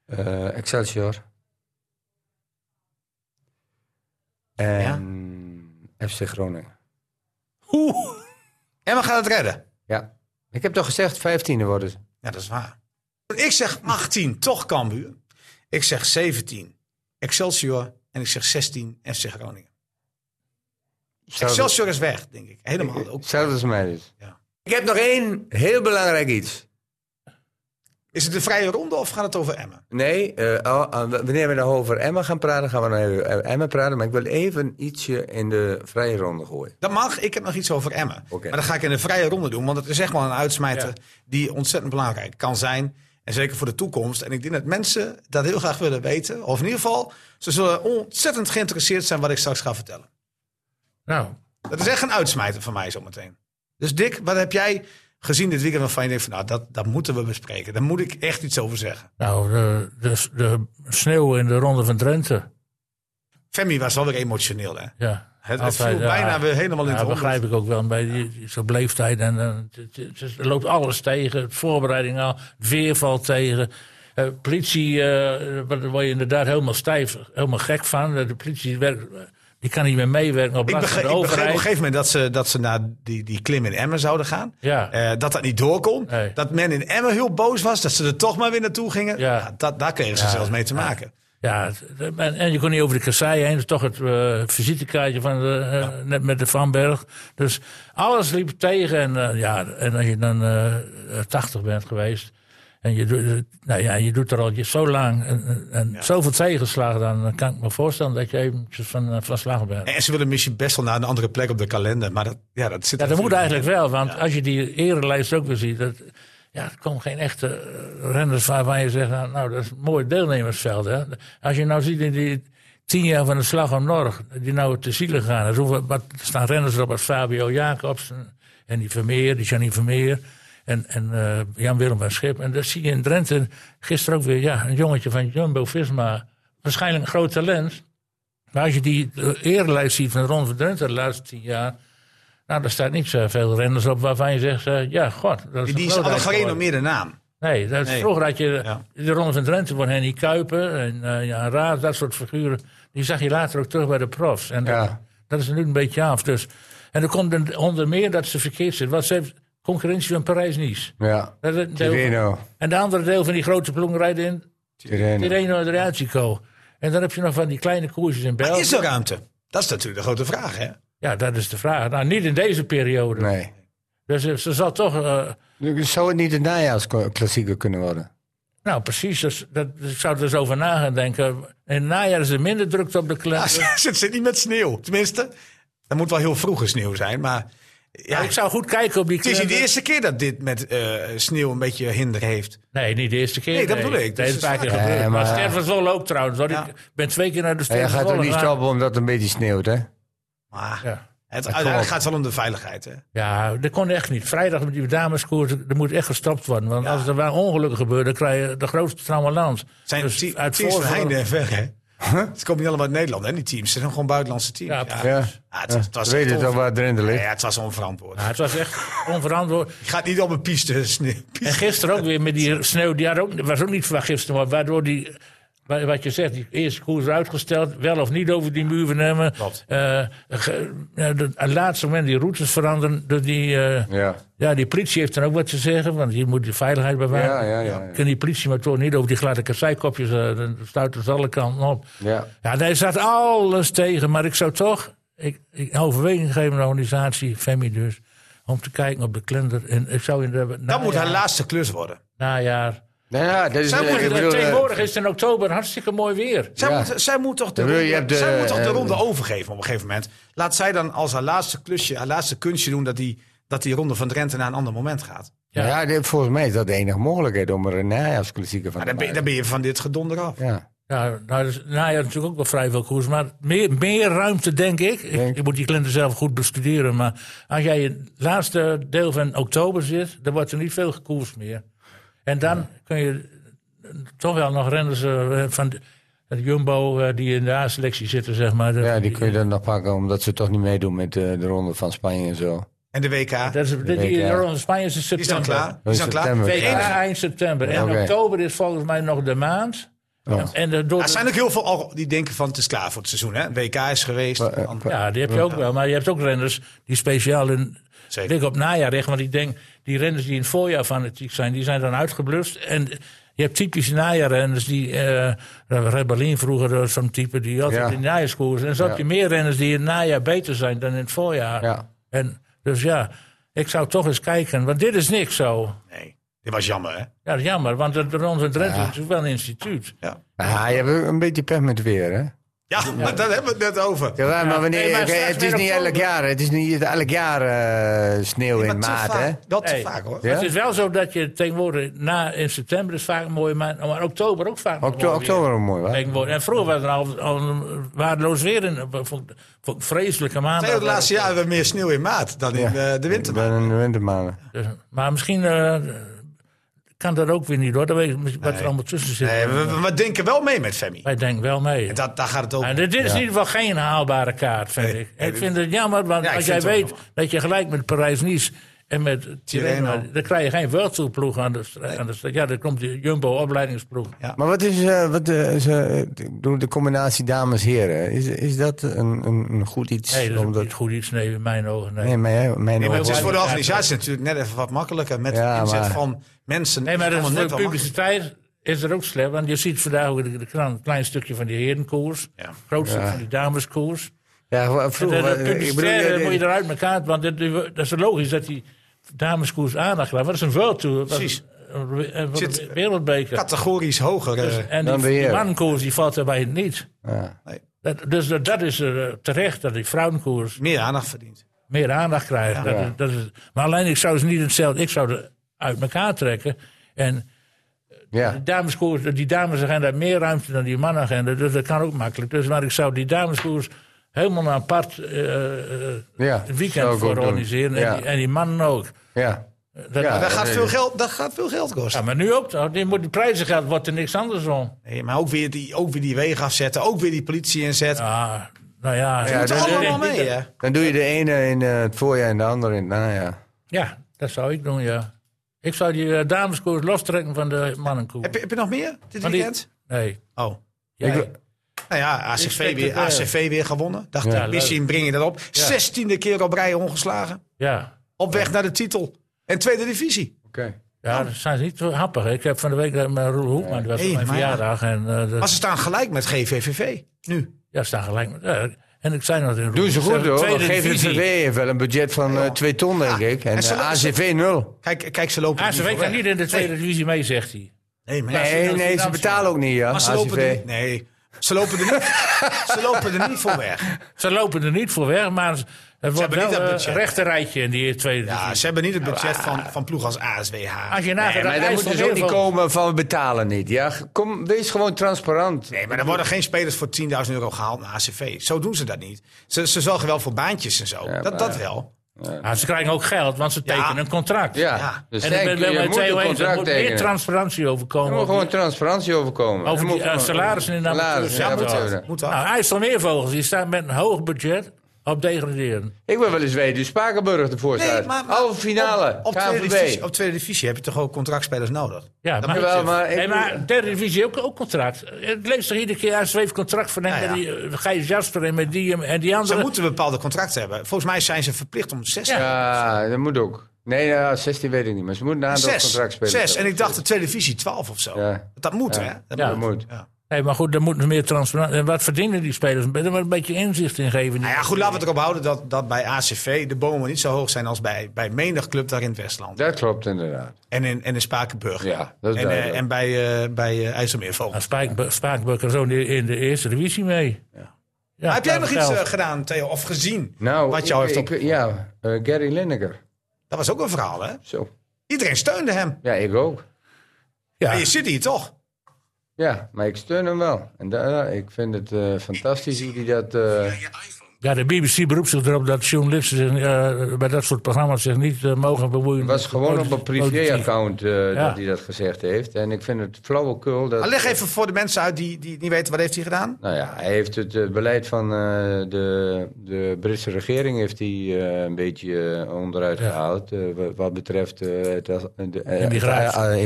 Speaker 3: Eh, Excelsior. En FC Groningen.
Speaker 1: Emmen gaat het redden.
Speaker 3: Ja. Ik heb toch gezegd, 15e worden ze.
Speaker 1: Ja, dat is waar. Ik zeg 18, toch Cambuur. Ik zeg 17, Excelsior. En ik zeg 16, FC Groningen. Excelsior is weg, denk ik. Helemaal ook.
Speaker 3: Hetzelfde als mij dus.
Speaker 1: Ja.
Speaker 3: Ik heb nog één heel belangrijk iets.
Speaker 1: Is het de vrije ronde of gaat het over Emmen?
Speaker 3: Nee, eh, oh, ah, w- wanneer we nou over Emma gaan praten, gaan we nog even over Emma praten. Maar ik wil even ietsje in de vrije ronde gooien.
Speaker 1: Dat mag. Ik heb nog iets over Emmen.
Speaker 3: Oké.
Speaker 1: Maar dat ga ik in de vrije ronde doen. Want het is echt wel een uitsmijter
Speaker 2: Ja.
Speaker 1: die ontzettend belangrijk kan zijn. En zeker voor de toekomst. En ik denk dat mensen dat heel graag willen weten. Of in ieder geval, ze zullen ontzettend geïnteresseerd zijn wat ik straks ga vertellen.
Speaker 2: Nou,
Speaker 1: Dat is echt een uitsmijter van mij zometeen. Dus Dick, wat heb jij gezien dit weekend waarvan je denkt van nou, dat, dat moeten we bespreken. Daar moet ik echt iets over zeggen.
Speaker 2: nou de, de, de sneeuw in de ronde van Drenthe.
Speaker 1: Femi was wel weer emotioneel hè.
Speaker 2: Ja,
Speaker 1: Het, het
Speaker 2: altijd,
Speaker 1: viel
Speaker 2: ja.
Speaker 1: bijna weer helemaal in
Speaker 2: Ja,
Speaker 1: het honderd.
Speaker 2: begrijp ik ook wel. Bij die, die zo'n leeftijd. En, eh, het- het- het- er loopt alles tegen. Voorbereiding al. Weer valt tegen. Eh, politie, eh, daar word je inderdaad helemaal stijf. Helemaal gek van. De politie werkt, die kan niet meer meewerken op
Speaker 1: Ik
Speaker 2: last van
Speaker 1: begreep, ik
Speaker 2: de
Speaker 1: begreep op een
Speaker 2: overheid.
Speaker 1: gegeven moment dat ze, dat ze naar die, die klim in Emmen zouden gaan.
Speaker 2: Ja.
Speaker 1: Eh, dat dat niet doorkomt.
Speaker 2: Nee.
Speaker 1: Dat men in Emmen heel boos was. Dat ze er toch maar weer naartoe gingen.
Speaker 2: Ja.
Speaker 1: Ja, dat, daar kregen ze zelfs mee te maken.
Speaker 2: Ja, het- het- en, en je kon niet over de kassei heen. Dat is toch het eh, visitekaartje van de, eh, net met de Van Berg. Dus alles liep tegen. En, eh, ja, en als je dan eh 80 bent geweest. En je, doet- eh, nou ja, je doet er al je- zo lang en, en- en zoveel tegenslagen, dan eh, kan ik me voorstellen dat je eventjes van, eh, van slag bent.
Speaker 1: En ze willen misschien best wel naar een andere plek op de kalender. Maar dat, ja, dat zit
Speaker 2: Ja,
Speaker 1: er
Speaker 2: dat moet
Speaker 1: natuurlijk
Speaker 2: eigenlijk wel, want als je die erelijst ook weer ziet, dat, ja, er komen geen echte eh, renners van waar je zegt, nou, nou, dat is een mooi deelnemersveld. Hè? Als je nou ziet in die tien jaar van de Slag om Norg, die nou te zielen gaan, er, hoeven, wat, er staan renners op als Fabio Jacobs en- en die Vermeer, die Janine Vermeer en, en eh, Jan-Willem van Schip. En dat zie je in Drenthe gisteren ook weer, ja, een jongetje van Jumbo-Visma, waarschijnlijk een groot talent. Maar als je die eh, erelijst ziet van Ron van Drenthe de laatste tien jaar... Nou, daar staat niet zoveel renners op waarvan je zegt... eh, ja, god, dat is
Speaker 1: Die is
Speaker 2: een
Speaker 1: alle
Speaker 2: grootheid geworden.
Speaker 1: gerenommeerde naam.
Speaker 2: Nee, dat is,
Speaker 1: Nee.
Speaker 2: vroeger had je
Speaker 1: Ja.
Speaker 2: de Ronde van Drenthe van Henny Kuiper... en eh, Jan Raad, dat soort figuren. Die zag je later ook terug bij de profs. En dat- dat,
Speaker 3: Ja.
Speaker 2: is er nu een beetje af. Dus. En dan komt er onder meer dat ze verkeerd zitten. Want ze heeft concurrentie van Parijs-Nice.
Speaker 3: Ja.
Speaker 2: Dat is een deel van-
Speaker 3: Tireno.
Speaker 2: En de andere deel van die grote ploeg rijden in Tireno, Tireno de Adriatico. En dan heb je nog van die kleine koersjes in België.
Speaker 1: Maar is er ruimte? Dat is natuurlijk de grote vraag, hè?
Speaker 2: Ja, dat is de vraag. Nou, niet in deze periode.
Speaker 3: Nee.
Speaker 2: Dus eh, ze zal toch... eh,
Speaker 3: Zou het niet een najaarsklassieker kunnen worden?
Speaker 2: nou, precies. Dus, dat, ik zou er dus over na gaan denken. In het najaar is er minder drukte op de
Speaker 1: Ja,
Speaker 2: klas.
Speaker 1: het zit niet met sneeuw. Tenminste, dat moet wel heel vroege sneeuw zijn. Maar ja,
Speaker 2: ik zou goed kijken op die
Speaker 1: het is niet de
Speaker 2: kalender.
Speaker 1: eerste keer dat dit met eh, sneeuw een beetje hinder heeft.
Speaker 2: Nee, niet de eerste keer.
Speaker 1: Nee, dat bedoel ik.
Speaker 2: Dat is
Speaker 1: Dus
Speaker 2: vaak
Speaker 1: het is
Speaker 2: keer gebeurd.
Speaker 3: Ja,
Speaker 2: maar
Speaker 3: maar-
Speaker 2: Ster van Zwolle ook trouwens. hoor.
Speaker 1: Ja.
Speaker 2: Ik ben twee keer naar de
Speaker 3: En
Speaker 2: Ster
Speaker 3: je
Speaker 2: van
Speaker 3: gaat ook
Speaker 2: Zwolle
Speaker 3: niet
Speaker 2: gegaan.
Speaker 3: stoppen omdat het een beetje sneeuwt, hè?
Speaker 1: Maar
Speaker 2: Ja.
Speaker 1: het, uiteindelijk gaat het wel om de veiligheid. Hè?
Speaker 2: Ja, dat kon echt niet. Vrijdag met die dameskoers, er moet echt gestopt worden. Want als er wel ongelukken gebeuren, dan krijg je de grootste trauma land.
Speaker 1: Zijn
Speaker 2: Dus
Speaker 1: te-
Speaker 2: uit
Speaker 1: teams van
Speaker 2: voorzorg-
Speaker 1: heinde en ver, hè? Het komt niet allemaal uit Nederland, hè, die teams. Het zijn gewoon buitenlandse teams.
Speaker 2: Ja,
Speaker 1: Ja,
Speaker 3: Ja.
Speaker 1: Ah, het, het was
Speaker 3: weet
Speaker 1: echt
Speaker 3: je dan
Speaker 1: onver-
Speaker 3: waar het erin
Speaker 1: Ja,
Speaker 3: ligt?
Speaker 1: ja, het was onverantwoord.
Speaker 2: Nou, het was echt onverantwoord.
Speaker 1: Je gaat niet op een piste sneeuw.
Speaker 2: En gisteren ook weer met die sneeuw, die had ook, was ook niet van gisteren, maar waardoor die, wa- wat je zegt, die eerste koers uitgesteld, wel of niet over die muur nemen.
Speaker 1: Klopt.
Speaker 2: Eh, ge- ja, de- aan het laatste moment die routes veranderen. Dus die, eh,
Speaker 3: Ja.
Speaker 2: ja, die politie heeft dan ook wat te zeggen, want je moet de veiligheid bewaren.
Speaker 3: Ja, ja, ja, ja.
Speaker 2: Kan die politie maar toch niet over die gladde kasseikopjes, eh, dan stuiten ze alle kanten op.
Speaker 3: Ja.
Speaker 2: Ja, daar zat alles tegen, maar ik zou toch ik, ik overweging geven aan de organisatie, Femi dus, om te kijken op de kalender. En ik zou in de
Speaker 1: Dat moet
Speaker 2: najaar-
Speaker 1: haar laatste klus worden.
Speaker 2: najaar.
Speaker 3: Nou ja, dat is...
Speaker 2: Zij
Speaker 3: ik
Speaker 2: moeten-
Speaker 3: bedoel, eh,
Speaker 2: tegenwoordig is het in oktober hartstikke mooi weer.
Speaker 1: Zij,
Speaker 3: Ja.
Speaker 1: moet, zij moet toch de
Speaker 3: Dan wil je-
Speaker 1: ronde,
Speaker 3: je hebt de,
Speaker 1: zij moet toch de
Speaker 3: eh,
Speaker 1: ronde overgeven op een gegeven moment. Laat zij dan als haar laatste klusje, haar laatste kunstje doen... dat die, dat die ronde van Drenthe naar een ander moment gaat.
Speaker 3: Ja, dit- volgens mij is dat de enige mogelijkheid om er een najaarsklassieker van
Speaker 1: Maar
Speaker 3: te
Speaker 1: Ah, dan ben, je- dan
Speaker 3: maken.
Speaker 1: ben je van dit gedonder af.
Speaker 3: Ja.
Speaker 2: Ja, nou, dus, nou ja, natuurlijk ook wel vrij veel koers. Maar meer, meer ruimte, denk ik. ik.
Speaker 3: Denk-
Speaker 2: Ik moet die kalender zelf goed bestuderen. Maar als jij in het laatste deel van oktober zit, dan wordt er niet veel gekoers meer. En dan kun je toch wel nog renners eh, van de, de Jumbo eh, die in de A-selectie zitten, zeg maar.
Speaker 3: ja, die kun je dan nog pakken omdat ze toch niet meedoen met eh, de ronde van Spanje en zo.
Speaker 1: En de WK,
Speaker 2: Dat is, die, die,
Speaker 3: ja.
Speaker 2: Ronde van Spanje is in
Speaker 1: Die is
Speaker 2: september.
Speaker 1: dan klaar. Die is dan klaar.
Speaker 3: september.
Speaker 2: Weet je,
Speaker 3: Ja.
Speaker 2: eind september. En
Speaker 3: Oké.
Speaker 2: oktober is volgens mij nog de maand.
Speaker 3: Oh.
Speaker 2: En de, door
Speaker 1: Er zijn ook heel veel al- die denken van het is klaar voor het seizoen. Hè? WK is geweest. dan-
Speaker 2: ja, die heb je ook wel. Maar je hebt ook renners die speciaal in
Speaker 1: Zeker.
Speaker 2: dik op najaar richten. Want ik denk, die renners die in het voorjaar fanatiek zijn, die zijn dan uitgeblust. En je hebt typische najaarrenners die... eh Rebellin vroeger eh, zo'n type, die altijd
Speaker 3: Ja.
Speaker 2: in de najaarskoers. En zo heb je meer renners die in het najaar beter zijn dan in het voorjaar.
Speaker 3: Ja.
Speaker 2: En, dus ja, ik zou toch eens kijken. Want dit is niks zo.
Speaker 1: Nee, dit was jammer hè.
Speaker 2: Ja, jammer, want de Ronde van Drenthe is natuurlijk wel een instituut.
Speaker 1: Ja,
Speaker 3: Ah, je hebt ook een beetje pech met weer, hè?
Speaker 1: ja, maar daar hebben we het net over.
Speaker 3: Ja, maar wanneer,
Speaker 2: nee, maar
Speaker 3: kijk,
Speaker 2: straks
Speaker 3: het is
Speaker 2: weer
Speaker 3: niet
Speaker 2: oktober.
Speaker 3: elk jaar. Het is niet elk jaar eh, sneeuw
Speaker 1: Maar
Speaker 3: in
Speaker 1: te
Speaker 3: maart,
Speaker 1: vaak-
Speaker 3: hè?
Speaker 1: Dat te
Speaker 2: Hey.
Speaker 1: vaak hoor.
Speaker 3: Ja?
Speaker 2: Het is wel zo dat je tegenwoordig na in september is vaak een mooie maand, maar oktober ook vaak. een
Speaker 3: Okto-
Speaker 2: mooi weer.
Speaker 3: oktober ook mooi, hè?
Speaker 2: Tegenwoordig. En vroeger was er al, al een waardeloos weer in. Vond ik- vond ik Vreselijke maanden.
Speaker 1: Nee, het laatste jaar hebben we meer sneeuw in maart dan in eh, de winter.
Speaker 3: Dan in de wintermaanden.
Speaker 2: Dus- maar misschien eh, kan dat ook weer niet hoor. Dat weet ik mis- wat er allemaal tussen zit.
Speaker 1: Nee, we, we- we denken wel mee met Femi.
Speaker 2: Wij denken wel mee.
Speaker 1: En dat, daar gaat het over.
Speaker 2: En dit is in ieder geval geen haalbare kaart, vind
Speaker 1: Nee.
Speaker 2: ik. Ik vind het jammer, want
Speaker 1: Ja, ik
Speaker 2: als jij
Speaker 1: vind het ook
Speaker 2: weet
Speaker 1: jammer.
Speaker 2: dat je gelijk met Parijs-Nice en met Tirreno... eh, dan krijg je geen World Tour ploeg aan de, stra- aan de stra- Ja, dan komt die Jumbo-opleidingsploeg.
Speaker 3: Maar wat is, eh, wat, eh, is eh, ik bedoel, de combinatie dames-heren? Is, is dat een, een, een goed iets?
Speaker 2: Nee, dat is
Speaker 3: omdat,
Speaker 2: niet goed iets, nee, in mijn ogen. Nee,
Speaker 3: nee, mijn,
Speaker 1: Nee,
Speaker 3: mijn
Speaker 1: maar
Speaker 3: ogen-
Speaker 1: het is voor de
Speaker 2: Ja,
Speaker 1: organisatie natuurlijk net even wat makkelijker. Met
Speaker 3: Ja,
Speaker 1: de inzet
Speaker 3: maar-
Speaker 1: van mensen.
Speaker 2: nee maar
Speaker 1: is
Speaker 2: dat is
Speaker 1: het
Speaker 2: voor de
Speaker 1: allemaal net wat
Speaker 2: publiciteit is er ook slecht. Want je ziet vandaag ook in de krant een klein stukje van die herenkoers.
Speaker 1: Ja.
Speaker 2: Groot stuk van die dameskoers.
Speaker 3: Ja,
Speaker 2: En
Speaker 3: vroeger...
Speaker 2: dat- dat
Speaker 3: eh, ik bedoel,
Speaker 2: publicitaire
Speaker 3: eh,
Speaker 2: moet je eruit elkaar. Want dit- dat is logisch dat die dameskoers aandacht krijgt. Wat is een World Tour? Wat
Speaker 1: Precies.
Speaker 2: Een, een- een
Speaker 1: Zit-
Speaker 2: wereldbeker.
Speaker 1: Categorisch hoger. eh,
Speaker 2: En die,
Speaker 3: Dan ben je-
Speaker 2: die mannenkoers die valt daarbij niet.
Speaker 3: ja.
Speaker 2: Dat, dus dat, dat is eh, terecht dat die vrouwenkoers
Speaker 1: meer aandacht verdient.
Speaker 2: meer aandacht krijgt. dat is, dat is, maar alleen ik zou ze niet hetzelfde. Ik zou ze uit elkaar trekken. En de
Speaker 3: ja.
Speaker 2: dameskoers, die damesagenda heeft meer ruimte dan die mannenagenda. Dus dat kan ook makkelijk. Dus, maar ik zou die dameskoers helemaal een apart eh, eh,
Speaker 3: ja. zou
Speaker 2: weekend
Speaker 3: ik ook
Speaker 2: voor
Speaker 3: doen.
Speaker 2: organiseren. En,
Speaker 3: Ja.
Speaker 2: die, en die mannen ook.
Speaker 3: Ja.
Speaker 2: Dat,
Speaker 3: Ja.
Speaker 1: Maar dat
Speaker 3: dat
Speaker 1: gaat,
Speaker 3: weet
Speaker 1: veel
Speaker 3: ik.
Speaker 1: geld, dat gaat veel geld kosten.
Speaker 2: ja, maar nu ook. toch? Die moet de prijzen gaat, wordt er niks anders om.
Speaker 1: Nee, maar ook weer, die, ook weer die wegen afzetten. Ook weer die politie inzetten.
Speaker 2: Ja, nou ja.
Speaker 3: Ja,
Speaker 1: Het
Speaker 3: dat-
Speaker 1: moet
Speaker 3: dat-
Speaker 1: allemaal mee, hè?
Speaker 3: Dan doe je de ene in eh, het voorjaar en de andere in... Nou ja.
Speaker 2: Ja, dat zou ik doen, ja. Ik zou die eh, dameskoers lostrekken van de mannenkoers.
Speaker 1: Heb je, heb je nog meer dit
Speaker 2: Want die-
Speaker 1: weekend?
Speaker 2: Nee.
Speaker 1: Oh.
Speaker 2: Jij?
Speaker 3: Ik-
Speaker 1: Nou ja, ACV
Speaker 2: Expected
Speaker 1: weer,
Speaker 2: error.
Speaker 1: ACV weer gewonnen. Dacht
Speaker 2: eh, Ja,
Speaker 1: ik,
Speaker 2: leuk.
Speaker 1: misschien breng je dat op. Zestiende keer op rij ongeslagen.
Speaker 2: ja.
Speaker 1: Op weg naar de titel. En tweede divisie.
Speaker 3: Oké.
Speaker 2: Ja, dat zijn ze niet zo happig. Ik heb van de week met Roel Hoekman, die was
Speaker 1: Nee,
Speaker 2: op mijn
Speaker 1: maar ja.
Speaker 2: verjaardag. En, eh, dat-
Speaker 1: Maar ze staan gelijk met GVVV nu.
Speaker 2: Ja, staan gelijk. met- ja, en ik zei nog in Roel.
Speaker 3: Doen ze goed
Speaker 2: hebben
Speaker 3: hoor.
Speaker 2: tweede
Speaker 3: GVV
Speaker 2: divisie.
Speaker 3: heeft wel een budget van eh, 2 ton, denk ik. En,
Speaker 1: En ze
Speaker 3: eh,
Speaker 1: lopen-
Speaker 3: ACV 0.
Speaker 1: Kijk, kijk ze lopen er
Speaker 2: ACV
Speaker 1: voor
Speaker 2: kan
Speaker 1: weg.
Speaker 2: niet in de tweede divisie mee, zegt hij.
Speaker 1: Nee, maar ja,
Speaker 3: Nee,
Speaker 2: ze-
Speaker 3: nee,
Speaker 2: ze-
Speaker 3: ze betalen ook niet, ja.
Speaker 1: Maar ze lopen,
Speaker 3: ACV.
Speaker 1: er, nee, ze, lopen er niet, ze lopen er niet voor weg.
Speaker 2: Ze lopen er niet voor weg, maar het wordt
Speaker 1: hebben
Speaker 2: wel
Speaker 1: niet dat
Speaker 2: eh, een
Speaker 1: budget.
Speaker 2: rechterrijtje in die tweede
Speaker 1: Ja,
Speaker 2: divisie.
Speaker 1: ze hebben niet het budget van, van ploeg als ASWH.
Speaker 2: Als je
Speaker 3: Nee,
Speaker 2: nagaat dat
Speaker 3: maar daar moet
Speaker 2: IJsland
Speaker 3: dus ook
Speaker 2: heel
Speaker 3: niet
Speaker 2: veel-
Speaker 3: komen van we betalen niet. Ja, kom, wees gewoon transparant.
Speaker 1: Nee, maar er worden geen spelers voor 10.000 euro gehaald naar ACV. Zo doen ze dat niet. Ze, ze zorgen wel voor baantjes en zo. dat, dat wel.
Speaker 2: Ah, ze krijgen ook geld, want ze tekenen een contract.
Speaker 3: Ja,
Speaker 1: Ja.
Speaker 3: dus
Speaker 2: En
Speaker 3: denk,
Speaker 2: ik ben wel
Speaker 3: je
Speaker 2: met
Speaker 3: moet een
Speaker 2: TOE, er
Speaker 3: contract
Speaker 2: moet meer
Speaker 3: tekenen.
Speaker 2: transparantie
Speaker 3: Er
Speaker 2: overkomen.
Speaker 3: moet gewoon transparantie overkomen.
Speaker 2: Over
Speaker 3: Er
Speaker 2: die
Speaker 3: moet
Speaker 2: eh,
Speaker 3: gewoon-
Speaker 2: salarissen in de
Speaker 3: Salarissen,
Speaker 2: amateur.
Speaker 3: ja, moet
Speaker 2: Nou,
Speaker 3: dat.
Speaker 1: Moet dat.
Speaker 2: Nou, IJsselmeervogels, die staan met een hoog budget op degraderen.
Speaker 3: Ik wil wel eens weten, dus Spakenburg ervoor
Speaker 1: Nee,
Speaker 3: staat.
Speaker 1: maar- maar
Speaker 3: Halve finale,
Speaker 1: Op, op, tweede divisie,
Speaker 3: KNVB.
Speaker 1: op tweede divisie heb je toch ook contractspelers nodig?
Speaker 2: Ja, maar,
Speaker 3: Jawel, maar ik-
Speaker 2: nee, maar derde divisie ook, ook contract. Het leest toch iedere keer, hij heeft contract van hem.
Speaker 1: Ja, ja.
Speaker 2: met die, eh, Gijs Jasper en met die eh, en die
Speaker 1: Ze
Speaker 2: andere.
Speaker 1: moeten bepaalde contracten hebben. Volgens mij zijn ze verplicht om zes.
Speaker 3: Ja, dat moet ook. Nee, ja, 16 weet ik niet, maar ze moeten na dat
Speaker 1: zes,
Speaker 3: contract spelen.
Speaker 1: zes. En ik dacht de tweede divisie 12 of zo.
Speaker 3: Ja.
Speaker 1: Dat moet,
Speaker 3: Ja.
Speaker 1: hè? Dat
Speaker 2: Ja.
Speaker 3: dat moet.
Speaker 1: Ja.
Speaker 2: Nee, maar goed, er moet meer transparantie. En wat verdienen die spelers? Er moet een beetje inzicht in geven.
Speaker 1: Nou ja, goed, laten we het erop houden dat, dat bij ACV de bomen niet zo hoog zijn als bij, bij menig club daar in het Westland.
Speaker 3: Dat klopt inderdaad.
Speaker 1: En in, en in Spakenburg.
Speaker 3: Ja, dat is
Speaker 1: en, eh,
Speaker 3: duidelijk.
Speaker 1: en bij, eh, bij eh, IJsselmeervogel.
Speaker 2: Nou, Spaak- Spaakbuk er zo in de- in de eerste divisie mee. Ja,
Speaker 1: Maar heb jij nog iets
Speaker 2: geld.
Speaker 1: eh, gedaan, Theo? Of gezien?
Speaker 3: Nou,
Speaker 1: Wat jou
Speaker 3: ik-
Speaker 1: heeft op-
Speaker 3: ik- Ja, eh, Gary Lineker.
Speaker 1: Dat was ook een verhaal, hè?
Speaker 3: Zo.
Speaker 1: Iedereen steunde hem.
Speaker 3: Ja, ik ook.
Speaker 2: Ja.
Speaker 1: En je zit hier toch?
Speaker 3: Ja, maar ik steun hem wel. En daar- ik vind het eh, fantastisch hoe hij dat... eh,
Speaker 2: Ja, de BBC beroept zich erop dat journalisten zich, eh, bij dat soort programma's zich niet eh, mogen bemoeien.
Speaker 3: Het
Speaker 2: met
Speaker 3: was gewoon op
Speaker 2: politiek-
Speaker 3: een privé-account eh,
Speaker 2: Ja.
Speaker 3: dat hij dat gezegd heeft. En ik vind het flauwekul dat...
Speaker 1: Maar leg even voor de mensen uit die, die niet weten, wat heeft hij gedaan?
Speaker 3: Nou ja, hij heeft het eh, beleid van eh, de, de Britse regering heeft hij, eh, een beetje eh, onderuit
Speaker 2: Ja.
Speaker 3: gehaald. eh, wa- wat betreft eh, het as- de, eh,
Speaker 2: Immigratie.
Speaker 3: het,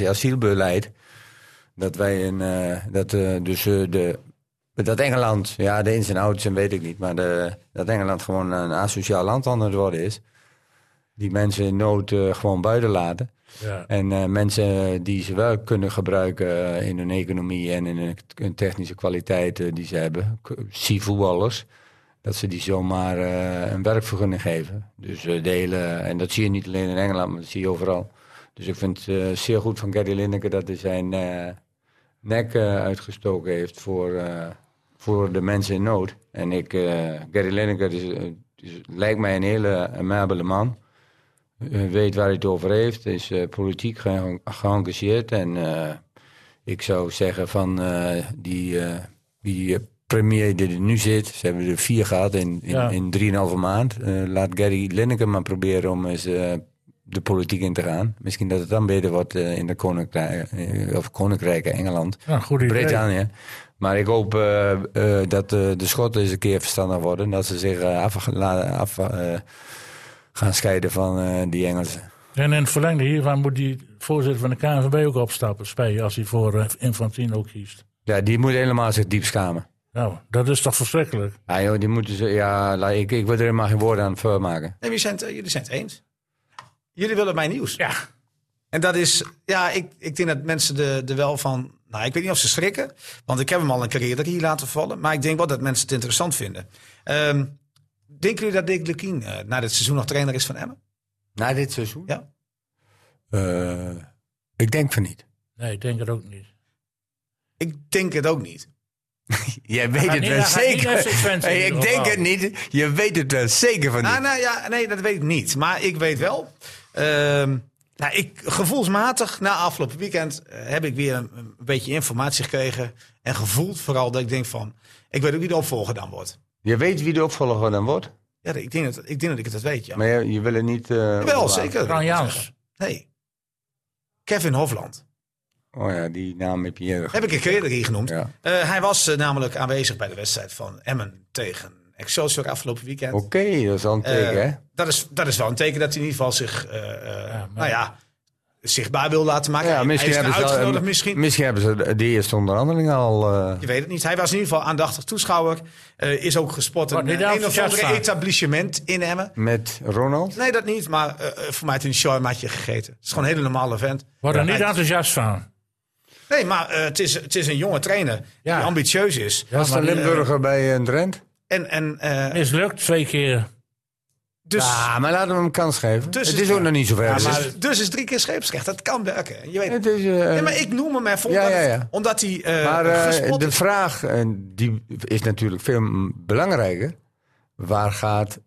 Speaker 3: eh, immigratie-asielbeleid. Dat wij een. eh, dat, eh, dus, eh, de, dat Engeland, ja, de ins en outs en weet ik niet. Maar de, dat Engeland gewoon een asociaal land aan het worden is. Die mensen in nood eh, gewoon buiten laten.
Speaker 2: Ja.
Speaker 3: En eh, mensen die ze wel kunnen gebruiken eh, in hun economie en in hun, hun technische kwaliteiten die ze hebben, k- zie voetballers, dat ze die zomaar eh, een werkvergunning geven. Dus eh de hele, en dat zie je niet alleen in Engeland, maar dat zie je overal. Dus ik vind het eh, zeer goed van Gary Lineker dat hij zijn eh, nek eh, uitgestoken heeft voor, eh, voor de mensen in nood. En ik, eh, Gary Lineker is, eh, is- lijkt mij een hele amabele man. Eh, weet waar hij het over heeft, is eh, politiek ge- geëngageerd. En eh, ik zou zeggen van eh, die, eh, die eh, premier die er nu zit, ze hebben er vier gehad in, in,
Speaker 2: Ja.
Speaker 3: in drieënhalve maand. Eh, laat Gary Lineker maar proberen om eens eh, de politiek in te gaan. Misschien dat het dan beter wordt eh, in de koninkrijk, eh, of Koninkrijken Engeland.
Speaker 2: Ja, goed idee.
Speaker 3: Brittannië. Maar ik hoop eh, eh, dat eh, de Schotten eens een keer verstandig worden. Dat ze zich eh, af, la- af eh, gaan scheiden van eh, die Engelsen.
Speaker 2: En in het verlengde hiervan moet die voorzitter van de KNVB ook opstappen, Spee, als hij voor eh, Infantino kiest.
Speaker 3: Ja, die moeten helemaal zich diep schamen.
Speaker 2: Nou, dat is toch verschrikkelijk?
Speaker 3: Ja, joh, die moeten ze, ja la- ik, ik wil er helemaal geen woorden aan vermaken.
Speaker 1: Nee, jullie zijn het, eh, jullie zijn het eens. Jullie willen mijn nieuws.
Speaker 2: Ja.
Speaker 1: En dat is, ja, ik, ik denk dat mensen er er wel van. Nou, ik weet niet of ze schrikken, want ik heb hem al een carrière hier laten vallen. Maar ik denk wel dat mensen het interessant vinden. Ehm, denken jullie dat Dick Lukien eh, na dit seizoen nog trainer is van Emmen?
Speaker 3: Na dit seizoen?
Speaker 1: Ja.
Speaker 3: Eh, ik denk van niet.
Speaker 2: Nee, ik denk het ook niet.
Speaker 1: Ik denk het ook niet.
Speaker 3: Jij weet
Speaker 2: gaat
Speaker 3: het
Speaker 2: niet-
Speaker 3: wel
Speaker 2: hij gaat niet naar
Speaker 3: zeker.
Speaker 2: FC Twente in
Speaker 3: Hey, ik
Speaker 2: ieder
Speaker 3: denk
Speaker 2: geval.
Speaker 3: het niet. Je weet het wel zeker van
Speaker 2: Ah,
Speaker 1: Nou,
Speaker 3: niet.
Speaker 1: nou, ja, nee, dat weet ik niet. Maar ik weet wel. ehm, nou, ik, gevoelsmatig, na afgelopen weekend, eh, heb ik weer een, een beetje informatie gekregen. En gevoeld vooral dat ik denk van, ik weet ook wie de opvolger dan wordt.
Speaker 3: Je weet wie de opvolger dan wordt.
Speaker 1: Ja, ik denk dat ik, denk dat ik het weet, ja.
Speaker 3: Maar je, je wil het niet... eh,
Speaker 1: wel,
Speaker 3: openbaren.
Speaker 1: zeker.
Speaker 2: Fran Jans.
Speaker 1: Nee. Kevin Hofland.
Speaker 3: Oh ja, die naam heb je eerder
Speaker 1: Heb ik een keer hier genoemd.
Speaker 3: Ja.
Speaker 1: Eh, hij was eh, namelijk aanwezig bij de wedstrijd van Emmen tegen Excelsior afgelopen weekend.
Speaker 3: Oké, dat is al een teken,
Speaker 1: Eh,
Speaker 3: hè?
Speaker 1: dat, is, dat is wel een teken dat hij in ieder geval zich eh, eh,
Speaker 2: maar-
Speaker 1: nou ja, zichtbaar wil laten maken.
Speaker 3: Ah, Ja, misschien,
Speaker 1: hij is
Speaker 3: hebben ze,
Speaker 1: uitgenodigd
Speaker 3: al-
Speaker 1: misschien.
Speaker 3: misschien hebben ze de eerste onderhandeling al. eh,
Speaker 1: Je weet het niet. Hij was in ieder geval aandachtig toeschouwer. Eh, is ook gespot
Speaker 2: Wat,
Speaker 1: in
Speaker 2: niet
Speaker 1: eh, een of
Speaker 2: enthousiast
Speaker 1: andere
Speaker 2: staan.
Speaker 1: etablissement in Emmen.
Speaker 3: met Ronald.
Speaker 1: Nee, dat niet. Maar eh, eh, voor mij heeft hij een shawarmaatje gegeten. Het is gewoon een hele normale vent.
Speaker 2: Word er
Speaker 1: Ja.
Speaker 2: niet enthousiast van.
Speaker 1: Nee, maar eh, het, is, het is een jonge trainer
Speaker 2: Ja.
Speaker 1: die ambitieus is.
Speaker 3: Was de
Speaker 2: maar, eh,
Speaker 3: Limburger bij een Drent?
Speaker 1: En, en, eh,
Speaker 2: Mislukt twee keer.
Speaker 1: dus,
Speaker 3: ah, maar laten we hem een kans geven.
Speaker 1: Dus
Speaker 3: het
Speaker 1: is-
Speaker 3: is ook nog niet zo ver.
Speaker 1: dus,
Speaker 3: maar,
Speaker 1: is, dus is drie keer scheepsrecht. Dat kan werken. Je weet het.
Speaker 3: het is, eh,
Speaker 1: Nee, maar ik noem hem even
Speaker 3: Ja,
Speaker 1: omdat,
Speaker 3: ja,
Speaker 1: het-
Speaker 3: ja.
Speaker 1: omdat hij eh,
Speaker 3: maar, eh,
Speaker 1: gespot
Speaker 3: de
Speaker 1: is.
Speaker 3: vraag, en die is natuurlijk veel m- belangrijker. Waar gaat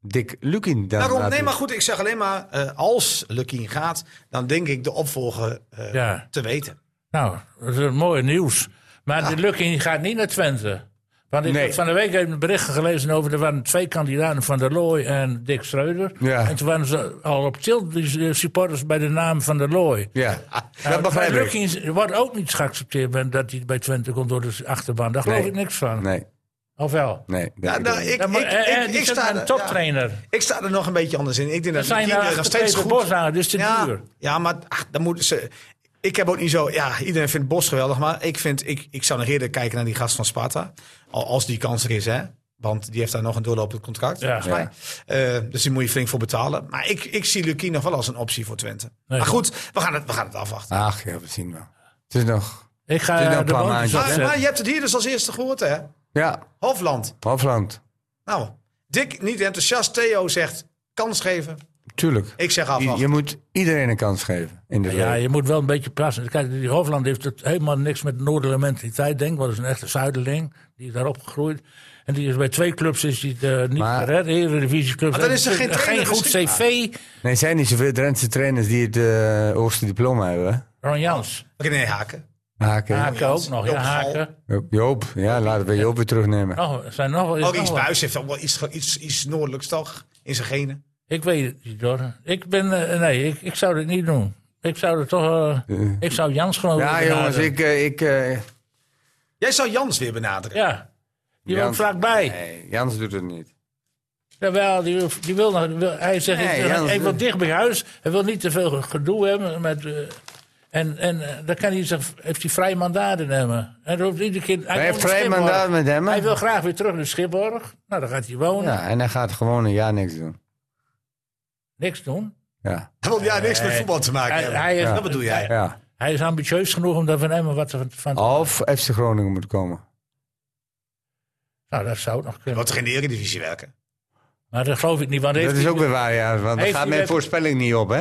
Speaker 3: Dick Lukin dan
Speaker 1: Daarom, nee,
Speaker 3: naartoe?
Speaker 1: maar goed, ik zeg alleen maar, eh, als Lukien gaat, dan denk ik de opvolger eh,
Speaker 2: Ja.
Speaker 1: te weten.
Speaker 2: Nou, dat is een mooi nieuws. Maar de Lukking gaat niet naar Twente. Want ik
Speaker 3: Ah. Nee.
Speaker 2: heb van de week even berichten gelezen over... er waren twee kandidaten, Van der Looy en Dick Schreuder.
Speaker 3: Ja.
Speaker 2: En toen waren ze al op tilt, die eh, supporters, bij de naam Van der Looy.
Speaker 3: Ja,
Speaker 2: Nou,
Speaker 3: dat begrijp
Speaker 2: bij
Speaker 3: ik.
Speaker 2: Lukking wordt ook niet geaccepteerd ben dat hij bij Twente komt door de achterban. Daar geloof
Speaker 3: Nee.
Speaker 2: ik niks van.
Speaker 3: Nee,
Speaker 2: Of wel?
Speaker 3: nee. denk
Speaker 1: Ja,
Speaker 3: ik
Speaker 1: nou,
Speaker 3: ook.
Speaker 1: ik,
Speaker 2: Ja, maar,
Speaker 1: ik,
Speaker 2: eh, eh,
Speaker 1: ik-
Speaker 2: die
Speaker 1: ik
Speaker 2: zit
Speaker 1: sta
Speaker 2: aan een
Speaker 1: er-
Speaker 2: toptrainer.
Speaker 1: ja, ik sta er nog een beetje anders in. Ik denk dat
Speaker 2: Dat zijn eh,
Speaker 1: Lukien er
Speaker 2: daar
Speaker 1: nog steeds goed...
Speaker 2: Bos aan, dus te
Speaker 1: ja,
Speaker 2: duur.
Speaker 1: ja, maar ach, dan moeten ze... Ik heb ook niet zo... Ja, iedereen vindt Bos geweldig, maar ik, vind, ik, ik zou nog eerder kijken naar die gast van Sparta. Al- Als die kans er is, hè. Want die heeft daar nog een doorlopend contract,
Speaker 2: Ja.
Speaker 1: volgens mij. Eh, dus die moet je flink voor betalen. Maar ik, ik zie Lukien nog wel als een optie voor Twente.
Speaker 2: Nee.
Speaker 1: maar goed, we gaan het, we gaan het afwachten.
Speaker 3: Ach, ja, we zien wel. Het is nog...
Speaker 2: Ik ga
Speaker 3: Het is nog
Speaker 2: eh,
Speaker 3: een
Speaker 2: de
Speaker 3: paar
Speaker 2: boontjes
Speaker 3: maandjes,
Speaker 1: Maar,
Speaker 2: opzetten.
Speaker 1: maar je hebt het hier dus als eerste gehoord, hè?
Speaker 3: Ja,
Speaker 1: Hofland.
Speaker 3: Hofland.
Speaker 1: Nou, Dick niet enthousiast. Theo zegt kans geven.
Speaker 3: Tuurlijk.
Speaker 1: Ik zeg
Speaker 3: I-
Speaker 1: afwachten.
Speaker 3: Je moet iedereen een kans geven. In de
Speaker 2: Ja,
Speaker 3: wereld.
Speaker 2: je moet wel een beetje passen. Kijk, die Hofland heeft het helemaal niks met noordelijke mentaliteit, denk ik. Want dat is een echte zuiderling. Die is daar opgegroeid. En die is bij twee clubs is die het, eh, niet
Speaker 3: Maar-
Speaker 2: gered. Eredivisieclubs.
Speaker 1: Maar dan is er
Speaker 2: En
Speaker 1: geen trainer
Speaker 2: geen goed
Speaker 1: beschikbaar.
Speaker 2: cv.
Speaker 3: Nee, er zijn niet zoveel Drentse trainers die het eh hoogste diploma hebben.
Speaker 2: Ron Jans.
Speaker 1: René Haken.
Speaker 3: Haken.
Speaker 1: Oh,
Speaker 2: Haken ook nog. Ja,
Speaker 1: Joop Val.
Speaker 2: Haken.
Speaker 3: Joop- Joop, ja, laten we Joop weer terugnemen.
Speaker 2: Nog, zijn nog, is
Speaker 1: Ook
Speaker 2: nog
Speaker 1: Oh, iets
Speaker 2: wat.
Speaker 1: buis heeft ook wel iets, ge- iets, iets noordelijks toch? In zijn genen.
Speaker 2: Ik weet het niet hoor. Ik ben, eh, nee, ik, ik zou dit niet doen. Ik zou er toch, eh,
Speaker 3: Eh.
Speaker 2: ik zou Jans gewoon
Speaker 3: Ja,
Speaker 2: willen
Speaker 3: jongens,
Speaker 2: benaderen.
Speaker 3: ik... eh, ik eh,
Speaker 1: Jij zou Jans weer benaderen.
Speaker 2: Ja, die woont
Speaker 3: Jans-
Speaker 2: vlakbij.
Speaker 3: Nee, Jans doet het niet.
Speaker 2: Jawel, die, wil- die wil, nog- die wil- hij zegt,
Speaker 3: Nee,
Speaker 2: ik,
Speaker 3: Jans- eh.
Speaker 2: hij wil dicht bij huis. Hij wil niet te veel gedoe hebben. Met, eh, en en eh, dan kan hij zich, heeft hij vrij mandaat in Emmen. En dan hoeft iedere keer, hij
Speaker 3: Hij heeft
Speaker 2: woont in
Speaker 3: vrij
Speaker 2: Schipborg.
Speaker 3: mandaat met hem.
Speaker 2: Hij wil graag weer terug naar Schipborg. Nou, dan gaat hij wonen.
Speaker 3: Ja, en hij gaat gewoon een jaar niks doen.
Speaker 2: Niks doen.
Speaker 3: Ja,
Speaker 1: Hij wil ja niks met
Speaker 2: Nee.
Speaker 1: voetbal te maken
Speaker 2: Hij,
Speaker 1: hebben.
Speaker 2: hij is,
Speaker 1: Dat bedoel jij.
Speaker 3: ja.
Speaker 2: Hij is ambitieus genoeg om daar van Emmen wat te- van...
Speaker 3: Of FC Groningen moet komen.
Speaker 2: Nou, dat zou nog
Speaker 1: Hij
Speaker 2: kunnen.
Speaker 1: wil toch in de Eredivisie werken?
Speaker 2: Maar dat geloof ik niet. Want heeft
Speaker 3: Dat is
Speaker 2: hij-
Speaker 3: ook weer waar, ja. Want daar
Speaker 2: heeft
Speaker 3: gaat
Speaker 2: hij
Speaker 3: mijn
Speaker 2: met-
Speaker 3: voorspelling niet op, hè?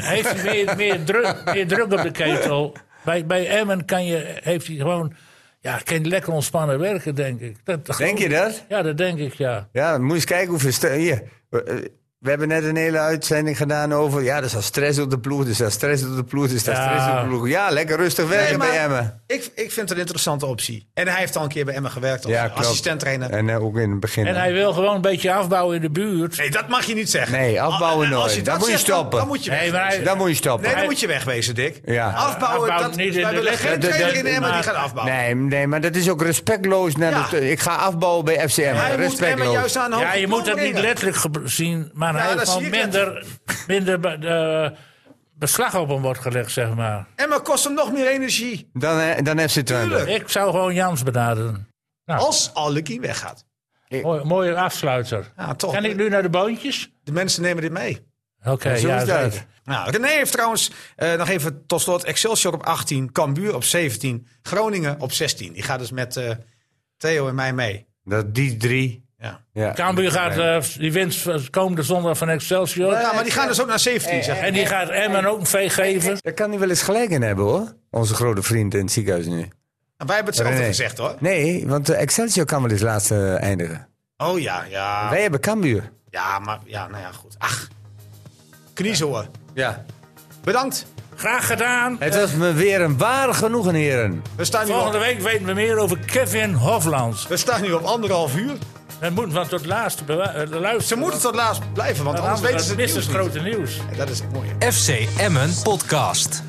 Speaker 2: heeft hij meer, meer, druk, meer druk op de ketel. Bij, bij Emmen kan je, heeft hij gewoon... Ja, kan hij lekker ontspannen werken, denk ik. Dat, dat
Speaker 3: Denk je dat?
Speaker 2: Ja, dat denk ik, ja.
Speaker 3: Ja, dan moet je eens kijken hoeveel... st- Hier, eh, eh, we hebben net een hele uitzending gedaan over... Ja, er staat stress op de ploeg, er staat stress op de ploeg, er staat
Speaker 2: Ja.
Speaker 3: stress op de ploeg. Ja, lekker rustig werken
Speaker 1: maar-
Speaker 3: bij Emmen.
Speaker 1: Ik, ik vind het een interessante optie. En hij heeft al een keer bij Emmen gewerkt als
Speaker 3: Ja, klopt.
Speaker 1: assistenttrainer.
Speaker 3: En eh, ook in het begin.
Speaker 2: En hij wil gewoon een beetje afbouwen in de buurt.
Speaker 1: Nee, dat mag je niet zeggen.
Speaker 3: Nee, afbouwen
Speaker 1: Al- en als
Speaker 3: nooit.
Speaker 1: je
Speaker 3: Dan
Speaker 1: dat
Speaker 3: moet je
Speaker 1: zegt, dan-
Speaker 3: stoppen.
Speaker 1: Dan moet je
Speaker 2: Nee, maar
Speaker 1: wegwezen.
Speaker 2: hij-
Speaker 3: Dan moet je stoppen.
Speaker 1: Nee, dan moet je wegwezen, Dick.
Speaker 3: Ja.
Speaker 1: Afbouwen,
Speaker 2: Afbouwen
Speaker 1: dat,
Speaker 2: niet in de
Speaker 1: wij willen
Speaker 2: leg-
Speaker 1: geen
Speaker 2: de- de-
Speaker 1: trainer in Emmen die
Speaker 2: maar-
Speaker 1: gaat afbouwen.
Speaker 3: Nee, nee, maar dat is ook respectloos. Naar
Speaker 1: Ja.
Speaker 3: de, ik ga afbouwen bij FCM.
Speaker 1: Hij moet Emmen
Speaker 3: respectloos.
Speaker 1: juist aan een
Speaker 2: Ja,
Speaker 1: hoger
Speaker 2: je
Speaker 1: plan
Speaker 2: moet dat niet
Speaker 1: brengen.
Speaker 2: letterlijk ge- zien. Maar
Speaker 1: Ja,
Speaker 2: hij heeft
Speaker 1: dat zie
Speaker 2: gewoon
Speaker 1: ik
Speaker 2: minder, minder be- eh, beslag op hem wordt gelegd, zeg maar.
Speaker 1: Emma kost hem nog meer energie.
Speaker 3: dan, eh, dan FC Twente.
Speaker 1: Tuurlijk.
Speaker 2: Ik zou gewoon Jans benaderen.
Speaker 1: Als Alekin weggaat.
Speaker 2: Mooi, mooie afsluiter.
Speaker 1: Ja, toch.
Speaker 2: Kan ik nu naar de boontjes?
Speaker 1: De mensen nemen dit mee.
Speaker 2: Oké,
Speaker 3: Zo
Speaker 2: ja,
Speaker 3: is dat.
Speaker 2: zeker.
Speaker 1: Nou, René heeft trouwens eh, nog even tot slot Excelsior op 18, Cambuur op 17, Groningen op 16. Die gaat dus met eh, Theo en mij mee.
Speaker 3: Dat die drie.
Speaker 1: Ja.
Speaker 3: Ja.
Speaker 2: Cambuur gaat, eh, die wint v- komende zondag van Excelsior.
Speaker 1: ja, maar die gaan dus ook naar 17, zeg ik.
Speaker 2: En die gaat Emmen ook een vee geven.
Speaker 3: Daar kan hij wel eens gelijk in hebben hoor. Onze grote vriend in het ziekenhuis nu.
Speaker 1: En wij hebben hetzelfde
Speaker 3: René.
Speaker 1: gezegd, hoor.
Speaker 3: Nee, want eh, Excelsior kan wel eens laatste eh, eindigen.
Speaker 1: Oh ja, ja.
Speaker 3: Wij hebben Cambuur.
Speaker 1: Ja, maar ja, nou ja, goed. Ach, kniezoor.
Speaker 3: Ja.
Speaker 1: Bedankt.
Speaker 2: Graag gedaan.
Speaker 3: Het was me weer een waar genoegen, heren.
Speaker 1: We staan, nu
Speaker 2: Volgende
Speaker 1: op,
Speaker 2: week weten we meer over Kevin Hoflands.
Speaker 1: we staan nu op anderhalf uur.
Speaker 2: Dat moet want tot laatst bewa- eh, luisteren.
Speaker 1: Ze moeten tot laatst blijven, want anders weten ze het
Speaker 2: is dus
Speaker 1: nieuws
Speaker 2: het
Speaker 1: niet.
Speaker 2: grote nieuws.
Speaker 1: En Dat is het mooie.
Speaker 14: FC Emmen Podcast.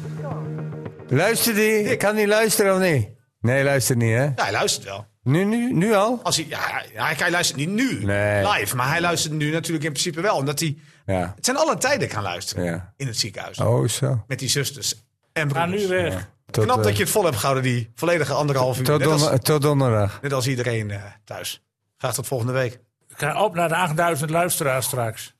Speaker 3: Luister die? Kan die luisteren of niet? Nee, luister niet hè.
Speaker 1: Ja, hij luistert wel.
Speaker 3: Nu, nu, nu al?
Speaker 1: Als hij, ja, hij, hij luistert niet nu
Speaker 3: Nee.
Speaker 1: live, maar hij luistert nu natuurlijk in principe wel. Omdat hij, Ja. Het zijn alle tijden gaan luisteren ja. in het ziekenhuis.
Speaker 3: Oh, zo. eh,
Speaker 1: Met die zusters en
Speaker 2: Ga nu weg. Ja.
Speaker 1: Tot, Knap dat je het vol hebt gehouden, die volledige anderhalf uur.
Speaker 3: Tot,
Speaker 1: net als,
Speaker 3: tot donderdag.
Speaker 1: Net als iedereen uh, thuis. eh, Graag tot volgende week.
Speaker 2: Ik ga op naar de 8000 luisteraars straks.